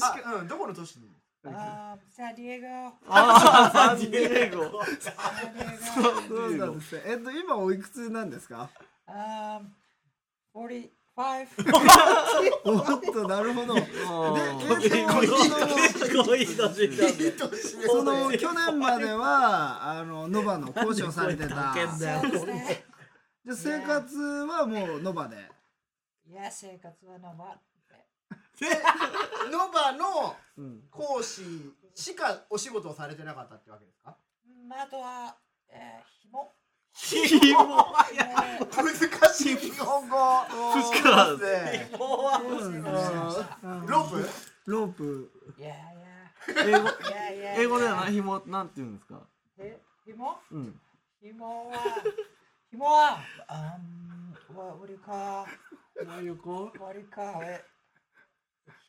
[SPEAKER 4] あうん、どこの都市
[SPEAKER 8] Um, San Diego.
[SPEAKER 6] ああ、サンディエゴ。
[SPEAKER 8] San Diego.
[SPEAKER 3] そうなんですね。えっと、今おいくつなんですか
[SPEAKER 8] Um, forty-five.
[SPEAKER 3] おっと、なるほど。で、えっ と
[SPEAKER 5] ごい年だね
[SPEAKER 3] その去年まではあのノバの講師をされてた。
[SPEAKER 5] けん
[SPEAKER 3] じ
[SPEAKER 5] だよ
[SPEAKER 8] そうですね。
[SPEAKER 3] ゃあ生活はもうノバで。
[SPEAKER 8] いや、生活はなま。
[SPEAKER 4] ノバの講師しかお仕事をされてなかったってわけですか
[SPEAKER 8] うんあとは、えー、ひも。
[SPEAKER 4] 難しい日本語。
[SPEAKER 6] か
[SPEAKER 4] ねロープ
[SPEAKER 3] ロープ。
[SPEAKER 8] いやい
[SPEAKER 6] 英語
[SPEAKER 8] や。いやいや。
[SPEAKER 6] 英語ではないひもなんて言うんですか
[SPEAKER 8] え、ひも。
[SPEAKER 6] うん。
[SPEAKER 8] ひもは。ひもは。あん。わ、おりか。
[SPEAKER 5] どういう子
[SPEAKER 8] わりか。え。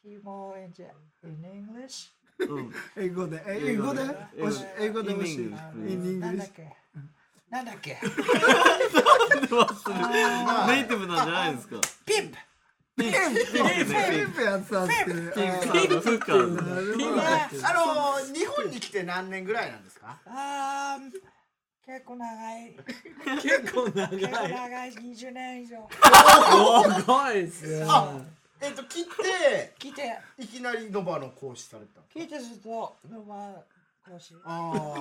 [SPEAKER 8] ひもえじゃ。in English。
[SPEAKER 6] うん。
[SPEAKER 3] 英語で。え英語で
[SPEAKER 6] 英語
[SPEAKER 3] おし英語で教え
[SPEAKER 6] In
[SPEAKER 8] あ
[SPEAKER 6] English
[SPEAKER 3] In
[SPEAKER 8] のなんだ
[SPEAKER 3] English
[SPEAKER 8] っけ。なんだっけ。
[SPEAKER 6] ネイティブなんじゃないですか
[SPEAKER 8] ピンプ。
[SPEAKER 6] ピンク
[SPEAKER 3] フ
[SPEAKER 6] ね
[SPEAKER 3] ィリピンやってたんですけどね。
[SPEAKER 6] ピンクさんのフッカー
[SPEAKER 3] あ
[SPEAKER 6] の
[SPEAKER 3] なるほど
[SPEAKER 8] ね
[SPEAKER 4] あの、日本に来て何年ぐらいなんですか
[SPEAKER 8] あん。結構長い。
[SPEAKER 5] 結構長
[SPEAKER 8] 結構
[SPEAKER 5] い
[SPEAKER 8] 長い。二十年以上。
[SPEAKER 5] すごいっすね
[SPEAKER 4] あえっと、来て、
[SPEAKER 8] 来て。
[SPEAKER 4] いきなりノバの講師された。
[SPEAKER 8] 聞いてずっと、ロマン講師。
[SPEAKER 4] ああ。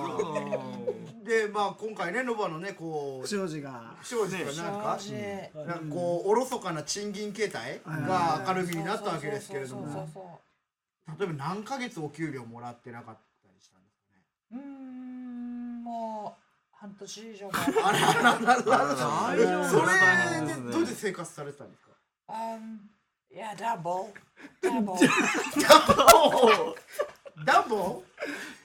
[SPEAKER 4] で、まあ今回ね、ノバのね、こう、
[SPEAKER 3] ジョージが。
[SPEAKER 4] 不祥事かなんか
[SPEAKER 8] 講。師
[SPEAKER 4] なんかこうおろそかな賃金形態が明るみになったわけですけれど
[SPEAKER 8] そうそう
[SPEAKER 4] も
[SPEAKER 8] そうそ
[SPEAKER 4] 例えば何ヶ月お給料もらってなかったりしたんです
[SPEAKER 8] ううーん、もう、半年以上
[SPEAKER 4] かね
[SPEAKER 8] 前。
[SPEAKER 4] あらららら
[SPEAKER 6] あ
[SPEAKER 4] え
[SPEAKER 6] ら
[SPEAKER 4] そ
[SPEAKER 6] 大
[SPEAKER 4] れ
[SPEAKER 6] 変で
[SPEAKER 4] です
[SPEAKER 6] ね
[SPEAKER 4] どうやって生活されてたんですか
[SPEAKER 8] あん、いや、ダボ。ダボ。ダ
[SPEAKER 4] ダンボ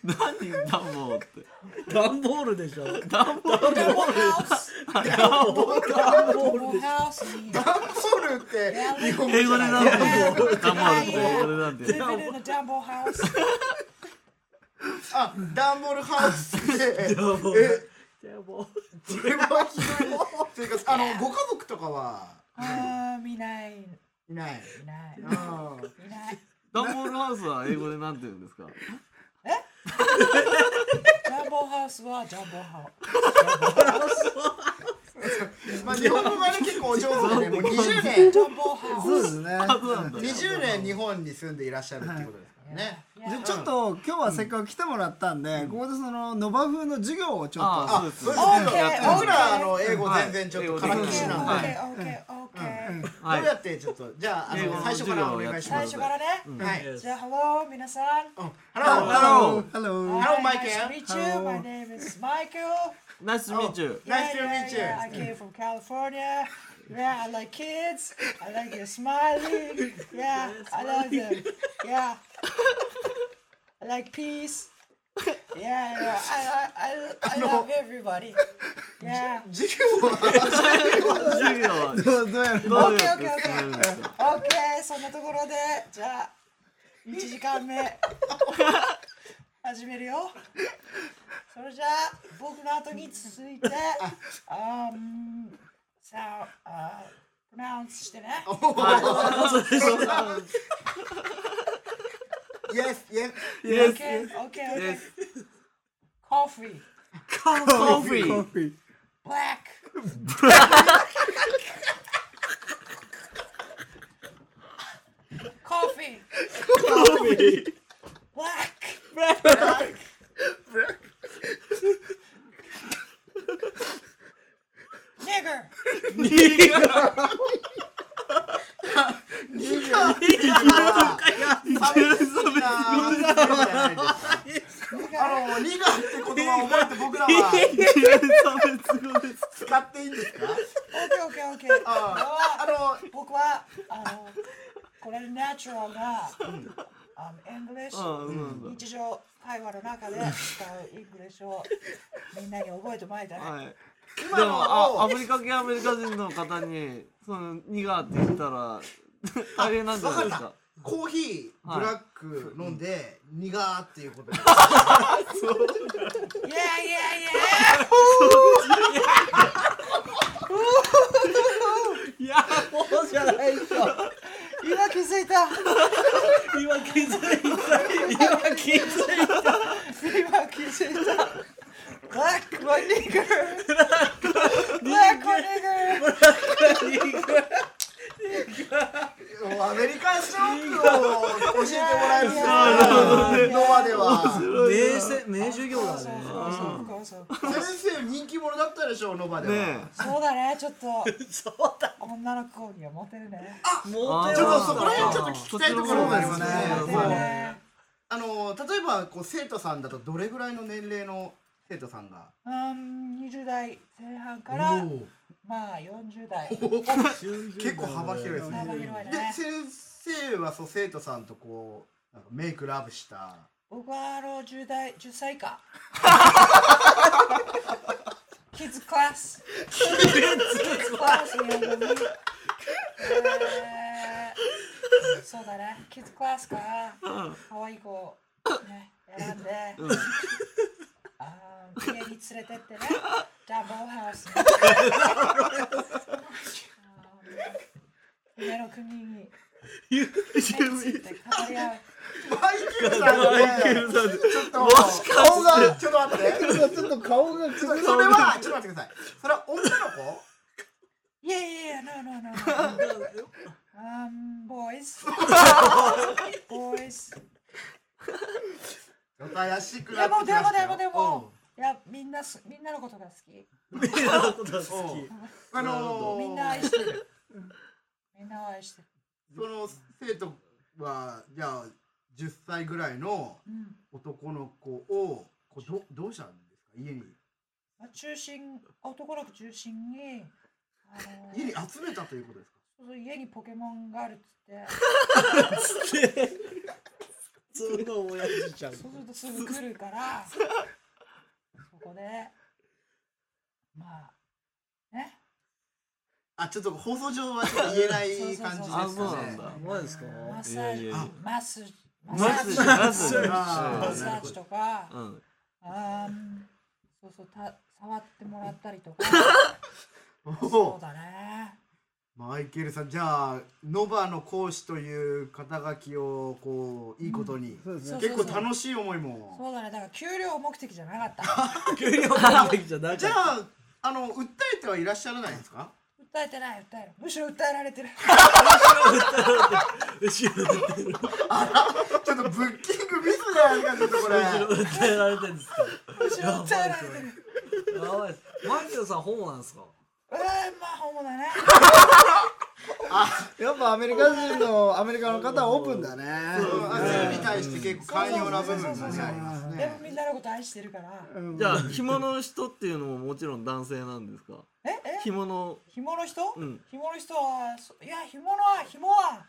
[SPEAKER 6] 何ダンボーって
[SPEAKER 5] 段ボールでしょ
[SPEAKER 8] ボハウス。ダボハウスに。
[SPEAKER 4] ダンボールって日本語
[SPEAKER 6] 英
[SPEAKER 4] じ
[SPEAKER 6] 語
[SPEAKER 4] ゃ
[SPEAKER 6] で
[SPEAKER 4] な
[SPEAKER 6] ないんて言うのダンボールって英語でなんて
[SPEAKER 8] Living
[SPEAKER 6] 言うの
[SPEAKER 8] in a dumbo house.
[SPEAKER 4] あダンボールハウスでえでもひどい生活あのご家族とかは
[SPEAKER 8] あー、見ない。
[SPEAKER 4] いない
[SPEAKER 8] 見ない。
[SPEAKER 4] あー
[SPEAKER 8] 見ない。
[SPEAKER 6] ダンボールハウスは英語でなんて言うんですか
[SPEAKER 8] ダボハウスはダボハウス。
[SPEAKER 4] まあ日本語がね結構お上手でねもう20年
[SPEAKER 8] ダボハウ
[SPEAKER 3] そうですね。
[SPEAKER 6] そうなんだ
[SPEAKER 4] 20年日本に住んでいらっしゃるっていうことですからね。
[SPEAKER 8] ス。い
[SPEAKER 3] で
[SPEAKER 8] や
[SPEAKER 3] ちょっと今日はせっかく来てもらったんで、ここでそのノバ風の授業をちょっ
[SPEAKER 6] あ
[SPEAKER 3] と
[SPEAKER 6] そうです
[SPEAKER 4] そう
[SPEAKER 6] ね
[SPEAKER 4] ですね
[SPEAKER 8] オッケー
[SPEAKER 4] 僕らあの英語全然ちょっとからきしなんで、
[SPEAKER 6] はい
[SPEAKER 8] OK, OK, OK.
[SPEAKER 6] は
[SPEAKER 4] どうやってちょっとじゃああ
[SPEAKER 6] 英語
[SPEAKER 4] の
[SPEAKER 6] の
[SPEAKER 4] 最初からお願いし
[SPEAKER 8] 最
[SPEAKER 4] ま
[SPEAKER 8] 初
[SPEAKER 4] す。
[SPEAKER 8] からね。
[SPEAKER 4] はい。
[SPEAKER 8] じゃあ、Hello 皆さん。
[SPEAKER 4] うん
[SPEAKER 6] ハ
[SPEAKER 4] Hello,
[SPEAKER 6] ロー
[SPEAKER 3] Hello
[SPEAKER 4] Hello,
[SPEAKER 8] Hi,
[SPEAKER 4] Michael.
[SPEAKER 8] Nice to meet you. My name is Michael.
[SPEAKER 6] Nice to meet you
[SPEAKER 4] Nice to
[SPEAKER 8] Yeah, yeah,
[SPEAKER 4] meet you.
[SPEAKER 8] yeah, I came from California. Yeah, I like kids. I like your smiling. Yeah, I love them. Yeah. I like peace. Yeah, yeah. I, I, I, I love everybody. Yeah.
[SPEAKER 4] 授業は
[SPEAKER 6] 授業は
[SPEAKER 3] どうどうやら
[SPEAKER 6] どうやって進めるんですか
[SPEAKER 8] OK、そんなところで、じゃあ、1時間目、始めるよ。それじゃあ、僕の後に続いて、あーんさあ、あープナウンスしてね。
[SPEAKER 4] Yes, yes.
[SPEAKER 8] OK、OK、OK。コーヒー、
[SPEAKER 6] Coffee
[SPEAKER 8] ブラック。コーヒー、ブラック。ニグー
[SPEAKER 4] 寂しいなあのニガって言葉を覚えて僕らは使っていいんですか？
[SPEAKER 8] オッケーオッケーオッケー。
[SPEAKER 4] あの
[SPEAKER 8] 僕はあのこれナチュラルな、あのイングリッシュ
[SPEAKER 6] あそうなんだ
[SPEAKER 8] 日常会話の中で使うイングリッシュをみんなに覚えてもらいたい。
[SPEAKER 6] はい
[SPEAKER 4] 今
[SPEAKER 6] で
[SPEAKER 4] の
[SPEAKER 6] もあアフリカ系アメリカ人の方にその苦って言ったら大変なんじゃないですか
[SPEAKER 4] コーヒー
[SPEAKER 6] はい
[SPEAKER 4] ブラック飲んで苦ーっていうことで
[SPEAKER 8] Yeah, yeah, yeah.
[SPEAKER 5] いやもうじゃないでしょ
[SPEAKER 8] 今気づいた。
[SPEAKER 5] 今気づいた今気づいた
[SPEAKER 8] 今気づいた。Black one nigger. Black one nigger.
[SPEAKER 4] アメリカンショップを教えてもらえるんですよ今までは
[SPEAKER 5] 名せ名授業だ
[SPEAKER 8] そう
[SPEAKER 5] ね
[SPEAKER 8] そうそうそう
[SPEAKER 4] 先生人気者だったでしょノバでは、
[SPEAKER 6] ね
[SPEAKER 8] そうだね、ちょっと。女の子にはモテるね。
[SPEAKER 5] モテ
[SPEAKER 4] ちょっと
[SPEAKER 5] は
[SPEAKER 4] そこら辺ちょっと聞きたいところがありますね
[SPEAKER 8] モテ
[SPEAKER 4] も
[SPEAKER 8] る
[SPEAKER 4] う
[SPEAKER 8] ね。
[SPEAKER 4] あの例えばこう生徒さんだとどれぐらいの年齢の生徒さんが
[SPEAKER 8] うん、20代前半から、まあ40代。
[SPEAKER 4] 結構幅広いですね
[SPEAKER 8] 幅広い
[SPEAKER 4] で
[SPEAKER 8] ね。
[SPEAKER 4] 先生はそう生徒さんとこうなんかメイクラブした
[SPEAKER 8] 僕はあの10代10歳以 下キッズクラスキッズクラス日本語にえーそうだねキッズクラスから可愛い子をね選んで、あー家に連れてってねダンボールハウスにあー夢の国に夢について語り合う
[SPEAKER 4] マイケルさんねちょっと顔がちょっと待って
[SPEAKER 3] ちょっと顔が
[SPEAKER 4] ちょっとそれはちょっと待ってくださいそれは女の子
[SPEAKER 8] Yeah, yeah, yeah, no, no, no, no. um, boys. boys.
[SPEAKER 4] ちょっと怪しくな
[SPEAKER 8] で
[SPEAKER 4] って
[SPEAKER 8] も
[SPEAKER 4] き
[SPEAKER 8] で
[SPEAKER 4] ま
[SPEAKER 8] も
[SPEAKER 4] した
[SPEAKER 8] で
[SPEAKER 4] よ
[SPEAKER 8] もでも、いや、みんなす、みんなのことが好き。
[SPEAKER 4] うんうんあのー
[SPEAKER 8] みんな愛してる。みんなを愛してる。
[SPEAKER 4] その生徒はじゃあ10歳ぐらいの
[SPEAKER 8] うん。
[SPEAKER 4] 男の子をこうどどうしたんですか家に
[SPEAKER 8] まあ、中心、男の子中心に、あの
[SPEAKER 4] 家に集めたということですか
[SPEAKER 8] そうそう家にポケモンがあるっつって、
[SPEAKER 5] 普通の親父ちゃん
[SPEAKER 8] そうするとすぐ来るから、そこで、まあ、ね。
[SPEAKER 4] あちょっと放送上はちょっと言えない感じですかね
[SPEAKER 8] あそう
[SPEAKER 6] なんだ
[SPEAKER 5] マジですか
[SPEAKER 8] マッ
[SPEAKER 6] い
[SPEAKER 8] サ
[SPEAKER 6] や
[SPEAKER 8] ー
[SPEAKER 6] い
[SPEAKER 8] ジ、
[SPEAKER 6] やいや
[SPEAKER 8] マッサージ、マッサ
[SPEAKER 6] マ
[SPEAKER 8] ー
[SPEAKER 6] ジ
[SPEAKER 8] ジ
[SPEAKER 6] でマジで
[SPEAKER 4] あ
[SPEAKER 8] マ
[SPEAKER 4] ー
[SPEAKER 8] ッサ
[SPEAKER 4] なる
[SPEAKER 8] ー
[SPEAKER 4] ほ
[SPEAKER 8] ジ
[SPEAKER 4] ど
[SPEAKER 8] とか、
[SPEAKER 6] うん
[SPEAKER 8] あーんそうそうた触ってもらったりと か
[SPEAKER 4] お
[SPEAKER 8] そう
[SPEAKER 4] う
[SPEAKER 8] だね
[SPEAKER 4] マイケルさんじゃあノバの講師という肩書きをこういいことに、
[SPEAKER 3] そうですね。
[SPEAKER 4] 結構
[SPEAKER 8] そうそうそう
[SPEAKER 4] 楽しい思いも
[SPEAKER 8] そうだねだから給料目的じゃ なかった訴
[SPEAKER 5] 給料目的じゃな
[SPEAKER 4] じ
[SPEAKER 5] か
[SPEAKER 4] ゃ
[SPEAKER 5] った
[SPEAKER 4] ああの訴えてはいらっしゃらないんですか
[SPEAKER 8] えてない訴えるむしろ訴えら れてる
[SPEAKER 5] 後ろ
[SPEAKER 4] ちょっとブッキングミスじゃないですかちょっとこれ
[SPEAKER 5] で訴えられてるんですか
[SPEAKER 8] むしろ訴えられてる
[SPEAKER 5] やばいっすマイケルさんホモなんですか
[SPEAKER 8] うーんまあホモだね
[SPEAKER 3] やっぱアメリカ人のアメリカの方はオープンだね。
[SPEAKER 4] うんアジアに対して結構寛容な部分がねあります
[SPEAKER 8] でも
[SPEAKER 4] ね
[SPEAKER 8] みんなのこと愛してるから
[SPEAKER 3] うん
[SPEAKER 6] じゃあ紐の人っていうのももちろん男性なんですか
[SPEAKER 8] ええ
[SPEAKER 6] 紐の
[SPEAKER 8] 紐の人、
[SPEAKER 6] うん
[SPEAKER 8] 紐の人はそいや紐のは紐は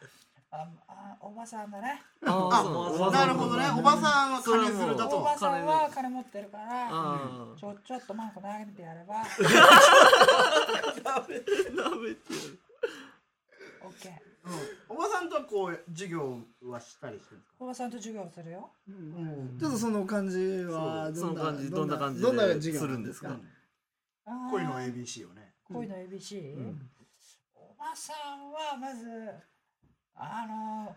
[SPEAKER 8] ああおばさんだね
[SPEAKER 6] あ
[SPEAKER 4] あ
[SPEAKER 6] そう
[SPEAKER 5] そう
[SPEAKER 4] なるほどねおばさんは金するだ
[SPEAKER 8] お
[SPEAKER 4] と
[SPEAKER 8] ばさんは金持ってるか
[SPEAKER 6] あ
[SPEAKER 8] ら
[SPEAKER 6] あ
[SPEAKER 8] ちょちょっとマンコ投げてやればオッケー
[SPEAKER 4] うんおばさんとはこう授業はしたりしてるんですか
[SPEAKER 8] おばさんと授業をするよ
[SPEAKER 3] ちょっとその感じは
[SPEAKER 6] その感じどんな感じ
[SPEAKER 3] どんな
[SPEAKER 6] で
[SPEAKER 3] 授業
[SPEAKER 6] するんですか
[SPEAKER 8] あー
[SPEAKER 4] 恋の ABC をね
[SPEAKER 8] 恋の ABC、おばさんはまずあの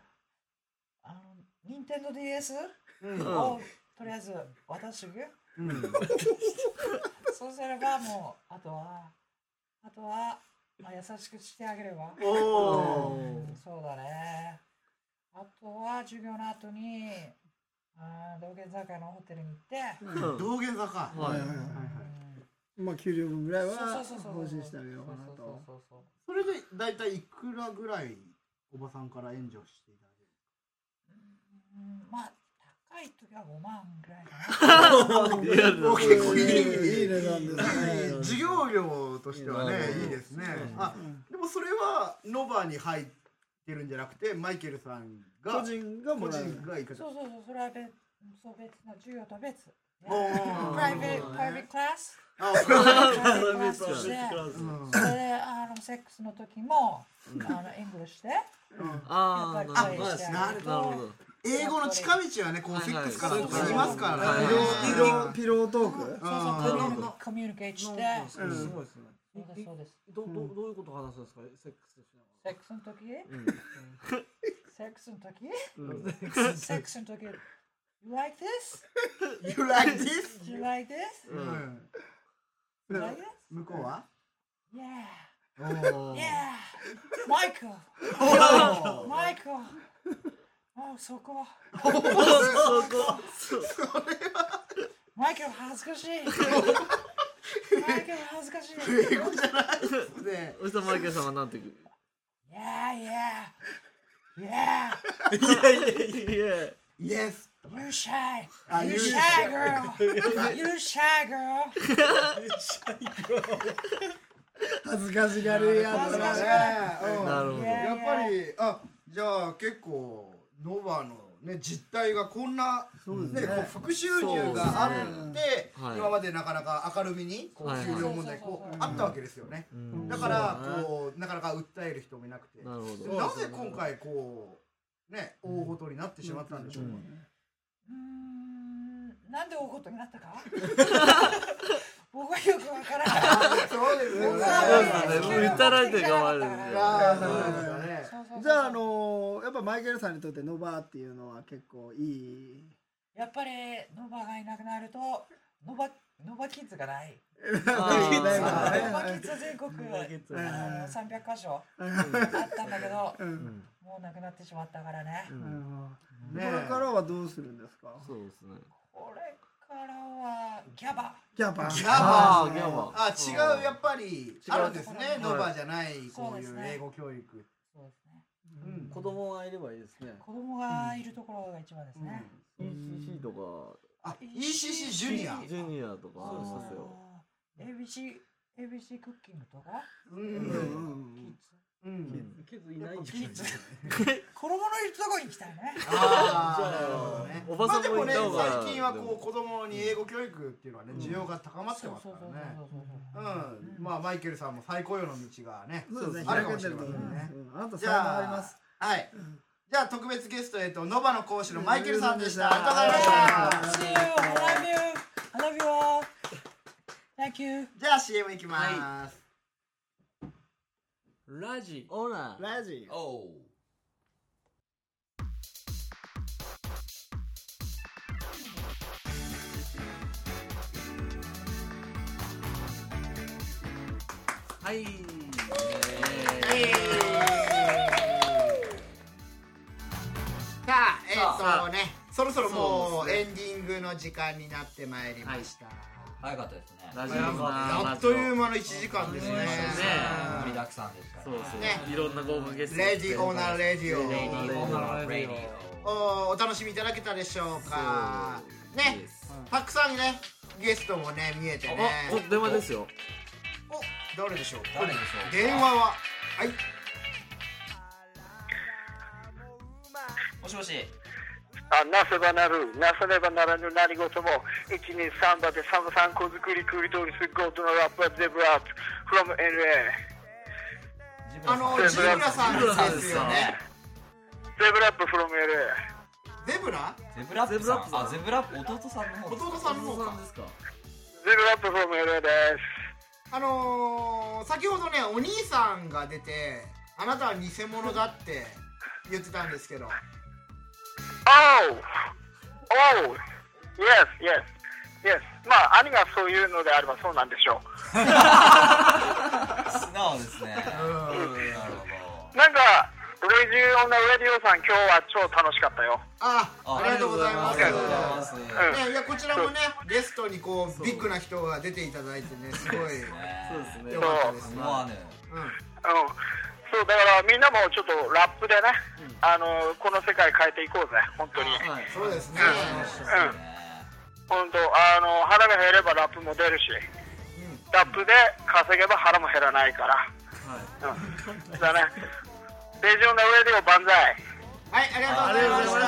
[SPEAKER 8] あの任天堂 d s をとりあえず渡してく、そうすればもうあとはあとは、まあ、優しくしてあげれば
[SPEAKER 4] おお
[SPEAKER 8] そうだねあとは授業の後にあー道玄坂のホテルに行って、
[SPEAKER 6] うん
[SPEAKER 4] ー道玄坂
[SPEAKER 6] はい
[SPEAKER 3] はいはいはいまあ給料分ぐらいは
[SPEAKER 8] そうそうそうそう
[SPEAKER 3] 報酬してあげようかなと。
[SPEAKER 8] そうそうそうそう
[SPEAKER 4] それで大体いくらぐらいおばさんから援助していただける
[SPEAKER 8] うんまあ高い時は5万ぐらいか
[SPEAKER 6] リアルだ
[SPEAKER 4] お結構い
[SPEAKER 3] い
[SPEAKER 4] い
[SPEAKER 3] い値段ですね。
[SPEAKER 4] 授業料としてはね
[SPEAKER 6] うん
[SPEAKER 4] いいですねあでもそれはノバに入ってるんじゃなくてマイケルさんが
[SPEAKER 3] 個人がも
[SPEAKER 4] 個
[SPEAKER 3] らえ
[SPEAKER 4] 人
[SPEAKER 3] る。
[SPEAKER 4] が行く
[SPEAKER 8] なそうそうそうそれは別そう別な授業とは別
[SPEAKER 4] おー
[SPEAKER 8] プライベートプライベートクラス
[SPEAKER 4] あ
[SPEAKER 8] プライベートクラスとして
[SPEAKER 4] うん
[SPEAKER 8] それであのセックスの時も、あの、イングリッシュで、
[SPEAKER 6] あ
[SPEAKER 8] やっ
[SPEAKER 6] あ、
[SPEAKER 8] ぱ
[SPEAKER 6] な
[SPEAKER 8] り
[SPEAKER 6] るほ
[SPEAKER 8] プレイしてあげて
[SPEAKER 6] ど。なるほど。
[SPEAKER 4] 英語の近道はねこうセックスからとか言いますからね、
[SPEAKER 6] はいはい
[SPEAKER 3] ピローピロートーク
[SPEAKER 8] そう
[SPEAKER 4] あ
[SPEAKER 8] そ
[SPEAKER 4] ー
[SPEAKER 8] う、コミュニコミュニケートして、
[SPEAKER 5] すごいですね。
[SPEAKER 8] そうです、そうです。
[SPEAKER 5] どどどういうこと話すんですかセックスしな
[SPEAKER 8] セックスの時、セックスの時、セックスの時、You like this?
[SPEAKER 4] You like this?
[SPEAKER 8] Do you like this?
[SPEAKER 4] うん、
[SPEAKER 8] You like this?
[SPEAKER 4] 向こうは
[SPEAKER 8] Yeah.
[SPEAKER 4] おー
[SPEAKER 8] Yeah. Michael.
[SPEAKER 4] おー
[SPEAKER 8] Michael. あ、そこ。マイケル恥ずかしい。マイケル恥ずかしい。
[SPEAKER 4] 英語じゃないで
[SPEAKER 6] そしたらマイケルさんはなんて言う
[SPEAKER 8] Yeah, yeah, yeah.
[SPEAKER 6] いや
[SPEAKER 4] Yes
[SPEAKER 8] You shy.
[SPEAKER 4] Are
[SPEAKER 8] You
[SPEAKER 4] you
[SPEAKER 8] shy girl. You shy girl.
[SPEAKER 3] 恥ずかしがるや
[SPEAKER 8] 恥
[SPEAKER 3] つ
[SPEAKER 8] ずか
[SPEAKER 3] だ
[SPEAKER 8] し
[SPEAKER 3] ね
[SPEAKER 4] ねうん
[SPEAKER 6] なるほど。
[SPEAKER 8] Yeah,
[SPEAKER 4] やっぱりあじゃあ結構ノバのね実態がこんなねこう副収入があ
[SPEAKER 6] そう
[SPEAKER 4] って
[SPEAKER 6] はい
[SPEAKER 4] 今までなかなか明るみにこ
[SPEAKER 6] はいう
[SPEAKER 4] 給料問題こうあったわけですよね
[SPEAKER 6] うん
[SPEAKER 4] だからこうなかなか訴える人もいなくて
[SPEAKER 6] なるほ
[SPEAKER 4] で
[SPEAKER 6] ど。
[SPEAKER 4] もなぜ今回こうね大ごとになってしまったんでしょうか
[SPEAKER 8] うーんなんで大事になったか僕はよくわからない。
[SPEAKER 4] そうですよね
[SPEAKER 6] そうですね
[SPEAKER 8] 給料目的じゃ
[SPEAKER 6] 訴え
[SPEAKER 8] なかったから
[SPEAKER 6] られて構わるんで
[SPEAKER 4] あーそうですよね
[SPEAKER 8] そうそうそう
[SPEAKER 3] じゃああのーやっぱマイケルさんにとってノバーっていうのは結構いい
[SPEAKER 8] やっぱりノバがいなくなるとノバノバキッズがない。 ノ
[SPEAKER 6] あ
[SPEAKER 3] はい
[SPEAKER 8] バキッズは全国あの300箇所あったんだけど、もうなくなってしまったからね。
[SPEAKER 3] これからはどうするんですか
[SPEAKER 6] ーそうですね。
[SPEAKER 8] これからはギャバ。
[SPEAKER 3] キャパ
[SPEAKER 4] ギャ
[SPEAKER 6] あ
[SPEAKER 4] バ
[SPEAKER 6] あ、ギャバ。
[SPEAKER 4] あ違うやっぱりあるんですねノバじゃないこうい
[SPEAKER 8] そう
[SPEAKER 4] う
[SPEAKER 8] ですね
[SPEAKER 4] 英語教育
[SPEAKER 8] そうですね。
[SPEAKER 4] うん
[SPEAKER 5] 子供がいればいいですね。
[SPEAKER 8] 子供がいるところが一番ですね。
[SPEAKER 6] ECC とか、
[SPEAKER 4] あ ECC ジュニア
[SPEAKER 6] ジュニアとかありますよ。
[SPEAKER 8] あー ABC ABC クッキングとか。
[SPEAKER 4] うん
[SPEAKER 8] キッズ
[SPEAKER 4] うん
[SPEAKER 5] けどいない
[SPEAKER 8] キッズ。子供のいるところに行きたいね。
[SPEAKER 4] ああなるほどね
[SPEAKER 6] おばさんもいた方が
[SPEAKER 4] まあでもね最近はこう子供に英語教育っていうのはね需要が高まってますからねうんまあマイケルさんも再雇用の道がね
[SPEAKER 3] そうですね
[SPEAKER 4] あ
[SPEAKER 3] 開
[SPEAKER 4] るか
[SPEAKER 3] け
[SPEAKER 4] もしてれ
[SPEAKER 3] る
[SPEAKER 4] ま
[SPEAKER 3] と
[SPEAKER 4] せ
[SPEAKER 3] 思
[SPEAKER 4] ん
[SPEAKER 3] う
[SPEAKER 4] ね
[SPEAKER 3] ねうんあなた
[SPEAKER 4] じ
[SPEAKER 3] 才能
[SPEAKER 4] ゃ
[SPEAKER 3] あ
[SPEAKER 4] あ
[SPEAKER 3] ります
[SPEAKER 4] はいじゃあ特別ゲストえっとノバの講師のマイケルさんでした
[SPEAKER 3] うん
[SPEAKER 4] ありがとうございました
[SPEAKER 8] See you. I love you. I love you all. Thank you.
[SPEAKER 4] じゃあ CM いきます
[SPEAKER 5] ラジ
[SPEAKER 6] オラ
[SPEAKER 3] ラジオ
[SPEAKER 2] おう
[SPEAKER 5] はい。
[SPEAKER 4] さあ、えっ、とね、そろそろもうエンディングの時間になってまいりました。
[SPEAKER 2] 早かったですね
[SPEAKER 6] ラジオもな
[SPEAKER 4] あっという間の1時間ですね。
[SPEAKER 2] 盛りだくさんでした
[SPEAKER 6] そう
[SPEAKER 2] ね
[SPEAKER 6] そう、
[SPEAKER 4] ね
[SPEAKER 6] いろんな豪華ゲスト
[SPEAKER 4] レディオナレディ
[SPEAKER 2] レディー
[SPEAKER 4] オ
[SPEAKER 2] オ。ナレディ
[SPEAKER 4] おお楽しみいただけたでしょうか。
[SPEAKER 6] いい
[SPEAKER 4] ね
[SPEAKER 6] で、
[SPEAKER 4] たくさんね、ゲストもね、見えてね。
[SPEAKER 6] あお電話ですよ
[SPEAKER 4] お、誰でしょう
[SPEAKER 2] 誰でしょうか
[SPEAKER 4] 電話は、はい、
[SPEAKER 2] もしもし
[SPEAKER 7] あなせばなるなさねばならぬ何事も123番でサムさん小作りクリトリスゴードのラップはゼブラップ from LA
[SPEAKER 2] ジブラ
[SPEAKER 4] あ
[SPEAKER 2] さん
[SPEAKER 4] の、ジブラさんですよね。
[SPEAKER 7] ゼブラップ from LA
[SPEAKER 4] ゼブラ
[SPEAKER 2] ゼブラップさん
[SPEAKER 6] ゼブラップさん
[SPEAKER 2] あゼブラップ弟さんの方
[SPEAKER 4] 弟さんの方か。
[SPEAKER 6] ですか
[SPEAKER 7] ゼブラップ from LA です
[SPEAKER 4] あのー、先ほどねお兄さんが出てあなたは偽物だって言ってたんですけど
[SPEAKER 7] Oh! Oh! Yes, yes, yes. まあ、兄がそういうのであればそうなんでしょ
[SPEAKER 4] うん
[SPEAKER 2] 素直ですねなる
[SPEAKER 7] う。なんか、レジオンのレディオさん、今日は超楽しかったよ。
[SPEAKER 4] あ
[SPEAKER 2] ほど
[SPEAKER 4] ありがとうございます
[SPEAKER 2] ありがとうございます
[SPEAKER 7] うん
[SPEAKER 4] ね、いやこちらもねゲストにこうビッグな人が出ていただいて ねすごい
[SPEAKER 6] そうですね
[SPEAKER 4] 良かったです
[SPEAKER 2] 思わぬ
[SPEAKER 7] うん。そう、だからみんなもちょっとラップでね、あの、この世界変えていこうぜ、本当に。
[SPEAKER 6] はい
[SPEAKER 4] そうですね
[SPEAKER 7] うん。本当あの、腹が減ればラップも出るし、ラップで稼げば腹も減らないから。うん。だね。レジオンのレディオ万歳。
[SPEAKER 4] はいありがとうございました
[SPEAKER 7] お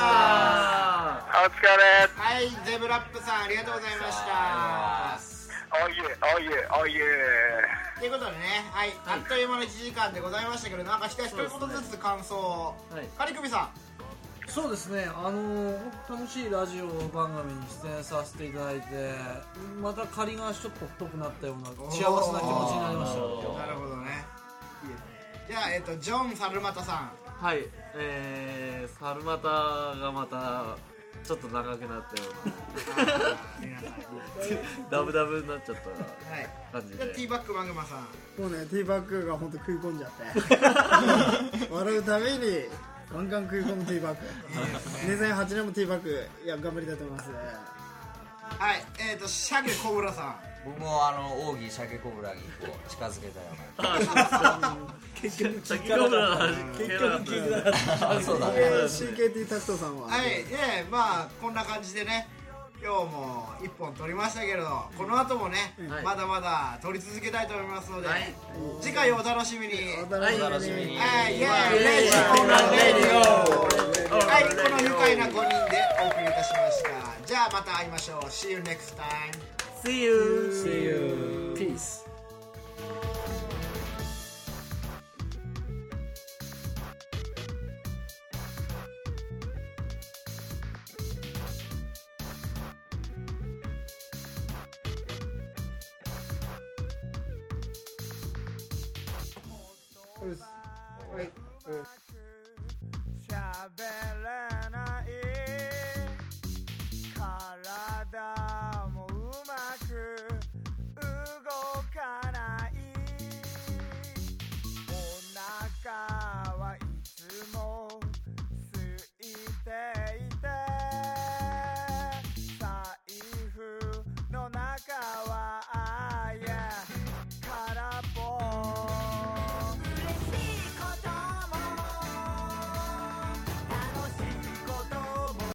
[SPEAKER 7] 疲れ。
[SPEAKER 4] はいゼブラップさんありがとうございました
[SPEAKER 7] Oh, おいえ、おいえ、おいえ。
[SPEAKER 4] ということでね、はい、あっという間の1時間でございましたけど、なんか一人一言ずつ感想を。
[SPEAKER 5] はい
[SPEAKER 4] カリクビさ
[SPEAKER 5] そうですね、あのー本当楽しいラジオ番組に出演させていただいて、また仮がちょっと太くなったような、幸せな気持ちになりました。
[SPEAKER 4] ん。なるほどね。いいねじゃあ、えっと、ジョン・サルマタさん。
[SPEAKER 6] はいえー、サルマタがまたちょっと長くなったよ
[SPEAKER 4] ありがたいう
[SPEAKER 6] なダブダブになっちゃったよう
[SPEAKER 4] はい。
[SPEAKER 6] な感じ
[SPEAKER 4] じゃあ、
[SPEAKER 6] で
[SPEAKER 4] ティーバックマグマさん。
[SPEAKER 3] もうねティーバッグが本当食い込んじゃって 笑うためにガンガン食い込むティーバッグ年代8年もティーバッグいや頑張りたいと思います
[SPEAKER 4] はい、えっと、シャゲ・コブラさん。
[SPEAKER 2] 僕もあの奥義鮭コブラにこう近づけたよう
[SPEAKER 5] 結局
[SPEAKER 6] 先ほどの話
[SPEAKER 5] 結局聞いてなかった。
[SPEAKER 2] なあそうだね
[SPEAKER 3] えー CKT タクトさんは、
[SPEAKER 4] はい、で、まあ、こんな感じでね。今日も一本取りましたけれど、この後もね、
[SPEAKER 6] はい
[SPEAKER 4] まだまだ取り続けたいと思いますので、次回をお楽しみに。
[SPEAKER 3] お
[SPEAKER 2] 楽
[SPEAKER 3] 楽
[SPEAKER 2] し
[SPEAKER 3] し
[SPEAKER 2] み
[SPEAKER 3] み
[SPEAKER 2] に
[SPEAKER 3] に
[SPEAKER 4] はい、イェーイレイシコナンレディオはい、この愉快な5人でお送りいたしました。じゃあまた会いましょう。See you next time.
[SPEAKER 6] See you!
[SPEAKER 5] See you. Peace.
[SPEAKER 3] Peace
[SPEAKER 9] 喋